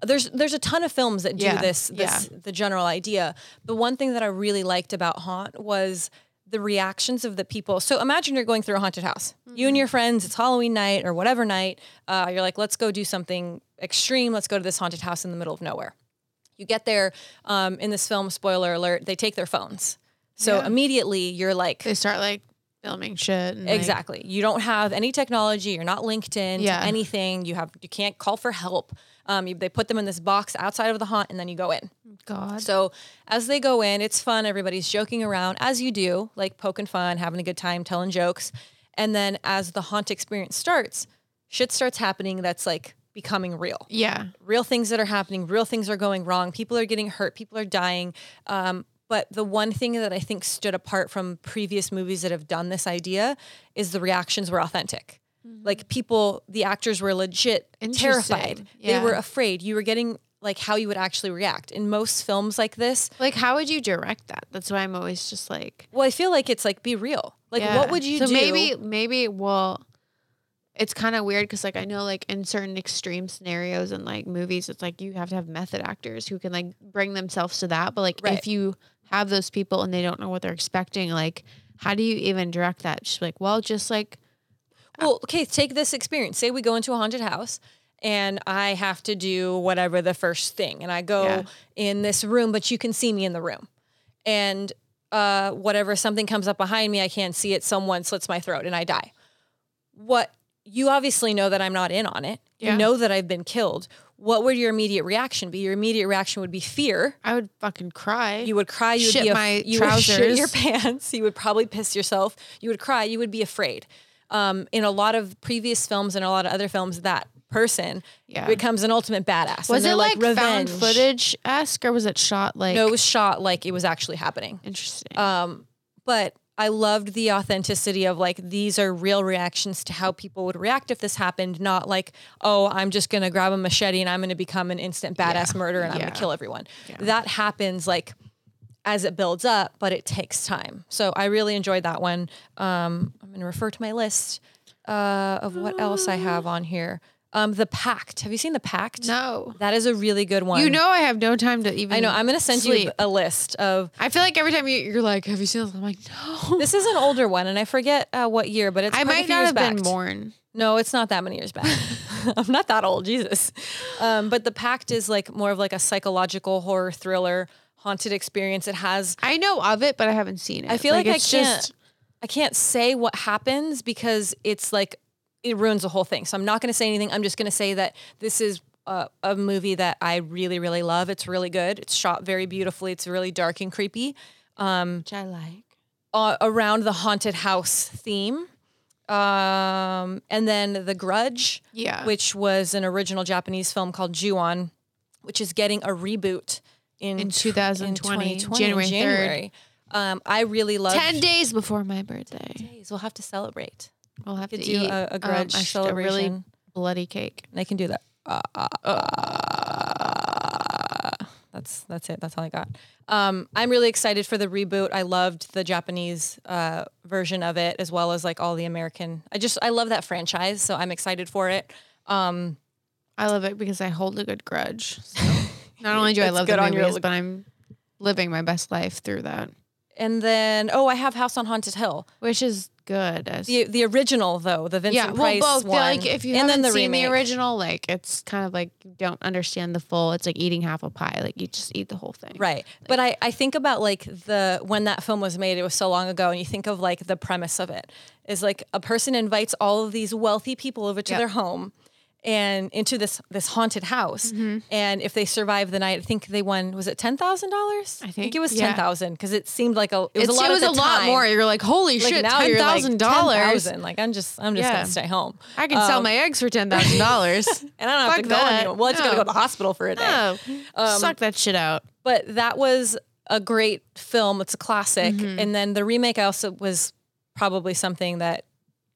[SPEAKER 2] There's there's a ton of films that do
[SPEAKER 1] Yeah,
[SPEAKER 2] this this the general idea. But one thing that I really liked about Haunt was the reactions of the people. So imagine you're going through a haunted house. You
[SPEAKER 1] Mm-hmm.
[SPEAKER 2] and your friends. It's Halloween night or whatever night. Uh, you're like, let's go do something extreme. Let's go to this haunted house in the middle of nowhere. You get there. Um, in this film, spoiler alert, they take their phones. So
[SPEAKER 1] Yeah.
[SPEAKER 2] immediately you're like,
[SPEAKER 1] they start like filming shit. And, like-
[SPEAKER 2] Exactly. you don't have any technology. You're not linked in
[SPEAKER 1] Yeah.
[SPEAKER 2] to anything. You have you can't call for help. Um, you, they put them in this box outside of the haunt, and then you go in.
[SPEAKER 1] God.
[SPEAKER 2] So as they go in, it's fun. Everybody's joking around as you do, like poking fun, having a good time, telling jokes. And then as the haunt experience starts, shit starts happening that's like becoming real
[SPEAKER 1] yeah.
[SPEAKER 2] real things that are happening, real things are going wrong, people are getting hurt, people are dying. Um, but the one thing that I think stood apart from previous movies that have done this idea is the reactions were authentic. Like people, the actors were legit
[SPEAKER 1] Mm-hmm. Interesting.
[SPEAKER 2] terrified.
[SPEAKER 1] Yeah.
[SPEAKER 2] They were afraid. You were getting like how you would actually react. In most films like this,
[SPEAKER 1] Like, how would you direct that? That's why I'm always just like,
[SPEAKER 2] well, I feel like it's like be real. Like
[SPEAKER 1] yeah.
[SPEAKER 2] what would you
[SPEAKER 1] so
[SPEAKER 2] do?
[SPEAKER 1] maybe, maybe, well, it's kind of weird because, like, I know, like, in certain extreme scenarios and like movies, it's like you have to have method actors who can like bring themselves to that. But like,
[SPEAKER 2] Right.
[SPEAKER 1] if you have those people and they don't know what they're expecting, like, how do you even direct that? She's like, well, just like,
[SPEAKER 2] Well, okay, take this experience. Say we go into a haunted house and I have to do whatever the first thing, and I go
[SPEAKER 1] Yeah.
[SPEAKER 2] in this room, but you can see me in the room. And uh, whatever, something comes up behind me, I can't see it. Someone slits my throat and I die. What you obviously know that I'm not in on it.
[SPEAKER 1] Yeah.
[SPEAKER 2] You know that I've been killed. What would your immediate reaction be? Your immediate reaction would be fear.
[SPEAKER 1] I would fucking cry.
[SPEAKER 2] You would cry. You would
[SPEAKER 1] Shit
[SPEAKER 2] be af-
[SPEAKER 1] my
[SPEAKER 2] you would shit
[SPEAKER 1] trousers.
[SPEAKER 2] your *laughs* pants. You would probably piss yourself. You would cry. You would be afraid. Um, in a lot of previous films and a lot of other films, that person
[SPEAKER 1] Yeah.
[SPEAKER 2] becomes an ultimate badass. and
[SPEAKER 1] was
[SPEAKER 2] they're
[SPEAKER 1] it like,
[SPEAKER 2] revenge?
[SPEAKER 1] found footage esque or was it shot like?
[SPEAKER 2] No, it was uh, shot like it was actually happening.
[SPEAKER 1] Interesting.
[SPEAKER 2] But I loved the authenticity of like these are real reactions to how people would react if this happened, not like oh I'm just gonna grab a machete and I'm gonna become an instant badass murderer and I'm
[SPEAKER 1] Yeah.
[SPEAKER 2] gonna kill everyone. That happens like as it builds up, but it takes time. So I really enjoyed that one. Um, I'm going to refer to my list uh, of what else I have on here. Um, the Pact. Have you seen The Pact?
[SPEAKER 1] no.
[SPEAKER 2] That is a really good one.
[SPEAKER 1] You know, I have no time to even.
[SPEAKER 2] I know. I'm going to send
[SPEAKER 1] sleep.
[SPEAKER 2] you a list of.
[SPEAKER 1] I feel like every time you, you're like, "Have you seen this?" I'm like,
[SPEAKER 2] *laughs*
[SPEAKER 1] "No."
[SPEAKER 2] This is an older one, and I forget uh, what year, but it's
[SPEAKER 1] I
[SPEAKER 2] quite a
[SPEAKER 1] might
[SPEAKER 2] few
[SPEAKER 1] not
[SPEAKER 2] years
[SPEAKER 1] have
[SPEAKER 2] back.
[SPEAKER 1] been born.
[SPEAKER 2] No, it's not that many years back. *laughs* I'm not that old, Jesus. Um, but the Pact is like more of like a psychological horror thriller haunted experience. It has
[SPEAKER 1] I know of it, but I haven't seen it.
[SPEAKER 2] I feel like, I
[SPEAKER 1] it's
[SPEAKER 2] can't I can't say what happens because it's like it ruins the whole thing. So I'm not going to say anything. I'm just going to say that this is a, a movie that I really really love. It's really good. It's shot very beautifully. It's really dark and creepy
[SPEAKER 1] which I like.
[SPEAKER 2] uh, around the haunted house theme. Um, and then The Grudge,
[SPEAKER 1] Yeah.
[SPEAKER 2] which was an original Japanese film called Ju-on, which is getting a reboot in,
[SPEAKER 1] In
[SPEAKER 2] tw-
[SPEAKER 1] 2020,
[SPEAKER 2] 2020,
[SPEAKER 1] January 3rd.
[SPEAKER 2] January. Um, I really love
[SPEAKER 1] Ten days before my birthday,
[SPEAKER 2] days. We'll have to celebrate.
[SPEAKER 1] we'll have to
[SPEAKER 2] Could do
[SPEAKER 1] eat
[SPEAKER 2] a- a
[SPEAKER 1] um,
[SPEAKER 2] grudge
[SPEAKER 1] I should- a really
[SPEAKER 2] celebration.
[SPEAKER 1] bloody cake.
[SPEAKER 2] And I can do that. That's that's it. That's all I got. Um, I'm really excited for the reboot. I loved the Japanese uh, version of it as well as like all the American. I just I love that franchise, so I'm excited for it. Um,
[SPEAKER 1] I love it because I hold a good grudge.
[SPEAKER 2] *laughs*
[SPEAKER 1] So not only do I
[SPEAKER 2] That's
[SPEAKER 1] love the
[SPEAKER 2] good on your
[SPEAKER 1] movies,
[SPEAKER 2] look.
[SPEAKER 1] but I'm living my best life through that,
[SPEAKER 2] and then oh, I have House on Haunted Hill.
[SPEAKER 1] which is good as
[SPEAKER 2] The, the original though, the Vincent
[SPEAKER 1] yeah, well,
[SPEAKER 2] Price
[SPEAKER 1] both.
[SPEAKER 2] one,
[SPEAKER 1] Like if you
[SPEAKER 2] and then
[SPEAKER 1] haven't
[SPEAKER 2] the
[SPEAKER 1] seen
[SPEAKER 2] remake.
[SPEAKER 1] the original, like it's kind of like you don't understand the full. It's like eating half a pie. Like you just eat the whole thing.
[SPEAKER 2] Right. But I, I think about like the when that film was made, it was so long ago, and you think of like the premise of it is like a person invites all of these wealthy people over to
[SPEAKER 1] Yep.
[SPEAKER 2] their home and into this this haunted house.
[SPEAKER 1] Mm-hmm.
[SPEAKER 2] And if they survive the night, I think they won was it ten thousand dollars?
[SPEAKER 1] I
[SPEAKER 2] it
[SPEAKER 1] think,
[SPEAKER 2] was
[SPEAKER 1] yeah.
[SPEAKER 2] ten thousand because it seemed like a it was
[SPEAKER 1] It's,
[SPEAKER 2] a lot.
[SPEAKER 1] it was
[SPEAKER 2] at
[SPEAKER 1] a
[SPEAKER 2] the
[SPEAKER 1] lot
[SPEAKER 2] time.
[SPEAKER 1] more. You're like, holy
[SPEAKER 2] Like
[SPEAKER 1] shit,
[SPEAKER 2] now you're
[SPEAKER 1] ten
[SPEAKER 2] like,
[SPEAKER 1] thousand dollars.
[SPEAKER 2] $10,000. Like I'm just I'm just
[SPEAKER 1] Yeah.
[SPEAKER 2] gonna stay home.
[SPEAKER 1] I can sell my eggs for ten thousand *laughs* dollars.
[SPEAKER 2] and I don't have to
[SPEAKER 1] Fuck
[SPEAKER 2] go
[SPEAKER 1] that.
[SPEAKER 2] anywhere. Well, it's gonna
[SPEAKER 1] No.
[SPEAKER 2] go to the hospital for a day. Um,
[SPEAKER 1] oh, suck that shit out.
[SPEAKER 2] but that was a great film. It's a classic.
[SPEAKER 1] Mm-hmm.
[SPEAKER 2] And then the remake also was probably something that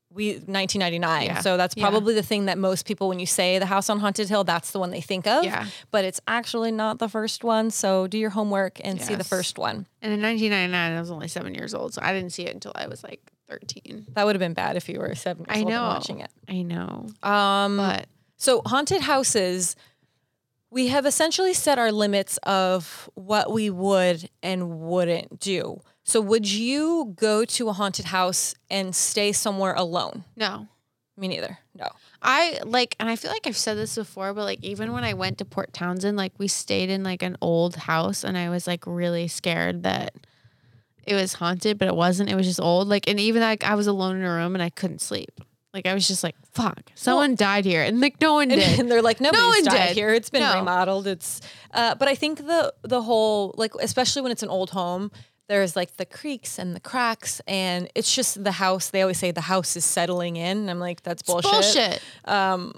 [SPEAKER 2] we 1999.
[SPEAKER 1] Yeah.
[SPEAKER 2] So that's
[SPEAKER 1] Yeah.
[SPEAKER 2] probably the thing that most people, when you say the House on Haunted Hill, that's the one they think of.
[SPEAKER 1] Yeah.
[SPEAKER 2] But it's actually not the first one. So do your homework and see the
[SPEAKER 1] Yes.
[SPEAKER 2] first one.
[SPEAKER 1] And in 1999, I was only seven years old, so I didn't see it until I was like 13.
[SPEAKER 2] That would have been bad if you were seven years
[SPEAKER 1] I
[SPEAKER 2] old and
[SPEAKER 1] know.
[SPEAKER 2] watching it.
[SPEAKER 1] I know,
[SPEAKER 2] Um,
[SPEAKER 1] but
[SPEAKER 2] So, haunted houses, we have essentially set our limits of what we would and wouldn't do. So, would you go to a haunted house and stay somewhere alone?
[SPEAKER 1] no.
[SPEAKER 2] Me neither. No.
[SPEAKER 1] I like, and I feel like I've said this before, but like, even when I went to Port Townsend, like, we stayed in like an old house, and I was like really scared that it was haunted, but it wasn't. It was just old. Like, and even like, I was alone in a room and I couldn't sleep. Like, I was just like, fuck, someone died here. And like, no *laughs* one
[SPEAKER 2] And, *laughs*
[SPEAKER 1] did.
[SPEAKER 2] and they're like, nobody's
[SPEAKER 1] one
[SPEAKER 2] died
[SPEAKER 1] did.
[SPEAKER 2] here. It's been
[SPEAKER 1] No.
[SPEAKER 2] remodeled. It's, uh, but I think the the whole like, especially when it's an old home, there's like the creaks and the cracks, and it's just the house. They always say the house is settling in. And I'm like, that's
[SPEAKER 1] bullshit. bullshit.
[SPEAKER 2] um,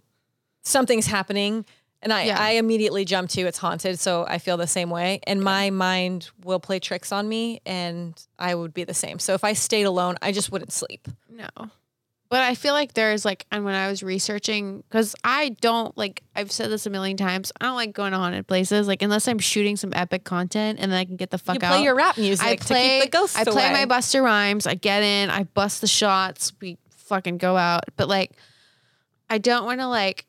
[SPEAKER 2] something's happening and I,
[SPEAKER 1] Yeah.
[SPEAKER 2] I immediately jump to it's haunted so i feel the same way and my mind will play tricks on me and i would be the same so if i stayed alone i just wouldn't sleep
[SPEAKER 1] No. But I feel like there's like, and when I was researching, because I don't like, I've said this a million times, I don't like going to haunted places, like, unless I'm shooting some epic content and then I can get the fuck
[SPEAKER 2] you
[SPEAKER 1] out.
[SPEAKER 2] play your rap music
[SPEAKER 1] I play,
[SPEAKER 2] to keep the ghosts
[SPEAKER 1] I play
[SPEAKER 2] away.
[SPEAKER 1] my Buster Rhymes. I get in, I bust the shots, we fucking go out. But like, I don't want to like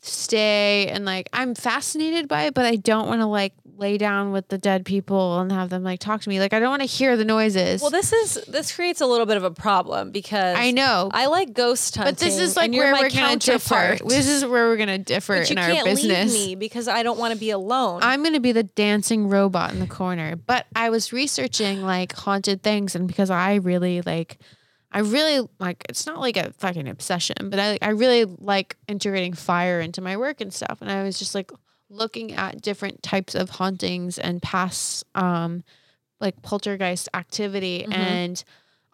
[SPEAKER 1] stay and like, I'm fascinated by it, but I don't want to like lay down with the dead people and have them like talk to me. Like, I don't want to hear the noises.
[SPEAKER 2] well this is this creates a little bit of a problem because
[SPEAKER 1] I know.
[SPEAKER 2] i like ghost hunting
[SPEAKER 1] But this is
[SPEAKER 2] and
[SPEAKER 1] like
[SPEAKER 2] you're
[SPEAKER 1] where
[SPEAKER 2] my
[SPEAKER 1] we're gonna differ.
[SPEAKER 2] counterpart
[SPEAKER 1] This is where we're gonna differ
[SPEAKER 2] but you
[SPEAKER 1] in our
[SPEAKER 2] can't
[SPEAKER 1] business.
[SPEAKER 2] leave me because i don't want to be alone
[SPEAKER 1] I'm gonna be the dancing robot in the corner. But I was researching like haunted things, and because I really like, I really like. It's not like a fucking obsession, but I I really like integrating fire into my work and stuff. And I was just like looking at different types of hauntings and past um like poltergeist activity
[SPEAKER 2] Mhm.
[SPEAKER 1] and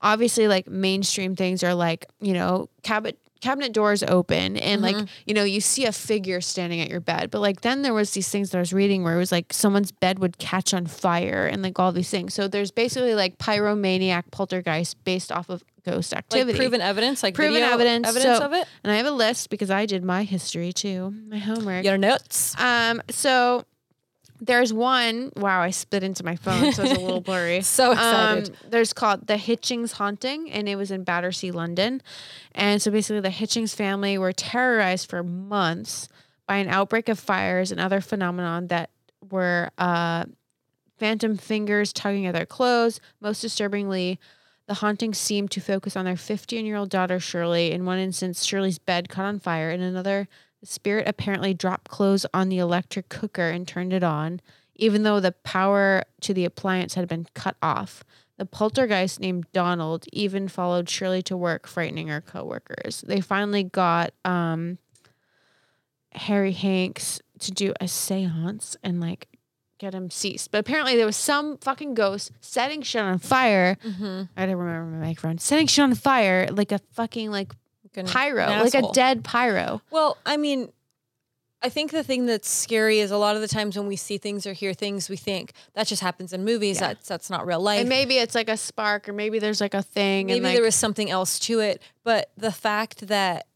[SPEAKER 1] obviously like mainstream things are like you know cabinet cabinet doors open and
[SPEAKER 2] Mm-hmm.
[SPEAKER 1] like you know you see a figure standing at your bed but like then there was these things that i was reading where it was like someone's bed would catch on fire and like all these things so there's basically like pyromaniac poltergeist based off of ghost
[SPEAKER 2] like
[SPEAKER 1] activity
[SPEAKER 2] proven evidence like
[SPEAKER 1] Proven
[SPEAKER 2] video
[SPEAKER 1] evidence, so-
[SPEAKER 2] of it
[SPEAKER 1] and i have a list because i did my history too my homework
[SPEAKER 2] your notes
[SPEAKER 1] um so there's one wow i spit into my phone so it's a
[SPEAKER 2] *laughs*
[SPEAKER 1] little blurry
[SPEAKER 2] so excited
[SPEAKER 1] um, there's called the Hitchings haunting, and it was in Battersea, London. And so basically, the Hitchings family were terrorized for months by an outbreak of fires and other phenomenon that were uh, phantom fingers tugging at their clothes. Most disturbingly, the haunting seemed to focus on their 15 year old daughter, Shirley. In one instance, Shirley's bed caught on fire. In another, the spirit apparently dropped clothes on the electric cooker and turned it on, even though the power to the appliance had been cut off. The poltergeist named Donald even followed Shirley to work, frightening her coworkers. They finally got um, Harry Hanks to do a seance and like get him ceased. But apparently, there was some fucking ghost setting shit on fire.
[SPEAKER 2] mm-hmm.
[SPEAKER 1] I don't remember my microphone. Setting shit on fire like a fucking like pyro, like a dead pyro.
[SPEAKER 2] Well, I mean, I think the thing that's scary is a lot of the times when we see things or hear things, we think that just happens in movies.
[SPEAKER 1] Yeah.
[SPEAKER 2] That's that's not real life.
[SPEAKER 1] And maybe it's like a spark, or maybe there's like a thing.
[SPEAKER 2] Maybe
[SPEAKER 1] and like,
[SPEAKER 2] there was something else to it. But the fact that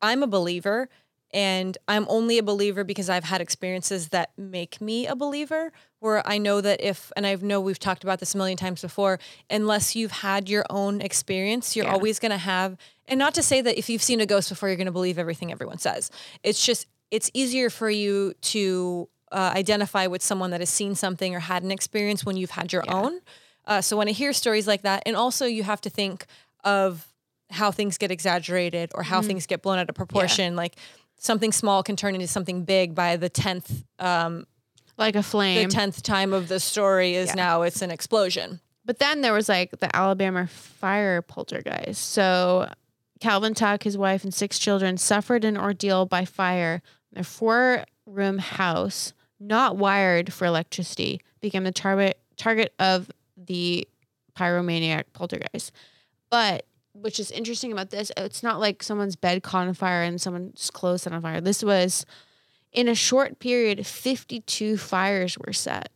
[SPEAKER 2] I'm a believer and I'm only a believer because I've had experiences that make me a believer, where I know that if, and I know we've talked about this a million times before, unless you've had your own experience, you're
[SPEAKER 1] Yeah.
[SPEAKER 2] always going to have, and not to say that if you've seen a ghost before, you're going to believe everything everyone says. It's just, it's easier for you to uh, identify with someone that has seen something or had an experience when you've had your own. Uh, so when I hear stories like that, and also you have to think, of how things get exaggerated or how things get blown out of proportion. Like something small can turn into something big by the tenth um,
[SPEAKER 1] like a
[SPEAKER 2] the
[SPEAKER 1] flame.
[SPEAKER 2] tenth time of the story is now it's an explosion.
[SPEAKER 1] But then there was like the Alabama fire poltergeist. So Calvin Tuck, his wife, and six children suffered an ordeal by fire. Their four room house, not wired for electricity, became the target target of the pyromaniac poltergeist. But which is interesting about this, it's not like someone's bed caught on fire and someone's clothes set on fire. This was in a short period, 52 fires were set.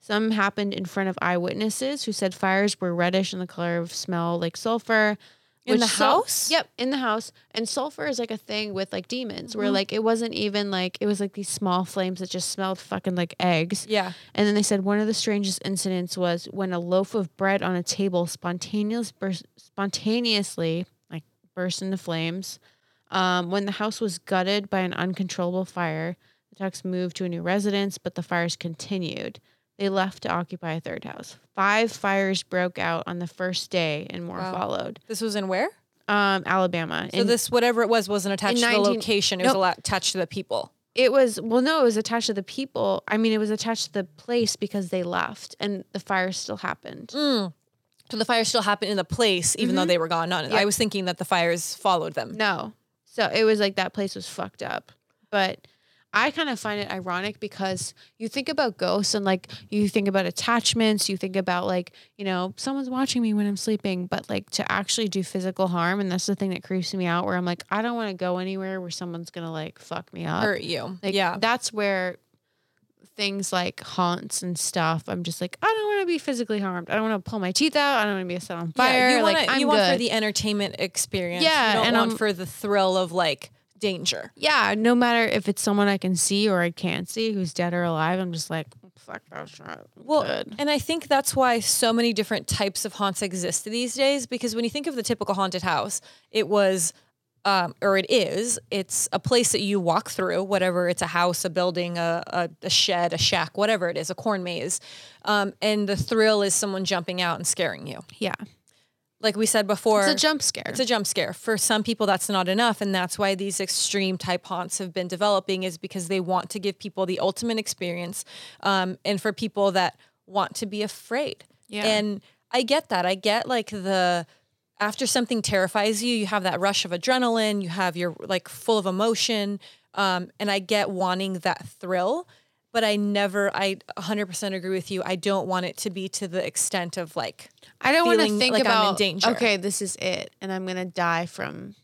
[SPEAKER 1] Some happened in front of eyewitnesses who said fires were reddish in the color of smell like sulfur.
[SPEAKER 2] In
[SPEAKER 1] which
[SPEAKER 2] the
[SPEAKER 1] sul-
[SPEAKER 2] house?
[SPEAKER 1] yep, in the house. And sulfur is like a thing with like demons
[SPEAKER 2] Mm-hmm.
[SPEAKER 1] where like it wasn't even like it was like these small flames that just smelled fucking like eggs.
[SPEAKER 2] Yeah.
[SPEAKER 1] And then they said one of the strangest incidents was when a loaf of bread on a table spontaneous burst, spontaneously like burst into flames. Um, when the house was gutted by an uncontrollable fire, the Tucks moved to a new residence, but the fires continued. They left to occupy a third house. Five fires broke out on the first day, and more
[SPEAKER 2] Wow.
[SPEAKER 1] followed.
[SPEAKER 2] This was in where?
[SPEAKER 1] Um, Alabama.
[SPEAKER 2] So
[SPEAKER 1] And
[SPEAKER 2] this whatever it was wasn't attached to
[SPEAKER 1] 19
[SPEAKER 2] the location. It was
[SPEAKER 1] Nope.
[SPEAKER 2] a lot attached to the people.
[SPEAKER 1] it was well, no, it was attached to the people. I mean, it was attached to the place because they left, and the fire still happened.
[SPEAKER 2] Mm. So the fires still happened in the place, even
[SPEAKER 1] Mm-hmm.
[SPEAKER 2] though they were gone. Not, I was thinking that the fires followed them.
[SPEAKER 1] No. So it was like that place was fucked up. But I kind of find it ironic because you think about ghosts and like you think about attachments, you think about like, you know, someone's watching me when I'm sleeping, but like to actually do physical harm. And that's the thing that creeps me out where I'm like, I don't want to go anywhere where someone's going to like fuck me up.
[SPEAKER 2] Hurt you.
[SPEAKER 1] like,
[SPEAKER 2] yeah.
[SPEAKER 1] That's where things like haunts and stuff, I'm just like, I don't want to be physically harmed. I don't want to pull my teeth out. I don't want to be set on fire.
[SPEAKER 2] Yeah, you want
[SPEAKER 1] like, I'm
[SPEAKER 2] you want
[SPEAKER 1] good.
[SPEAKER 2] for the entertainment experience.
[SPEAKER 1] Yeah,
[SPEAKER 2] you don't
[SPEAKER 1] and
[SPEAKER 2] want
[SPEAKER 1] I'm-
[SPEAKER 2] for the thrill of like danger.
[SPEAKER 1] Yeah, no matter if it's someone I can see or I can't see who's dead or alive, I'm just like, fuck that shit.
[SPEAKER 2] Well,
[SPEAKER 1] good.
[SPEAKER 2] and I think that's why so many different types of haunts exist these days. Because when you think of the typical haunted house, it was, um, or it is, it's a place that you walk through, whatever it's a house, a building, a, a, a shed, a shack, whatever it is, a corn maze. Um, and the thrill is someone jumping out and scaring you.
[SPEAKER 1] Yeah.
[SPEAKER 2] Like we said before,
[SPEAKER 1] It's a jump scare.
[SPEAKER 2] it's a jump scare. For some people, that's not enough, and that's why these extreme type haunts have been developing is because they want to give people the ultimate experience, um, and for people that want to be afraid.
[SPEAKER 1] Yeah.
[SPEAKER 2] and I get that. I get like the after something terrifies you, you have that rush of adrenaline. You have your like full of emotion, um, and I get wanting that thrill. But I never, I 100% agree with you. I don't want it to be to the extent of like
[SPEAKER 1] I don't want to
[SPEAKER 2] feeling
[SPEAKER 1] think
[SPEAKER 2] like I'm in
[SPEAKER 1] about,
[SPEAKER 2] danger.
[SPEAKER 1] okay, this is it. And I'm going to die from.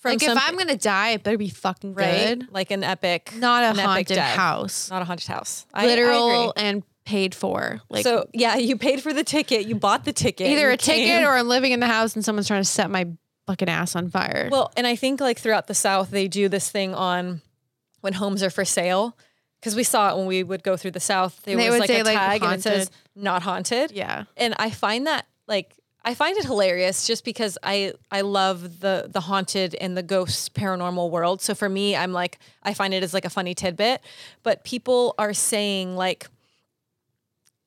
[SPEAKER 2] from
[SPEAKER 1] like,
[SPEAKER 2] some,
[SPEAKER 1] if I'm going to die, it better be fucking
[SPEAKER 2] right?
[SPEAKER 1] good.
[SPEAKER 2] Like an epic,
[SPEAKER 1] Not
[SPEAKER 2] an
[SPEAKER 1] a
[SPEAKER 2] epic
[SPEAKER 1] haunted
[SPEAKER 2] death.
[SPEAKER 1] house.
[SPEAKER 2] not a haunted house. I- I
[SPEAKER 1] Literal
[SPEAKER 2] agree.
[SPEAKER 1] and paid for. Like,
[SPEAKER 2] so yeah, you paid for the ticket. You bought the ticket.
[SPEAKER 1] either
[SPEAKER 2] you
[SPEAKER 1] a ticket
[SPEAKER 2] came.
[SPEAKER 1] or I'm living in the house and someone's trying to set my fucking ass on fire.
[SPEAKER 2] well, and I think like throughout the South they do this thing on when homes are for sale because we saw it when we would go through the South. There
[SPEAKER 1] They
[SPEAKER 2] was
[SPEAKER 1] would
[SPEAKER 2] like
[SPEAKER 1] say,
[SPEAKER 2] a
[SPEAKER 1] like,
[SPEAKER 2] tag and it says not haunted.
[SPEAKER 1] yeah.
[SPEAKER 2] and I find that like I find it hilarious just because I I love the the haunted and the ghost paranormal world. So for me, I'm like I find it as like a funny tidbit, but people are saying like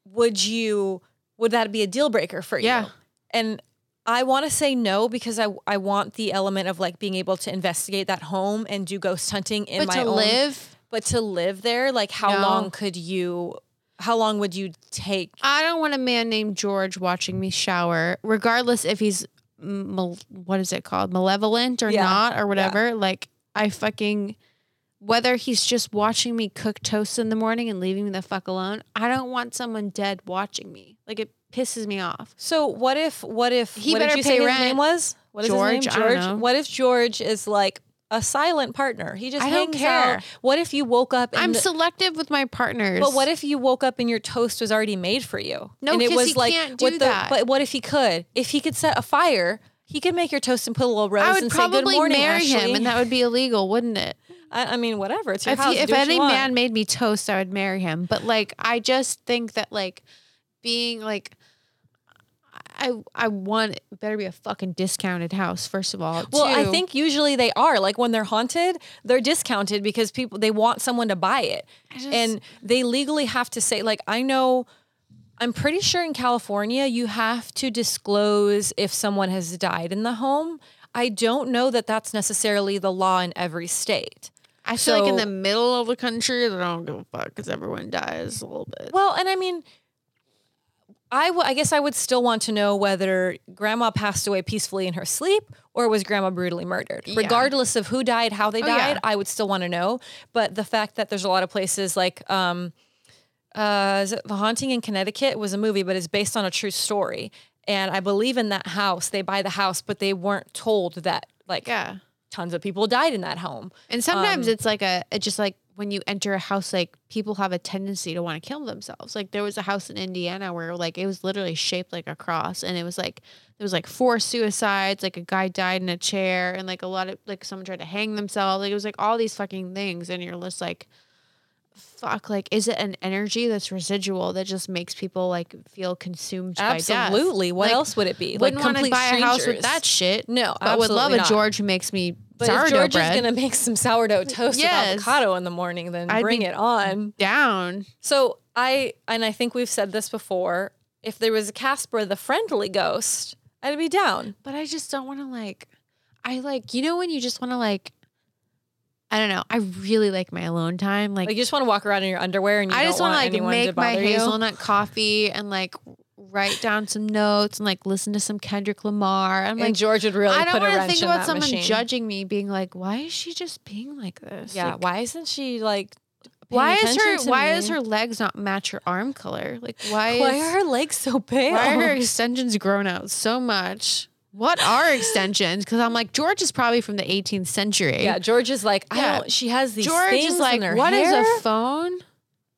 [SPEAKER 2] would you would that be a deal breaker for you?
[SPEAKER 1] Yeah.
[SPEAKER 2] And I want to say no because I I want the element of like being able to investigate that home and do ghost hunting in
[SPEAKER 1] But
[SPEAKER 2] my
[SPEAKER 1] to
[SPEAKER 2] own
[SPEAKER 1] live,
[SPEAKER 2] but to live there like how
[SPEAKER 1] No.
[SPEAKER 2] long could you how long would you take
[SPEAKER 1] I don't want a man named George watching me shower, regardless if he's m- mal- what is it called, malevolent or
[SPEAKER 2] Yeah.
[SPEAKER 1] not or whatever. Like I fucking whether he's just watching me cook toast in the morning and leaving me the fuck alone. I don't want someone dead watching me. Like it pisses me off.
[SPEAKER 2] So what if what if
[SPEAKER 1] He
[SPEAKER 2] what did
[SPEAKER 1] better
[SPEAKER 2] you
[SPEAKER 1] pay
[SPEAKER 2] say
[SPEAKER 1] rent.
[SPEAKER 2] His name was what is
[SPEAKER 1] George,
[SPEAKER 2] His name?
[SPEAKER 1] I don't
[SPEAKER 2] George.
[SPEAKER 1] know.
[SPEAKER 2] What if George is like a silent partner? He just
[SPEAKER 1] I
[SPEAKER 2] hangs
[SPEAKER 1] don't care.
[SPEAKER 2] out. What if you woke up? And
[SPEAKER 1] I'm
[SPEAKER 2] the-
[SPEAKER 1] selective with my partners.
[SPEAKER 2] but what if you woke up and your toast was already made for you?
[SPEAKER 1] No,
[SPEAKER 2] and
[SPEAKER 1] 'cause he can't do
[SPEAKER 2] what
[SPEAKER 1] that.
[SPEAKER 2] But what if he could? If he could set a fire, he could make your toast and put a little rose
[SPEAKER 1] I would
[SPEAKER 2] and say
[SPEAKER 1] probably
[SPEAKER 2] good morning,
[SPEAKER 1] marry
[SPEAKER 2] Ashley.
[SPEAKER 1] him, and that would be illegal, wouldn't it?
[SPEAKER 2] I, I mean, whatever. It's your
[SPEAKER 1] if
[SPEAKER 2] house.
[SPEAKER 1] he, if
[SPEAKER 2] do what
[SPEAKER 1] any
[SPEAKER 2] you want.
[SPEAKER 1] man made me toast, I would marry him. But like, I just think that like being like. I I want it better be a fucking discounted house first of all.
[SPEAKER 2] Well, I
[SPEAKER 1] Two,
[SPEAKER 2] think usually they are. Like when they're haunted, they're discounted because people they want someone to buy it.
[SPEAKER 1] just-
[SPEAKER 2] and they legally have to say like I know I'm pretty sure in California you have to disclose if someone has died in the home. I don't know that that's necessarily the law in every state.
[SPEAKER 1] I feel like in the
[SPEAKER 2] So-
[SPEAKER 1] middle of the country, they don't give a fuck because everyone dies a little bit.
[SPEAKER 2] Well, and I mean, I w- I guess I would still want to know whether grandma passed away peacefully in her sleep or was grandma brutally murdered. Regardless of who died, how they
[SPEAKER 1] Oh, yeah.
[SPEAKER 2] died, I would still want to know. But the fact that there's a lot of places like, um, uh, is it The Haunting in Connecticut was a movie, but it's based on a true story. And I believe in that house. They buy the house, but they weren't told that like
[SPEAKER 1] yeah.
[SPEAKER 2] tons of people died in that home.
[SPEAKER 1] And sometimes it's like a, it's just like when you enter a house, like people have a tendency to want to kill themselves. Like there was a house in Indiana where like it was literally shaped like a cross and it was like, there was like four suicides, like a guy died in a chair and like a lot of, like someone tried to hang themselves. Like it was like all these fucking things. And you're just like, fuck, like is it an energy that's residual that just makes people like feel consumed by death?
[SPEAKER 2] Absolutely. What
[SPEAKER 1] Like,
[SPEAKER 2] else would it be?
[SPEAKER 1] wouldn't want to
[SPEAKER 2] complete
[SPEAKER 1] buy a house with
[SPEAKER 2] strangers.
[SPEAKER 1] that shit.
[SPEAKER 2] No,
[SPEAKER 1] but would
[SPEAKER 2] absolutely
[SPEAKER 1] love a
[SPEAKER 2] not.
[SPEAKER 1] George who makes me
[SPEAKER 2] But
[SPEAKER 1] sourdough
[SPEAKER 2] if George
[SPEAKER 1] bread
[SPEAKER 2] is gonna make some sourdough toast
[SPEAKER 1] Yes.
[SPEAKER 2] with avocado in the morning, then
[SPEAKER 1] I'd
[SPEAKER 2] bring
[SPEAKER 1] be-
[SPEAKER 2] it on.
[SPEAKER 1] down.
[SPEAKER 2] So I and I think we've said this before. If there was a Casper the friendly ghost, I'd be down.
[SPEAKER 1] But I just don't want to like. I like you know when you just want to like. I don't know. I really like my alone time. Like,
[SPEAKER 2] Like you just want to walk around in your underwear and you
[SPEAKER 1] I
[SPEAKER 2] don't
[SPEAKER 1] just
[SPEAKER 2] want
[SPEAKER 1] want to like
[SPEAKER 2] anyone to
[SPEAKER 1] make my
[SPEAKER 2] bother you.
[SPEAKER 1] hazelnut coffee and like write down some notes and like listen to some Kendrick Lamar. I'm
[SPEAKER 2] And
[SPEAKER 1] like.
[SPEAKER 2] George would really
[SPEAKER 1] I don't
[SPEAKER 2] put a
[SPEAKER 1] want to
[SPEAKER 2] wrench
[SPEAKER 1] think
[SPEAKER 2] in
[SPEAKER 1] about
[SPEAKER 2] that
[SPEAKER 1] someone
[SPEAKER 2] machine.
[SPEAKER 1] judging me, being like, "Why is she just being like this?
[SPEAKER 2] yeah,
[SPEAKER 1] Like,
[SPEAKER 2] why isn't she like? paying
[SPEAKER 1] why is
[SPEAKER 2] attention
[SPEAKER 1] her
[SPEAKER 2] to
[SPEAKER 1] Why
[SPEAKER 2] me?
[SPEAKER 1] is her legs not match her arm color? Like, why?
[SPEAKER 2] Why
[SPEAKER 1] is,
[SPEAKER 2] are her legs so pale?
[SPEAKER 1] Why are
[SPEAKER 2] *laughs*
[SPEAKER 1] her extensions grown out so much? What are extensions? Because I'm like, George is probably from the 18th century.
[SPEAKER 2] yeah, George is like, I
[SPEAKER 1] Yeah.
[SPEAKER 2] don't. She has these
[SPEAKER 1] George
[SPEAKER 2] things
[SPEAKER 1] is like,
[SPEAKER 2] in her
[SPEAKER 1] what is
[SPEAKER 2] hair.
[SPEAKER 1] a phone?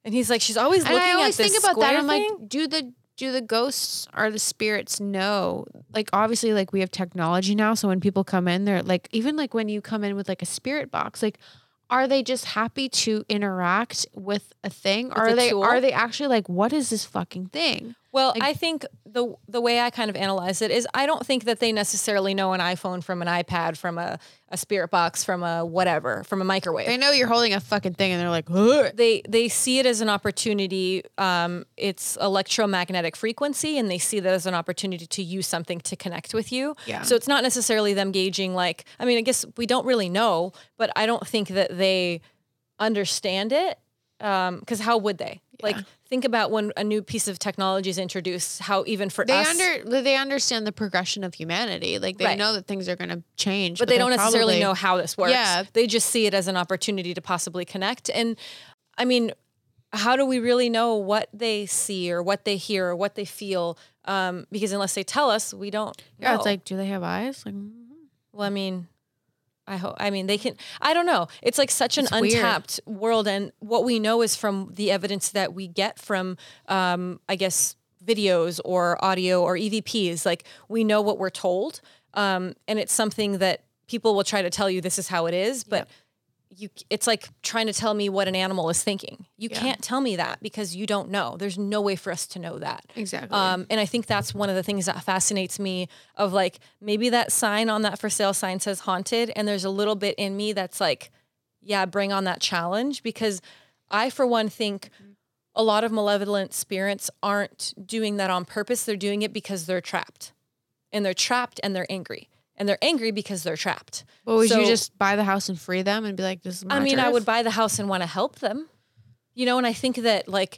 [SPEAKER 2] and he's like, she's always
[SPEAKER 1] And
[SPEAKER 2] looking
[SPEAKER 1] I always
[SPEAKER 2] at this
[SPEAKER 1] think about that.
[SPEAKER 2] square
[SPEAKER 1] I'm
[SPEAKER 2] thing.
[SPEAKER 1] like, do the do the ghosts or the spirits know? Like, obviously, like we have technology now, so when people come in, they're like, even like when you come in with like a spirit box, like. Are they just happy to interact with a thing? are
[SPEAKER 2] a
[SPEAKER 1] they
[SPEAKER 2] tool?
[SPEAKER 1] are they actually like what is this fucking thing?
[SPEAKER 2] Well, I think the the way I kind of analyze it is I don't think that they necessarily know an iPhone from an iPad, from a, a spirit box, from a whatever, from a
[SPEAKER 1] They
[SPEAKER 2] microwave.
[SPEAKER 1] know you're holding a fucking thing, and they're like, Ugh.
[SPEAKER 2] They they see it as an opportunity. Um, it's electromagnetic frequency, and they see that as an opportunity to use something to connect with you.
[SPEAKER 1] Yeah.
[SPEAKER 2] So it's not necessarily them gauging like I mean I guess we don't really know, but I don't think that they understand it because how would they? Like think about when a new piece of technology is introduced, how even for
[SPEAKER 1] they
[SPEAKER 2] us.
[SPEAKER 1] under they understand the progression of humanity. Like they
[SPEAKER 2] Right.
[SPEAKER 1] know that things are going to change,
[SPEAKER 2] but they don't necessarily
[SPEAKER 1] probably-
[SPEAKER 2] know how this works.
[SPEAKER 1] Yeah.
[SPEAKER 2] They just see it as an opportunity to possibly connect. And I mean, how do we really know what they see or what they hear or what they feel? Um, because unless they tell us, we don't.
[SPEAKER 1] Yeah, it's
[SPEAKER 2] know.
[SPEAKER 1] like, do they have eyes? Like, mm-hmm.
[SPEAKER 2] well, I mean, I hope. I mean, they can. I don't know. It's like such an
[SPEAKER 1] It's weird.
[SPEAKER 2] untapped world, and what we know is from the evidence that we get from, um, I guess, videos or audio or EVPs. Like we know what we're told, um, and it's something that people will try to tell you this is how it is, but. You, it's like trying to tell me what an animal is thinking. You
[SPEAKER 1] Yeah.
[SPEAKER 2] can't tell me that because you don't know. There's no way for us to know that.
[SPEAKER 1] exactly.
[SPEAKER 2] Um, and I think that's one of the things that fascinates me of like maybe that sign on that for sale sign says haunted, and there's a little bit in me that's like, yeah, bring on that challenge because I, for one, think a lot of malevolent spirits aren't doing that on purpose. They're doing it because they're trapped, and they're trapped, and they're angry, and they're angry because they're trapped.
[SPEAKER 1] well, would you
[SPEAKER 2] so-
[SPEAKER 1] just buy the house and free them and be like, this is my
[SPEAKER 2] I mean, I
[SPEAKER 1] turf?
[SPEAKER 2] would buy the house and want to help them, you know. And I think that like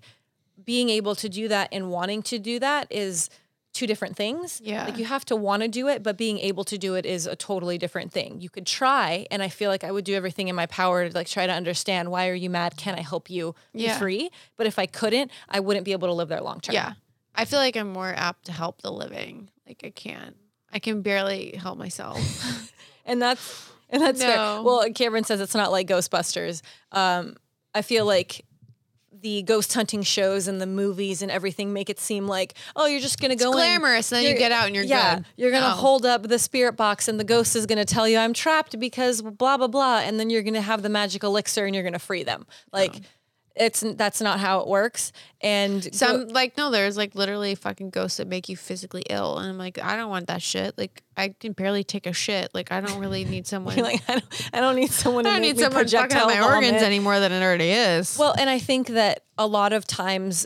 [SPEAKER 2] being able to do that and wanting to do that is two different things.
[SPEAKER 1] *laughs* Yeah.
[SPEAKER 2] like you have to want to do it, but being able to do it is a totally different thing. You could try, and I feel like I would do everything in my power to like try to understand why are you mad? Can I help you be
[SPEAKER 1] Yeah.
[SPEAKER 2] free? But if I couldn't, I wouldn't be able to live there long term.
[SPEAKER 1] Yeah. I feel like I'm more apt to help the living. Like, I can't. I can barely help myself.
[SPEAKER 2] *laughs* and that's and that's fair.
[SPEAKER 1] No.
[SPEAKER 2] Well, Cameron says it's not like Ghostbusters. Um, I feel like the ghost hunting shows and the movies and everything make it seem like oh you're just gonna go in
[SPEAKER 1] glamorous, and then you
[SPEAKER 2] you're-
[SPEAKER 1] get out and you're
[SPEAKER 2] yeah,
[SPEAKER 1] good.
[SPEAKER 2] You're gonna
[SPEAKER 1] No.
[SPEAKER 2] hold up the spirit box and the ghost is gonna tell you I'm trapped because blah blah blah, and then you're gonna have the magic elixir and you're gonna free them. Like it's that's not how it works. And go-
[SPEAKER 1] Some like no, there's like literally fucking ghosts that make you physically ill, and I'm like, I don't want that shit. Like, I can barely take a shit. Like, I don't really need
[SPEAKER 2] *laughs*
[SPEAKER 1] someone.
[SPEAKER 2] you're *laughs* like I don't, I don't need someone. To
[SPEAKER 1] I don't
[SPEAKER 2] make
[SPEAKER 1] need
[SPEAKER 2] me
[SPEAKER 1] someone fucking up
[SPEAKER 2] projectile
[SPEAKER 1] my organs
[SPEAKER 2] vomit."
[SPEAKER 1] anymore than it already is.
[SPEAKER 2] Well, and I think that a lot of times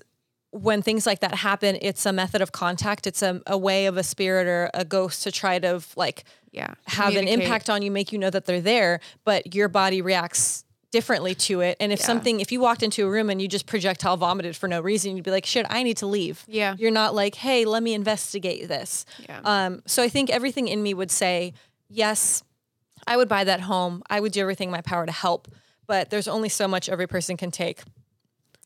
[SPEAKER 2] when things like that happen, it's a method of contact. It's a, a way of a spirit or a ghost to try to like
[SPEAKER 1] Yeah.
[SPEAKER 2] have an
[SPEAKER 1] Communicate.
[SPEAKER 2] impact on you, make you know that they're there, but your body reacts differently to it. And if something, if you walked into a room and you just projectile vomited for no reason, you'd be like, shit, I need to leave.
[SPEAKER 1] Yeah. Uh,
[SPEAKER 2] You're not like, hey, let me investigate this.
[SPEAKER 1] Yeah.
[SPEAKER 2] Um, so I think everything in me would say, yes, I would buy that home. I would do everything in my power to help, but there's only so much every person can take.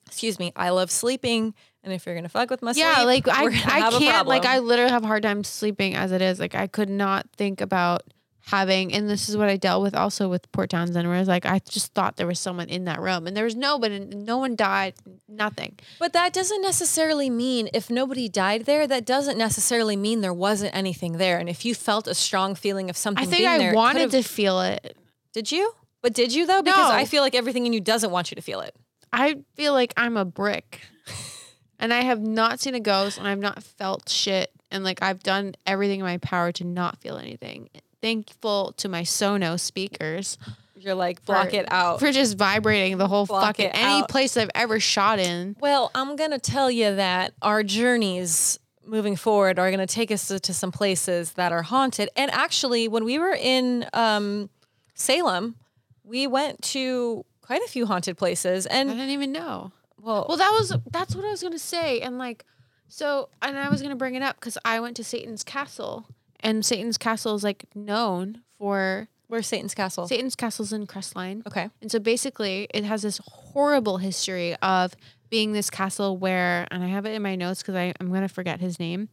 [SPEAKER 2] Excuse me. I love sleeping. And if you're going to fuck with my
[SPEAKER 1] Yeah,
[SPEAKER 2] sleep,
[SPEAKER 1] like I,
[SPEAKER 2] we're gonna
[SPEAKER 1] I
[SPEAKER 2] have a
[SPEAKER 1] can't. Like
[SPEAKER 2] problem.
[SPEAKER 1] I literally have a hard time sleeping as it is. Like I could not think about having, and this is what I dealt with also with Port Townsend, where it's like I just thought there was someone in that room, and there was nobody. No one died. Nothing.
[SPEAKER 2] But that doesn't necessarily mean if nobody died there, that doesn't necessarily mean there wasn't anything there. And if you felt a strong feeling of something,
[SPEAKER 1] I think
[SPEAKER 2] being there,
[SPEAKER 1] I
[SPEAKER 2] it
[SPEAKER 1] wanted
[SPEAKER 2] could've-
[SPEAKER 1] to feel it.
[SPEAKER 2] Did you? But did you though? Because
[SPEAKER 1] No.
[SPEAKER 2] I feel like everything in you doesn't want you to feel it.
[SPEAKER 1] I feel like I'm a brick, *laughs* and I have not seen a ghost, and I've not felt shit, and like I've done everything in my power to not feel anything. Thankful to my Sonos speakers.
[SPEAKER 2] You're like block
[SPEAKER 1] for-
[SPEAKER 2] it out.
[SPEAKER 1] for just vibrating the whole
[SPEAKER 2] Oh. Block
[SPEAKER 1] fucking
[SPEAKER 2] it
[SPEAKER 1] any
[SPEAKER 2] out.
[SPEAKER 1] place I've ever
[SPEAKER 2] *laughs*
[SPEAKER 1] shot in.
[SPEAKER 2] well, I'm gonna tell you that our journeys moving forward are gonna take us to, to some places that are haunted. And actually, when we were in um, Salem, we went to quite a few haunted places.
[SPEAKER 1] I
[SPEAKER 2] And
[SPEAKER 1] didn't even know.
[SPEAKER 2] well,
[SPEAKER 1] Well, that was that's what I was gonna say, and like, so and I was gonna bring it up because I went to Satan's Castle, and Satan's Castle is like known for
[SPEAKER 2] where's Satan's Castle?
[SPEAKER 1] Satan's Castle's in Crestline.
[SPEAKER 2] okay.
[SPEAKER 1] And so basically, it has this horrible history of being this castle where, and I have it in my notes because I'm gonna forget his name,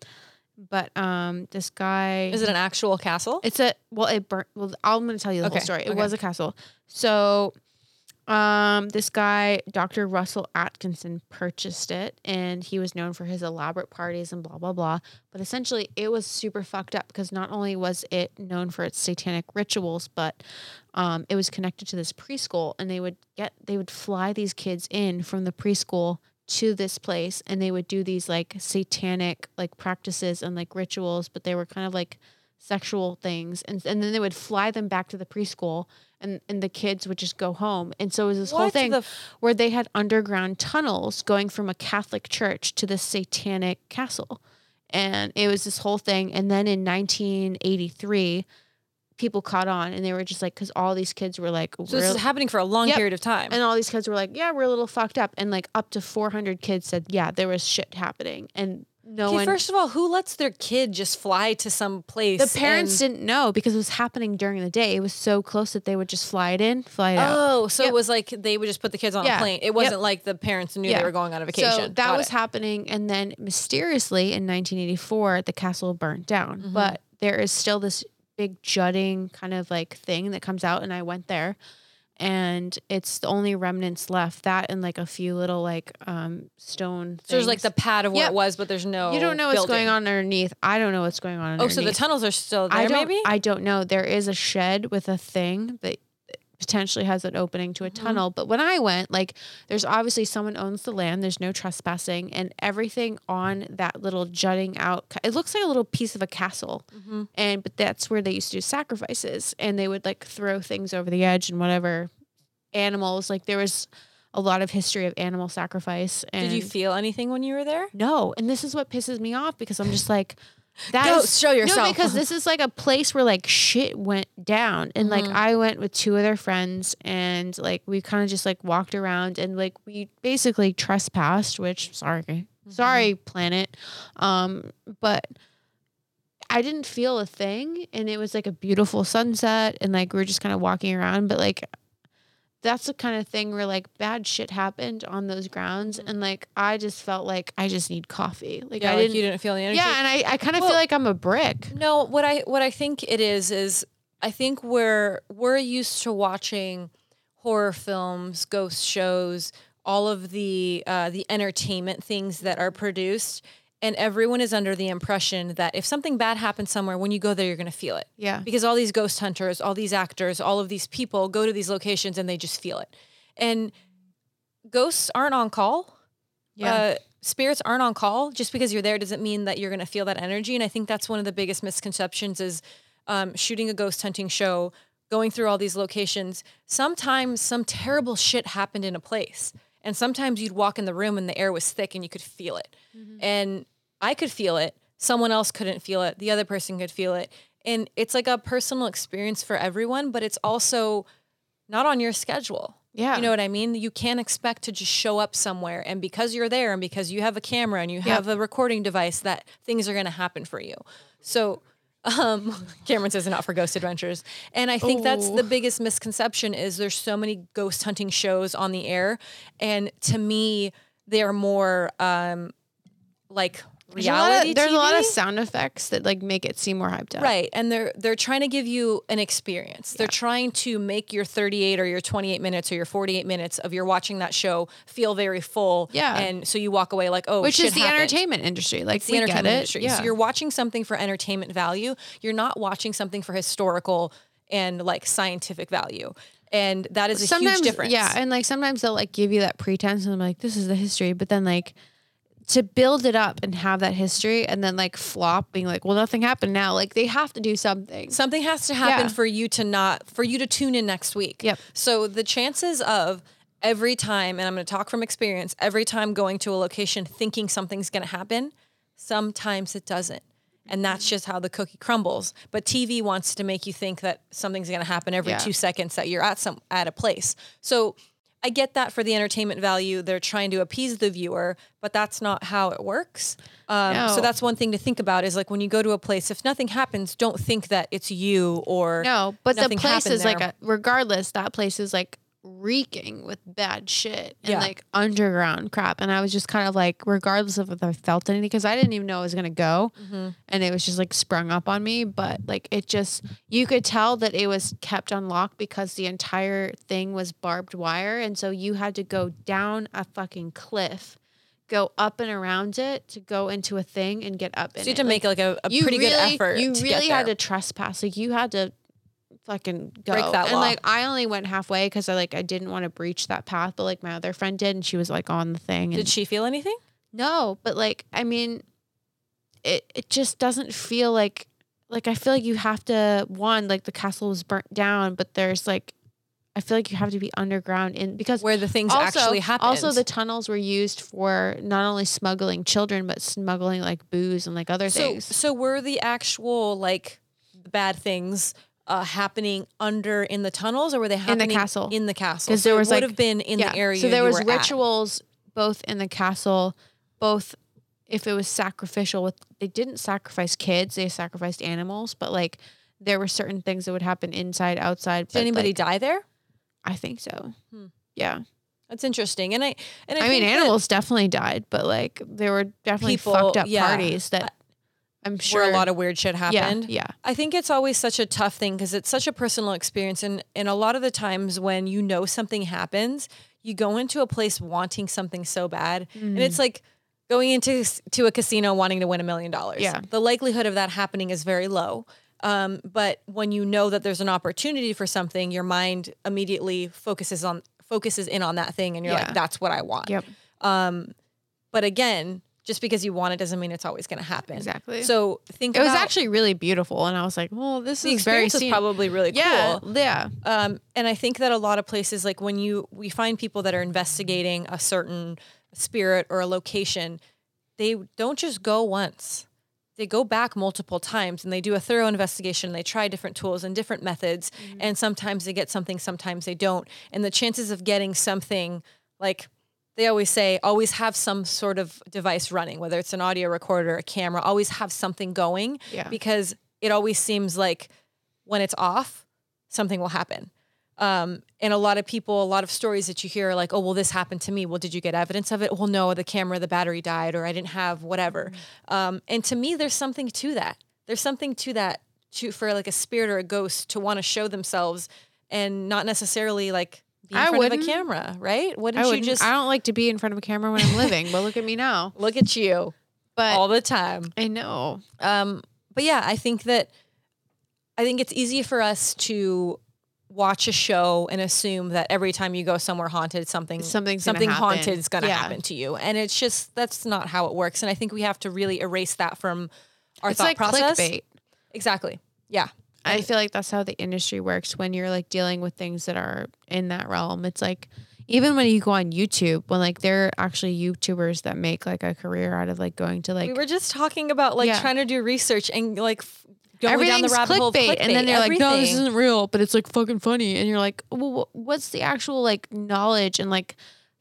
[SPEAKER 1] but um, this guy
[SPEAKER 2] Is it an actual castle?
[SPEAKER 1] It's a well, it burnt. Well, I'm going to tell you the
[SPEAKER 2] Okay,
[SPEAKER 1] whole story. It
[SPEAKER 2] okay.
[SPEAKER 1] was a castle. So, um, this guy, Dr. Russell Atkinson, purchased it, and he was known for his elaborate parties and blah blah blah. But essentially, it was super fucked up because not only was it known for its satanic rituals, but um, it was connected to this preschool, and they would get they would fly these kids in from the preschool to this place and they would do these like satanic like practices and like rituals but they were kind of like sexual things and, and then they would fly them back to the preschool and, and the kids would just go home and so it was this whole
[SPEAKER 2] What
[SPEAKER 1] thing
[SPEAKER 2] the f-
[SPEAKER 1] where they had underground tunnels going from a catholic church to this satanic castle and it was this whole thing and then in 1983 people caught on and they were just like because all these kids were like
[SPEAKER 2] so this
[SPEAKER 1] "We're-
[SPEAKER 2] is happening for a long
[SPEAKER 1] Yep.
[SPEAKER 2] period of time.
[SPEAKER 1] and all these kids were like, "Yeah, we're a little fucked up," and like up to 400 kids said, "Yeah, there was shit happening," and no
[SPEAKER 2] okay,
[SPEAKER 1] one.
[SPEAKER 2] first of all, who lets their kid just fly to some place?
[SPEAKER 1] the parents
[SPEAKER 2] and-
[SPEAKER 1] didn't know because it was happening during the day. It was so close that they would just fly it in, fly it out.
[SPEAKER 2] Oh, so
[SPEAKER 1] Yep.
[SPEAKER 2] it was like they would just put the kids on
[SPEAKER 1] Yeah.
[SPEAKER 2] a plane.
[SPEAKER 1] Yep.
[SPEAKER 2] It wasn't like the parents knew
[SPEAKER 1] Yeah.
[SPEAKER 2] they were going on a vacation.
[SPEAKER 1] So that
[SPEAKER 2] Got
[SPEAKER 1] was
[SPEAKER 2] it.
[SPEAKER 1] happening, and then mysteriously in 1984, the castle burnt down.
[SPEAKER 2] Mm-hmm.
[SPEAKER 1] But there is still this big jutting kind of like thing that comes out, and I went there, and it's the only remnants left. That and like a few little like um stone.
[SPEAKER 2] so there's like the
[SPEAKER 1] things.
[SPEAKER 2] pad of where
[SPEAKER 1] Yep.
[SPEAKER 2] it was, but there's no.
[SPEAKER 1] you don't know what's
[SPEAKER 2] building.
[SPEAKER 1] going on underneath. I don't know what's going on.
[SPEAKER 2] Oh,
[SPEAKER 1] Underneath.
[SPEAKER 2] so the tunnels are still there,
[SPEAKER 1] I don't,
[SPEAKER 2] maybe?
[SPEAKER 1] I don't know. There is a shed with a thing that potentially has an opening to a
[SPEAKER 2] Mm-hmm.
[SPEAKER 1] tunnel. But when I went, like, there's obviously someone owns the land. There's no trespassing, and everything on that little jutting out, ca- it looks like a little piece of a castle.
[SPEAKER 2] Mm-hmm.
[SPEAKER 1] And but that's where they used to do sacrifices, and they would like throw things over the edge and whatever animals. Like there was a lot of history of animal sacrifice. And
[SPEAKER 2] Did you feel anything when you were there?
[SPEAKER 1] no, and this is what pisses me off because I'm just like, that
[SPEAKER 2] *laughs* Go,
[SPEAKER 1] is-
[SPEAKER 2] show
[SPEAKER 1] No,
[SPEAKER 2] yourself. *laughs*
[SPEAKER 1] because this is like a place where like shit went down, and like
[SPEAKER 2] Mm-hmm.
[SPEAKER 1] I went with two of their friends, and like we kind of just like walked around, and like we basically trespassed. Which sorry,
[SPEAKER 2] Mm-hmm.
[SPEAKER 1] sorry, planet, um, but I didn't feel a thing, and it was like a beautiful sunset, and like we were just kind of walking around, but like that's the kind of thing where like bad shit happened on those grounds, and like I just felt like I just need coffee, like
[SPEAKER 2] Mm-hmm. Yeah,
[SPEAKER 1] I
[SPEAKER 2] like
[SPEAKER 1] didn't,
[SPEAKER 2] you didn't feel the energy.
[SPEAKER 1] yeah, and I I kind of
[SPEAKER 2] Well-
[SPEAKER 1] feel like I'm a brick.
[SPEAKER 2] No, what I what I think it is is I think we're we're used to watching horror films, ghost shows, all of the uh, the entertainment things that are produced, and everyone is under the impression that if something bad happens somewhere, when you go there, you're going to feel it.
[SPEAKER 1] Yeah.
[SPEAKER 2] Because all these ghost hunters, all these actors, all of these people go to these locations and they just feel it. And ghosts aren't on call uh, spirits aren't on call just because you're there doesn't mean that you're going to feel that energy and i think that's one of the biggest misconceptions is um, shooting a ghost hunting show going through all these locations sometimes some terrible shit happened in a place And sometimes you'd walk in the room and the air was thick and you could feel it. Mm-hmm. And I could feel it. Someone else couldn't feel it. The other person could feel it. And it's like a personal experience for everyone, but it's also not on your schedule.
[SPEAKER 1] Yeah.
[SPEAKER 2] You know what I mean? You can't expect to just show up somewhere and because you're there and because you have a camera and you have a recording device that things are going to happen for you. So um *laughs* Cameron says not for ghost adventures. And I think that's the
[SPEAKER 1] Oh.
[SPEAKER 2] biggest misconception is there's so many ghost hunting shows on the air and to me they are more um like
[SPEAKER 1] There's a lot
[SPEAKER 2] reality
[SPEAKER 1] of, there's a lot of
[SPEAKER 2] TV.
[SPEAKER 1] sound effects that like make it seem more hyped up.
[SPEAKER 2] Right. And they're they're trying to give you an experience. They're trying to make your 38 or your 28 minutes or your 48 minutes of your watching that show feel very full.
[SPEAKER 1] Yeah.
[SPEAKER 2] And so you walk away like, oh,
[SPEAKER 1] Which
[SPEAKER 2] shit
[SPEAKER 1] is the
[SPEAKER 2] happened.
[SPEAKER 1] entertainment industry. Like
[SPEAKER 2] It's
[SPEAKER 1] we
[SPEAKER 2] the entertainment
[SPEAKER 1] get it.
[SPEAKER 2] industry.
[SPEAKER 1] Yeah.
[SPEAKER 2] So you're watching something for entertainment value. You're not watching something for historical and like scientific value. And that is a
[SPEAKER 1] sometimes
[SPEAKER 2] huge difference.
[SPEAKER 1] yeah, and like sometimes they'll like give you that pretense and I'm like this is the history, but then like to build it up and have that history and then like flop being like well nothing happened now. Like they have to do something.
[SPEAKER 2] Something has to happen
[SPEAKER 1] Yeah.
[SPEAKER 2] for you to not for you to tune in next week.
[SPEAKER 1] Yep.
[SPEAKER 2] So the chances of every time, and I'm going to talk from experience, every time going to a location thinking something's going to happen, sometimes it doesn't. And that's just how the cookie crumbles. But TV wants to make you think that something's going to happen every
[SPEAKER 1] Yeah.
[SPEAKER 2] 2 seconds that you're at some at a place. So I get that for the entertainment value. They're trying to appease the viewer, but that's not how it works. Um, So
[SPEAKER 1] No.
[SPEAKER 2] that's one thing to think about is like when you go to a place, if nothing happens, don't think that it's you or
[SPEAKER 1] No, but the
[SPEAKER 2] nothing
[SPEAKER 1] place
[SPEAKER 2] happened
[SPEAKER 1] is like
[SPEAKER 2] there.
[SPEAKER 1] a, regardless, that place is like reeking with bad shit and
[SPEAKER 2] Yeah.
[SPEAKER 1] like underground crap. And I was just kind of like, regardless of if I felt anything, because I didn't even know I was gonna go,
[SPEAKER 2] Mm-hmm.
[SPEAKER 1] and it was just like sprung up on me. But like it just, you could tell that it was kept on lock because the entire thing was barbed wire, and so you had to go down a fucking cliff. Go up and around it to go into a thing and get up in
[SPEAKER 2] so you have
[SPEAKER 1] it.
[SPEAKER 2] to
[SPEAKER 1] Like,
[SPEAKER 2] make like a, a pretty good
[SPEAKER 1] really-
[SPEAKER 2] effort.
[SPEAKER 1] You
[SPEAKER 2] to get
[SPEAKER 1] really had
[SPEAKER 2] there.
[SPEAKER 1] to trespass. Like you had to fucking go.
[SPEAKER 2] Break that
[SPEAKER 1] and
[SPEAKER 2] law.
[SPEAKER 1] like I only went halfway because I like I didn't want to breach that path, but like my other friend did, and she was like on the thing. And
[SPEAKER 2] Did she feel anything?
[SPEAKER 1] no, but like I mean, it it just doesn't feel like like I feel like you have to one like the castle was burnt down, but there's like I feel like you have to be underground in because
[SPEAKER 2] Where the things actually happened.
[SPEAKER 1] also the tunnels were used for not only smuggling children but smuggling like booze and like other
[SPEAKER 2] so
[SPEAKER 1] things.
[SPEAKER 2] so were the actual like bad things uh, happening under in the tunnels or were they happening
[SPEAKER 1] castle.
[SPEAKER 2] in the castle?
[SPEAKER 1] 'Cause there
[SPEAKER 2] So it
[SPEAKER 1] was,
[SPEAKER 2] would
[SPEAKER 1] like-
[SPEAKER 2] have been in the area.
[SPEAKER 1] So there
[SPEAKER 2] you
[SPEAKER 1] was
[SPEAKER 2] were at.
[SPEAKER 1] rituals both in the castle, both if it was sacrificial with they didn't sacrifice kids, they sacrificed animals, but like there were certain things that would happen inside, outside.
[SPEAKER 2] Did
[SPEAKER 1] but,
[SPEAKER 2] anybody
[SPEAKER 1] like,
[SPEAKER 2] die there?
[SPEAKER 1] I think so. Yeah.
[SPEAKER 2] That's interesting. And I and I,
[SPEAKER 1] I, mean
[SPEAKER 2] think that
[SPEAKER 1] animals definitely died, but like there were definitely
[SPEAKER 2] People-
[SPEAKER 1] fucked up
[SPEAKER 2] yeah.
[SPEAKER 1] parties that I'm sure
[SPEAKER 2] where a lot of weird shit happened.
[SPEAKER 1] Yeah. yeah.
[SPEAKER 2] I think it's always such a tough thing because it's such a personal experience. And, and a lot of the times when you know something happens, you go into a place wanting something so bad. And
[SPEAKER 1] Mm.
[SPEAKER 2] it's like going into s- to a casino wanting to win a million dollars.
[SPEAKER 1] Yeah.
[SPEAKER 2] The likelihood of that happening is very low. Um, but when you know that there's an opportunity for something, your mind immediately focuses on focuses in on that thing and you're
[SPEAKER 1] Yeah.
[SPEAKER 2] like, that's what I want.
[SPEAKER 1] Mm.
[SPEAKER 2] Um,
[SPEAKER 1] Yep.
[SPEAKER 2] But again, just because you want it doesn't mean it's always gonna happen.
[SPEAKER 1] Exactly.
[SPEAKER 2] So think
[SPEAKER 1] It was
[SPEAKER 2] about-
[SPEAKER 1] actually really beautiful and I was like, Well, this
[SPEAKER 2] the
[SPEAKER 1] is very
[SPEAKER 2] experience is
[SPEAKER 1] scen-
[SPEAKER 2] probably really
[SPEAKER 1] yeah,
[SPEAKER 2] cool.
[SPEAKER 1] yeah.
[SPEAKER 2] Um, and I think that a lot of places, like when you we find people that are investigating a certain spirit or a location, they don't just go once. They go back multiple times and they do a thorough investigation. They try different tools and different methods, and sometimes they get something, sometimes they don't. And the chances of getting something like they always say, always have some sort of device running, whether it's an audio recorder, a camera, always have something going
[SPEAKER 1] Yeah.
[SPEAKER 2] because it always seems like when it's off, something will happen. Um, and a lot of people, a lot of stories that you hear are like, oh, well, this happened to me. Well, did you get evidence of it? Well, no, the camera, the battery died, or I didn't have whatever.
[SPEAKER 1] Mm-hmm.
[SPEAKER 2] Um, and to me, there's something to that. There's something to that to, for like a spirit or a ghost to want to show themselves and not necessarily like be in
[SPEAKER 1] I
[SPEAKER 2] front of a
[SPEAKER 1] wouldn't.
[SPEAKER 2] camera, right?
[SPEAKER 1] I,
[SPEAKER 2] Wouldn't you
[SPEAKER 1] wouldn't-
[SPEAKER 2] just
[SPEAKER 1] I don't like to be in front of a camera when I'm living, but look at me now.
[SPEAKER 2] look at you
[SPEAKER 1] *laughs* But
[SPEAKER 2] all the time?
[SPEAKER 1] I know.
[SPEAKER 2] Um, but yeah, I think that I think it's easy for us to watch a show and assume that every time you go somewhere haunted, something
[SPEAKER 1] Something's gonna
[SPEAKER 2] something
[SPEAKER 1] happen.
[SPEAKER 2] haunted is going to
[SPEAKER 1] Yeah.
[SPEAKER 2] happen to you, and it's just that's not how it works. And I think we have to really erase that from our
[SPEAKER 1] It's
[SPEAKER 2] thought
[SPEAKER 1] like
[SPEAKER 2] process.
[SPEAKER 1] clickbait.
[SPEAKER 2] Exactly. Yeah.
[SPEAKER 1] I feel like that's how the industry works when you're like dealing with things that are in that realm. It's like even when you go on YouTube, when like there are actually YouTubers that make like a career out of like going to like
[SPEAKER 2] We were just talking about like
[SPEAKER 1] Yeah.
[SPEAKER 2] trying to do research and like f- going down the
[SPEAKER 1] everything's
[SPEAKER 2] rabbit
[SPEAKER 1] clickbait,
[SPEAKER 2] hole of clickbait.
[SPEAKER 1] and then they're like, no, this
[SPEAKER 2] everything.
[SPEAKER 1] isn't real, but it's like fucking funny, and you're like, well, wh- what's the actual like knowledge and like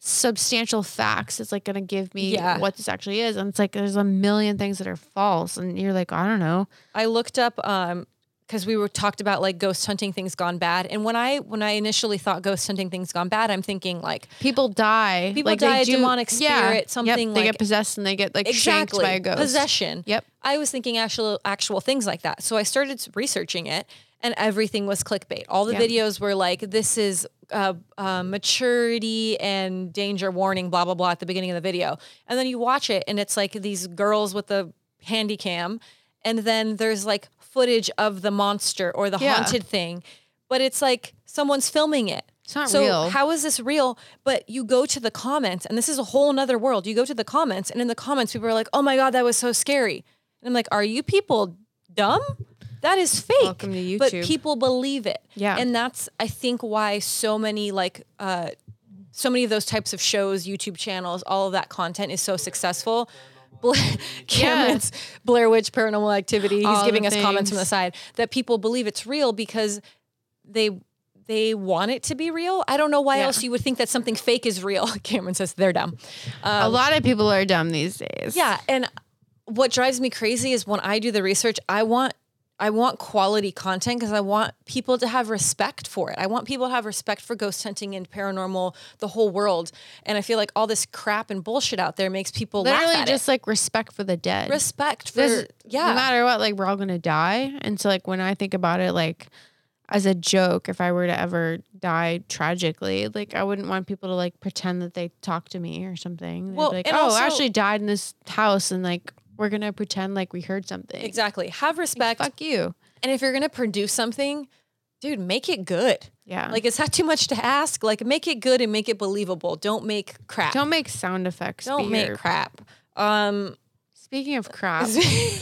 [SPEAKER 1] substantial facts that's like gonna give me
[SPEAKER 2] Yeah.
[SPEAKER 1] what this actually is? And it's like there's a million things that are false, and you're like, I don't know.
[SPEAKER 2] I looked up um because we were talked about like ghost hunting things gone bad, and when I when I initially thought ghost hunting things gone bad, I'm thinking like
[SPEAKER 1] People die.
[SPEAKER 2] People
[SPEAKER 1] they
[SPEAKER 2] die,
[SPEAKER 1] do-
[SPEAKER 2] demonic
[SPEAKER 1] yeah.
[SPEAKER 2] spirit,
[SPEAKER 1] Yep,
[SPEAKER 2] something
[SPEAKER 1] they
[SPEAKER 2] like-
[SPEAKER 1] get possessed and they get like shanked by a ghost.
[SPEAKER 2] possession.
[SPEAKER 1] Yep.
[SPEAKER 2] I was thinking actual actual things like that. So I started researching it, and everything was clickbait. All the
[SPEAKER 1] Yeah.
[SPEAKER 2] videos were like, "This is uh, uh, maturity and danger warning," blah blah blah at the beginning of the video, and then you watch it, and it's like these girls with the handy cam, and then there's like footage of the monster or the
[SPEAKER 1] Yeah.
[SPEAKER 2] haunted thing, but it's like someone's filming it.
[SPEAKER 1] It's not
[SPEAKER 2] so
[SPEAKER 1] real.
[SPEAKER 2] how is this real? But you go to the comments, and this is a whole nother world. You go to the comments, and in the comments, people are like, "Oh my god, that was so scary," and I'm like, "Are you people dumb? That is fake."
[SPEAKER 1] Welcome to
[SPEAKER 2] But
[SPEAKER 1] YouTube.
[SPEAKER 2] people believe it,
[SPEAKER 1] Yeah.
[SPEAKER 2] and that's I think why so many like. Uh, so many of those types of shows, YouTube channels, all of that content is so successful. Bla- *laughs* Cameron's Blair Witch Paranormal Activity. He's
[SPEAKER 1] All the
[SPEAKER 2] giving us comments from the
[SPEAKER 1] things.
[SPEAKER 2] side that people believe it's real because they they want it to be real. I don't know why
[SPEAKER 1] Yeah.
[SPEAKER 2] else you would think that something fake is real. *laughs* Cameron says they're dumb. Um,
[SPEAKER 1] a lot of people are dumb these days.
[SPEAKER 2] yeah, and what drives me crazy is when I do the research, I want I want quality content because I want people to have respect for it. I want people to have respect for ghost hunting and paranormal, the whole world. And I feel like all this crap and bullshit out there makes people laugh
[SPEAKER 1] literally
[SPEAKER 2] at
[SPEAKER 1] just like respect for the dead.
[SPEAKER 2] it. Respect for
[SPEAKER 1] This-
[SPEAKER 2] yeah.
[SPEAKER 1] No matter what, like we're all gonna die. And so like when I think about it, like as a joke, if I were to ever die tragically, like I wouldn't want people to like pretend that they talked to me or something. They'd
[SPEAKER 2] Well,
[SPEAKER 1] be like,
[SPEAKER 2] and
[SPEAKER 1] oh,
[SPEAKER 2] also-
[SPEAKER 1] I actually died in this house and like we're gonna pretend like we heard something.
[SPEAKER 2] exactly. Have respect.
[SPEAKER 1] Fuck you.
[SPEAKER 2] And if you're gonna produce something, dude, make it good.
[SPEAKER 1] Yeah.
[SPEAKER 2] Like it's not too much to ask. Like make it good and make it believable. Don't make crap.
[SPEAKER 1] don't make sound effects.
[SPEAKER 2] Don't
[SPEAKER 1] be
[SPEAKER 2] make
[SPEAKER 1] your-
[SPEAKER 2] crap. Um
[SPEAKER 1] Speaking
[SPEAKER 2] *laughs*
[SPEAKER 1] of crap, I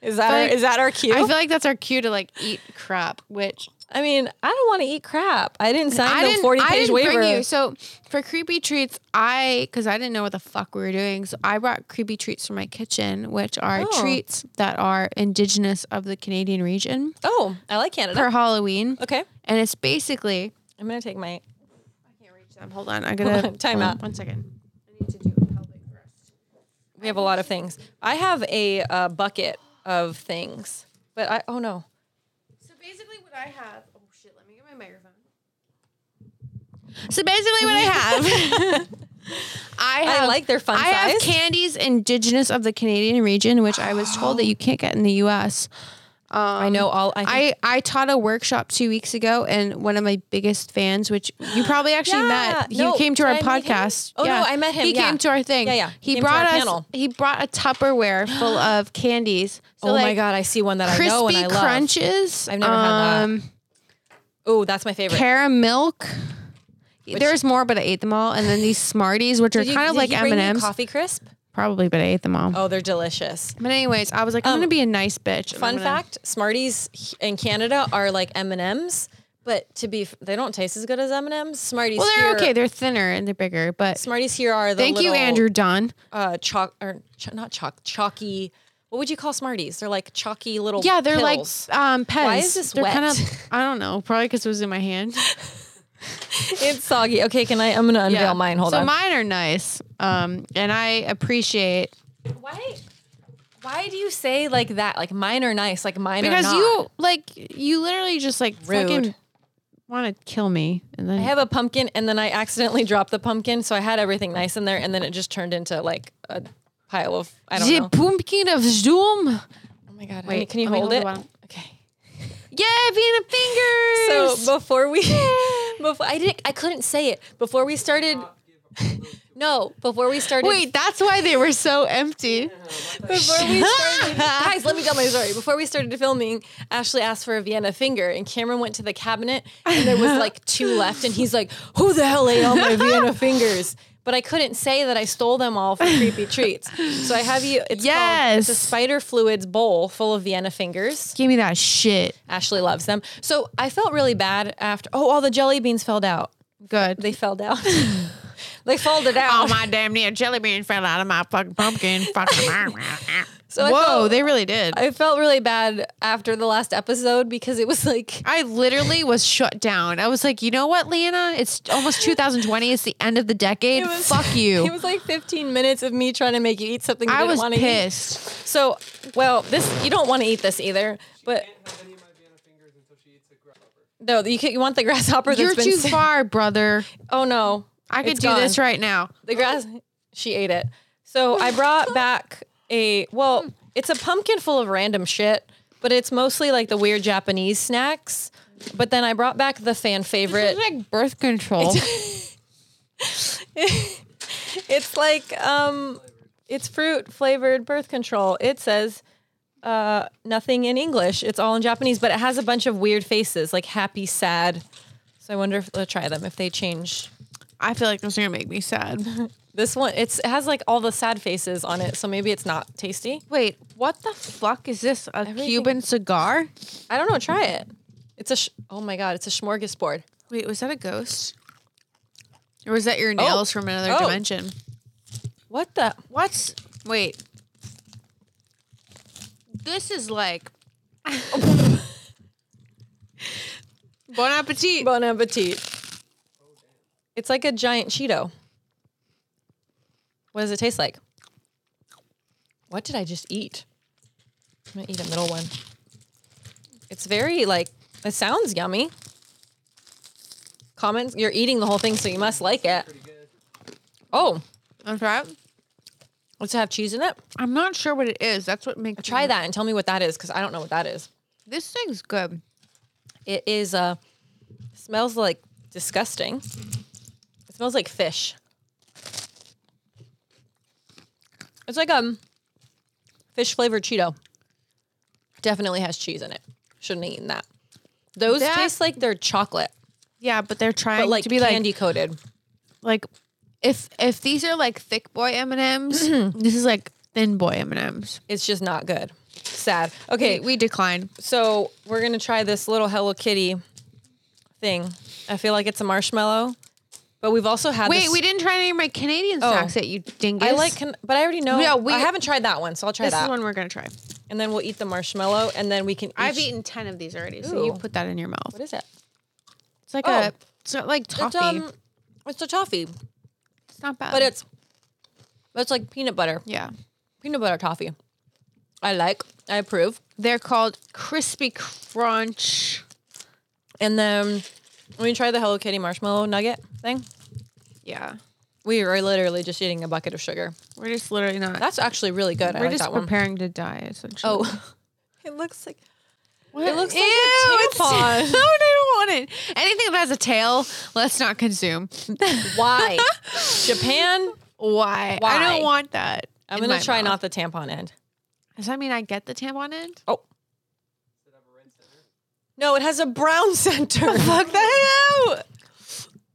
[SPEAKER 2] is that our,
[SPEAKER 1] Like,
[SPEAKER 2] is that our cue? I,
[SPEAKER 1] feel like that's our cue to like eat crap, which
[SPEAKER 2] mean, I don't want to eat crap. I didn't sign
[SPEAKER 1] I
[SPEAKER 2] the
[SPEAKER 1] didn't,
[SPEAKER 2] forty
[SPEAKER 1] I
[SPEAKER 2] page
[SPEAKER 1] didn't
[SPEAKER 2] waiver.
[SPEAKER 1] bring you. So for creepy treats, I because I didn't know what the fuck we were doing, so I brought creepy treats from my kitchen, which are
[SPEAKER 2] Oh.
[SPEAKER 1] treats that are indigenous of the Canadian region
[SPEAKER 2] Oh, I like Canada.
[SPEAKER 1] for Halloween,
[SPEAKER 2] okay,
[SPEAKER 1] and it's basically.
[SPEAKER 2] I'm gonna take my.
[SPEAKER 1] Um, Hold on, I gotta
[SPEAKER 2] *laughs* Time
[SPEAKER 1] hold on,
[SPEAKER 2] out.
[SPEAKER 1] One second. I need to do a pelvic thrust.
[SPEAKER 2] We have a lot of things. I have a uh, bucket of things, but I oh no,
[SPEAKER 1] So basically, what I have. Oh shit! Let me get my microphone. So basically, what I have.
[SPEAKER 2] *laughs*
[SPEAKER 1] I, have,
[SPEAKER 2] like their fun
[SPEAKER 1] I have
[SPEAKER 2] size.
[SPEAKER 1] candies indigenous of the Canadian region, which I was told that you can't get in the U.S. Um,
[SPEAKER 2] I know all. I, think-
[SPEAKER 1] I, I taught a workshop two weeks ago, and one of my biggest fans, which you probably actually
[SPEAKER 2] Yeah.
[SPEAKER 1] met, he
[SPEAKER 2] No,
[SPEAKER 1] came to our
[SPEAKER 2] did I meet him?
[SPEAKER 1] podcast.
[SPEAKER 2] Oh, no, I met him,
[SPEAKER 1] He
[SPEAKER 2] yeah.
[SPEAKER 1] came to our thing.
[SPEAKER 2] Yeah, yeah.
[SPEAKER 1] He
[SPEAKER 2] Came to our
[SPEAKER 1] brought us.
[SPEAKER 2] panel.
[SPEAKER 1] He brought a Tupperware
[SPEAKER 2] *gasps*
[SPEAKER 1] full of candies. So
[SPEAKER 2] oh my
[SPEAKER 1] like,
[SPEAKER 2] god, I see one that I
[SPEAKER 1] crispy
[SPEAKER 2] know and I love.
[SPEAKER 1] crunches.
[SPEAKER 2] I've never had that.
[SPEAKER 1] um,
[SPEAKER 2] Oh, that's my favorite.
[SPEAKER 1] Caramilk. There's more, but I ate them all. And then these Smarties, which are
[SPEAKER 2] Did you-
[SPEAKER 1] kind of
[SPEAKER 2] did
[SPEAKER 1] like
[SPEAKER 2] he
[SPEAKER 1] M
[SPEAKER 2] bring
[SPEAKER 1] and
[SPEAKER 2] you
[SPEAKER 1] M's,
[SPEAKER 2] Coffee crisp.
[SPEAKER 1] probably, but I ate them all.
[SPEAKER 2] Oh, they're delicious.
[SPEAKER 1] But anyways, I was like, I'm gonna be a nice bitch. and I'm
[SPEAKER 2] Fun
[SPEAKER 1] gonna-
[SPEAKER 2] fact: Smarties h- in Canada are like M and M's, but to be f- they don't taste as good as M and M's. Smarties.
[SPEAKER 1] Well, they're
[SPEAKER 2] here-
[SPEAKER 1] okay. They're thinner and they're bigger, but
[SPEAKER 2] Smarties here are the
[SPEAKER 1] thank you,
[SPEAKER 2] little,
[SPEAKER 1] Andrew Dunn.
[SPEAKER 2] Uh, chalk or ch- not chalk, chalky. What would you call Smarties? They're like chalky little.
[SPEAKER 1] Yeah, they're *laughs*
[SPEAKER 2] pills.
[SPEAKER 1] like um, pens.
[SPEAKER 2] Why is this
[SPEAKER 1] they're
[SPEAKER 2] wet?
[SPEAKER 1] of *laughs* I don't know, probably because it was in my hand.
[SPEAKER 2] it's soggy. Okay, can I? I'm gonna unveil mine. Hold
[SPEAKER 1] so
[SPEAKER 2] on.
[SPEAKER 1] mine are nice, um, and I appreciate
[SPEAKER 2] why? Why do you say like that? Like mine are nice. Like mine
[SPEAKER 1] because
[SPEAKER 2] are not.
[SPEAKER 1] you like you literally just like
[SPEAKER 2] Rude.
[SPEAKER 1] fucking want to kill me, and then
[SPEAKER 2] I have a pumpkin, and then I accidentally dropped the pumpkin, so I had everything nice in there, and then it just turned into like a pile of I don't
[SPEAKER 1] the
[SPEAKER 2] know.
[SPEAKER 1] pumpkin of doom.
[SPEAKER 2] Oh my god!
[SPEAKER 1] Wait,
[SPEAKER 2] can you
[SPEAKER 1] let me
[SPEAKER 2] hold,
[SPEAKER 1] hold
[SPEAKER 2] it?
[SPEAKER 1] the bottom.
[SPEAKER 2] okay.
[SPEAKER 1] Yeah, being a
[SPEAKER 2] So
[SPEAKER 1] fingers.
[SPEAKER 2] before we, *laughs* before I didn't, I couldn't say it before we started. *laughs* No, before we started.
[SPEAKER 1] wait, that's why they were so empty.
[SPEAKER 2] before we *laughs* started, guys, let me tell my story. Before we started filming, Ashley asked for a Vienna finger, and Cameron went to the cabinet, and there was *laughs* like two left, and he's like, "Who the hell ate all my Vienna fingers?" But I couldn't say that I stole them all for creepy treats. So I have you. It's called, it's a
[SPEAKER 1] Yes.
[SPEAKER 2] spider fluids bowl full of Vienna fingers.
[SPEAKER 1] Give me that shit.
[SPEAKER 2] Ashley loves them. So I felt really bad after. Oh, all the jelly beans fell out.
[SPEAKER 1] Good.
[SPEAKER 2] They fell
[SPEAKER 1] *laughs*
[SPEAKER 2] down. they folded out.
[SPEAKER 1] oh my damn near jelly bean fell out of my fucking pumpkin.
[SPEAKER 2] *laughs*
[SPEAKER 1] Fucking.
[SPEAKER 2] So I
[SPEAKER 1] Whoa,
[SPEAKER 2] felt-
[SPEAKER 1] they really did. I,
[SPEAKER 2] I felt really bad after the last episode because it was like
[SPEAKER 1] *laughs* literally was shut down. I was like, you know what, Leanna? It's almost 2020. It's the end of the decade.
[SPEAKER 2] it was,
[SPEAKER 1] Fuck you.
[SPEAKER 2] *laughs* It was like 15 minutes of me trying to make you eat something you
[SPEAKER 1] I
[SPEAKER 2] didn't
[SPEAKER 1] was
[SPEAKER 2] want to eat.
[SPEAKER 1] pissed.
[SPEAKER 2] So, well, this you don't want to eat this either, but
[SPEAKER 3] can't have any of my banana fingers until she eats a grasshopper.
[SPEAKER 2] no, you can, you want the *laughs* grasshopper that's
[SPEAKER 1] You're
[SPEAKER 2] been
[SPEAKER 1] too
[SPEAKER 2] sa-
[SPEAKER 1] far, brother.
[SPEAKER 2] Oh no.
[SPEAKER 1] I could
[SPEAKER 2] It's
[SPEAKER 1] do this
[SPEAKER 2] gone.
[SPEAKER 1] right now.
[SPEAKER 2] The grass she ate it. So, I brought back a well, it's a pumpkin full of random shit, but it's mostly like the weird Japanese snacks. But then I brought back the fan favorite.
[SPEAKER 1] *laughs* It's like birth control.
[SPEAKER 2] *laughs* it's like um it's fruit flavored birth control it says uh nothing in english it's all in japanese but it has a bunch of weird faces like happy sad so i wonder if they'll try them if they change
[SPEAKER 1] I feel like this is gonna make me sad.
[SPEAKER 2] *laughs* this one it's, it has like all the sad faces on it so maybe it's not tasty
[SPEAKER 1] Wait, what the fuck is this? A Cuban cigar?
[SPEAKER 2] i don't know try it it's a sh- oh my god it's a smorgasbord
[SPEAKER 1] Wait, was that a ghost? Or was that your nails from another
[SPEAKER 2] Oh.
[SPEAKER 1] dimension?
[SPEAKER 2] what the
[SPEAKER 1] What's wait? This is *laughs* like Bon appetit.
[SPEAKER 2] bon appetit it's like a giant cheeto what does it taste like what did i just eat i'm gonna eat a middle one it's very like it sounds yummy comments you're eating the whole thing so you must like it oh
[SPEAKER 1] That's right.
[SPEAKER 2] let's have cheese in it
[SPEAKER 1] I'm not sure what it is. That's what makes
[SPEAKER 2] try
[SPEAKER 1] me-
[SPEAKER 2] that and tell me what that is because i don't know what that is
[SPEAKER 1] This thing's good.
[SPEAKER 2] it is uh smells like disgusting it smells like fish it's like um fish flavored cheeto definitely has cheese in it shouldn't have eaten that those
[SPEAKER 1] That-
[SPEAKER 2] taste like they're chocolate
[SPEAKER 1] Yeah, but they're trying
[SPEAKER 2] but like
[SPEAKER 1] to be like
[SPEAKER 2] candy coated
[SPEAKER 1] like if if these are like thick boy M and *clears throat* M's, this is like thin boy M and M's.
[SPEAKER 2] it's just not good sad okay
[SPEAKER 1] Okay, we decline.
[SPEAKER 2] so we're gonna try this little hello kitty thing i feel like it's a marshmallow but we've also had
[SPEAKER 1] Wait,
[SPEAKER 2] this-
[SPEAKER 1] we didn't try any of my Canadian snacks that you dingus.
[SPEAKER 2] I like, can, but I already know.
[SPEAKER 1] Yeah,
[SPEAKER 2] Yeah,
[SPEAKER 1] we-
[SPEAKER 2] I haven't tried that one, so I'll try
[SPEAKER 1] this is
[SPEAKER 2] that.
[SPEAKER 1] one we're gonna try.
[SPEAKER 2] and then we'll eat the marshmallow, and then we can. Each,
[SPEAKER 1] I've eaten ten of these already, so you
[SPEAKER 2] Ooh.
[SPEAKER 1] put that in your mouth.
[SPEAKER 2] What is it?
[SPEAKER 1] It's like
[SPEAKER 2] Oh.
[SPEAKER 1] a it's not like toffee.
[SPEAKER 2] It's um, it's a toffee,
[SPEAKER 1] It's not bad.
[SPEAKER 2] but it's, but it's like peanut butter,
[SPEAKER 1] yeah.
[SPEAKER 2] peanut butter toffee. I like. I approve.
[SPEAKER 1] They're called crispy crunch.
[SPEAKER 2] And then when we try the Hello Kitty marshmallow nugget thing,
[SPEAKER 1] Yeah.
[SPEAKER 2] we are literally just eating a bucket of sugar.
[SPEAKER 1] We're just literally not.
[SPEAKER 2] That's actually really good. I
[SPEAKER 1] we're
[SPEAKER 2] like
[SPEAKER 1] just
[SPEAKER 2] that one.
[SPEAKER 1] preparing to die. Essentially.
[SPEAKER 2] Oh, *laughs* it looks like
[SPEAKER 1] *laughs* What?
[SPEAKER 2] it looks like a
[SPEAKER 1] Ew, it's-
[SPEAKER 2] tampon.
[SPEAKER 1] *laughs* No, I don't want it. Anything that has a tail, let's not consume.
[SPEAKER 2] why *laughs* Japan.
[SPEAKER 1] Why? I
[SPEAKER 2] Why?
[SPEAKER 1] don't want that.
[SPEAKER 2] I'm
[SPEAKER 1] in
[SPEAKER 2] gonna
[SPEAKER 1] my
[SPEAKER 2] try not
[SPEAKER 1] mouth.
[SPEAKER 2] the tampon end.
[SPEAKER 1] Does that mean I get the tampon end?
[SPEAKER 2] Oh. No, it has a brown *laughs* center.
[SPEAKER 1] Fuck that out.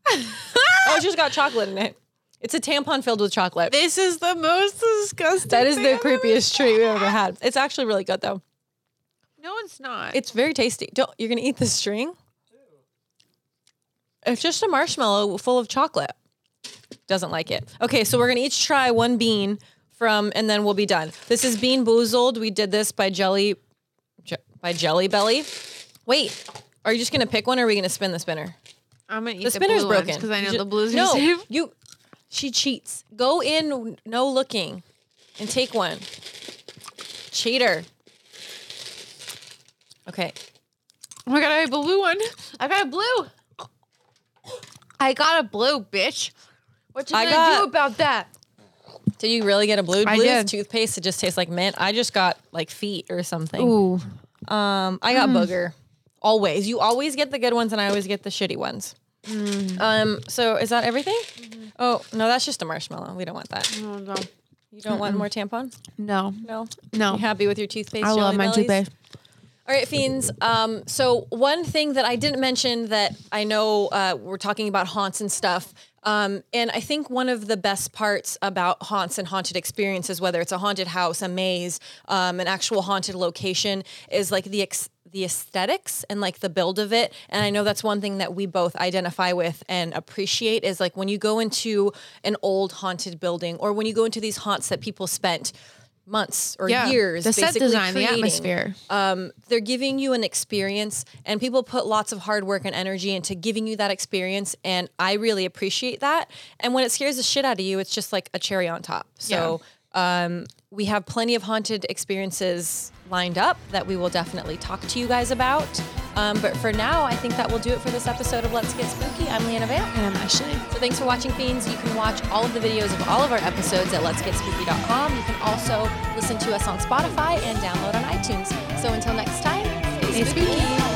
[SPEAKER 2] Oh, it just got chocolate in it. It's a tampon filled with chocolate.
[SPEAKER 1] This is the most disgusting.
[SPEAKER 2] That is the
[SPEAKER 1] thing I've ever-
[SPEAKER 2] creepiest treat we've ever had. It's actually really good though.
[SPEAKER 1] No, it's not.
[SPEAKER 2] It's very tasty. Don't you're gonna eat the string? It's just a marshmallow full of chocolate. Doesn't like it. Okay, so we're gonna each try one bean from, and then we'll be done. This is Bean Boozled. We did this by Jelly, Je- by Jelly Belly. Wait, are you just gonna pick one? or Are we gonna spin the spinner?
[SPEAKER 1] I'm gonna eat
[SPEAKER 2] The
[SPEAKER 1] the,
[SPEAKER 2] spinner's broken
[SPEAKER 1] because I
[SPEAKER 2] You
[SPEAKER 1] know
[SPEAKER 2] ju-
[SPEAKER 1] the blues
[SPEAKER 2] no,
[SPEAKER 1] *laughs* are safe.
[SPEAKER 2] You, she cheats. Go in, no looking, and take one. Cheater. Okay,
[SPEAKER 1] Oh my god, I have a blue one. I got a blue. I got a blue, bitch. What you
[SPEAKER 2] I
[SPEAKER 1] gonna
[SPEAKER 2] got-
[SPEAKER 1] do about that?
[SPEAKER 2] did you really get a blue
[SPEAKER 1] I
[SPEAKER 2] blues
[SPEAKER 1] did.
[SPEAKER 2] toothpaste? It just tastes like mint. I just got like feet or something.
[SPEAKER 1] Ooh. Mm.
[SPEAKER 2] Um, I got booger. Always, you always get the good ones, and I always get the shitty ones.
[SPEAKER 1] Mm.
[SPEAKER 2] Um, so is that everything?
[SPEAKER 1] Mm-hmm.
[SPEAKER 2] Oh no, that's just a marshmallow. We don't want that.
[SPEAKER 1] No.
[SPEAKER 2] You don't want more tampon?
[SPEAKER 1] No.
[SPEAKER 2] No.
[SPEAKER 1] No.
[SPEAKER 2] You happy with your toothpaste?
[SPEAKER 1] I love
[SPEAKER 2] Jelly
[SPEAKER 1] my
[SPEAKER 2] Bellies?
[SPEAKER 1] toothpaste.
[SPEAKER 2] All right, fiends. Um, so one thing that I didn't mention that I know uh, we're talking about haunts and stuff. Um, and I think one of the best parts about haunts and haunted experiences, whether it's a haunted house, a maze, um, an actual haunted location, is like the ex- the aesthetics and like the build of it. And I know that's one thing that we both identify with and appreciate is like when you go into an old haunted building or when you go into these haunts that people spent months or
[SPEAKER 1] Yeah.
[SPEAKER 2] years
[SPEAKER 1] The set
[SPEAKER 2] basically
[SPEAKER 1] design, the
[SPEAKER 2] creating,
[SPEAKER 1] atmosphere.
[SPEAKER 2] um, they're giving you an experience and people put lots of hard work and energy into giving you that experience and i really appreciate that and when it scares the shit out of you it's just like a cherry on top so um, we have plenty of haunted experiences lined up that we will definitely talk to you guys about um, but for now i think that will do it for this episode of let's get spooky i'm leanna vale
[SPEAKER 1] And I'm Ashley.
[SPEAKER 2] so thanks for watching, Fiends. You can watch all of the videos of all of our episodes at letsgetspooky.com. You can also listen to us on Spotify and download on iTunes. So until next time, stay
[SPEAKER 1] Stay spooky.
[SPEAKER 2] spooky.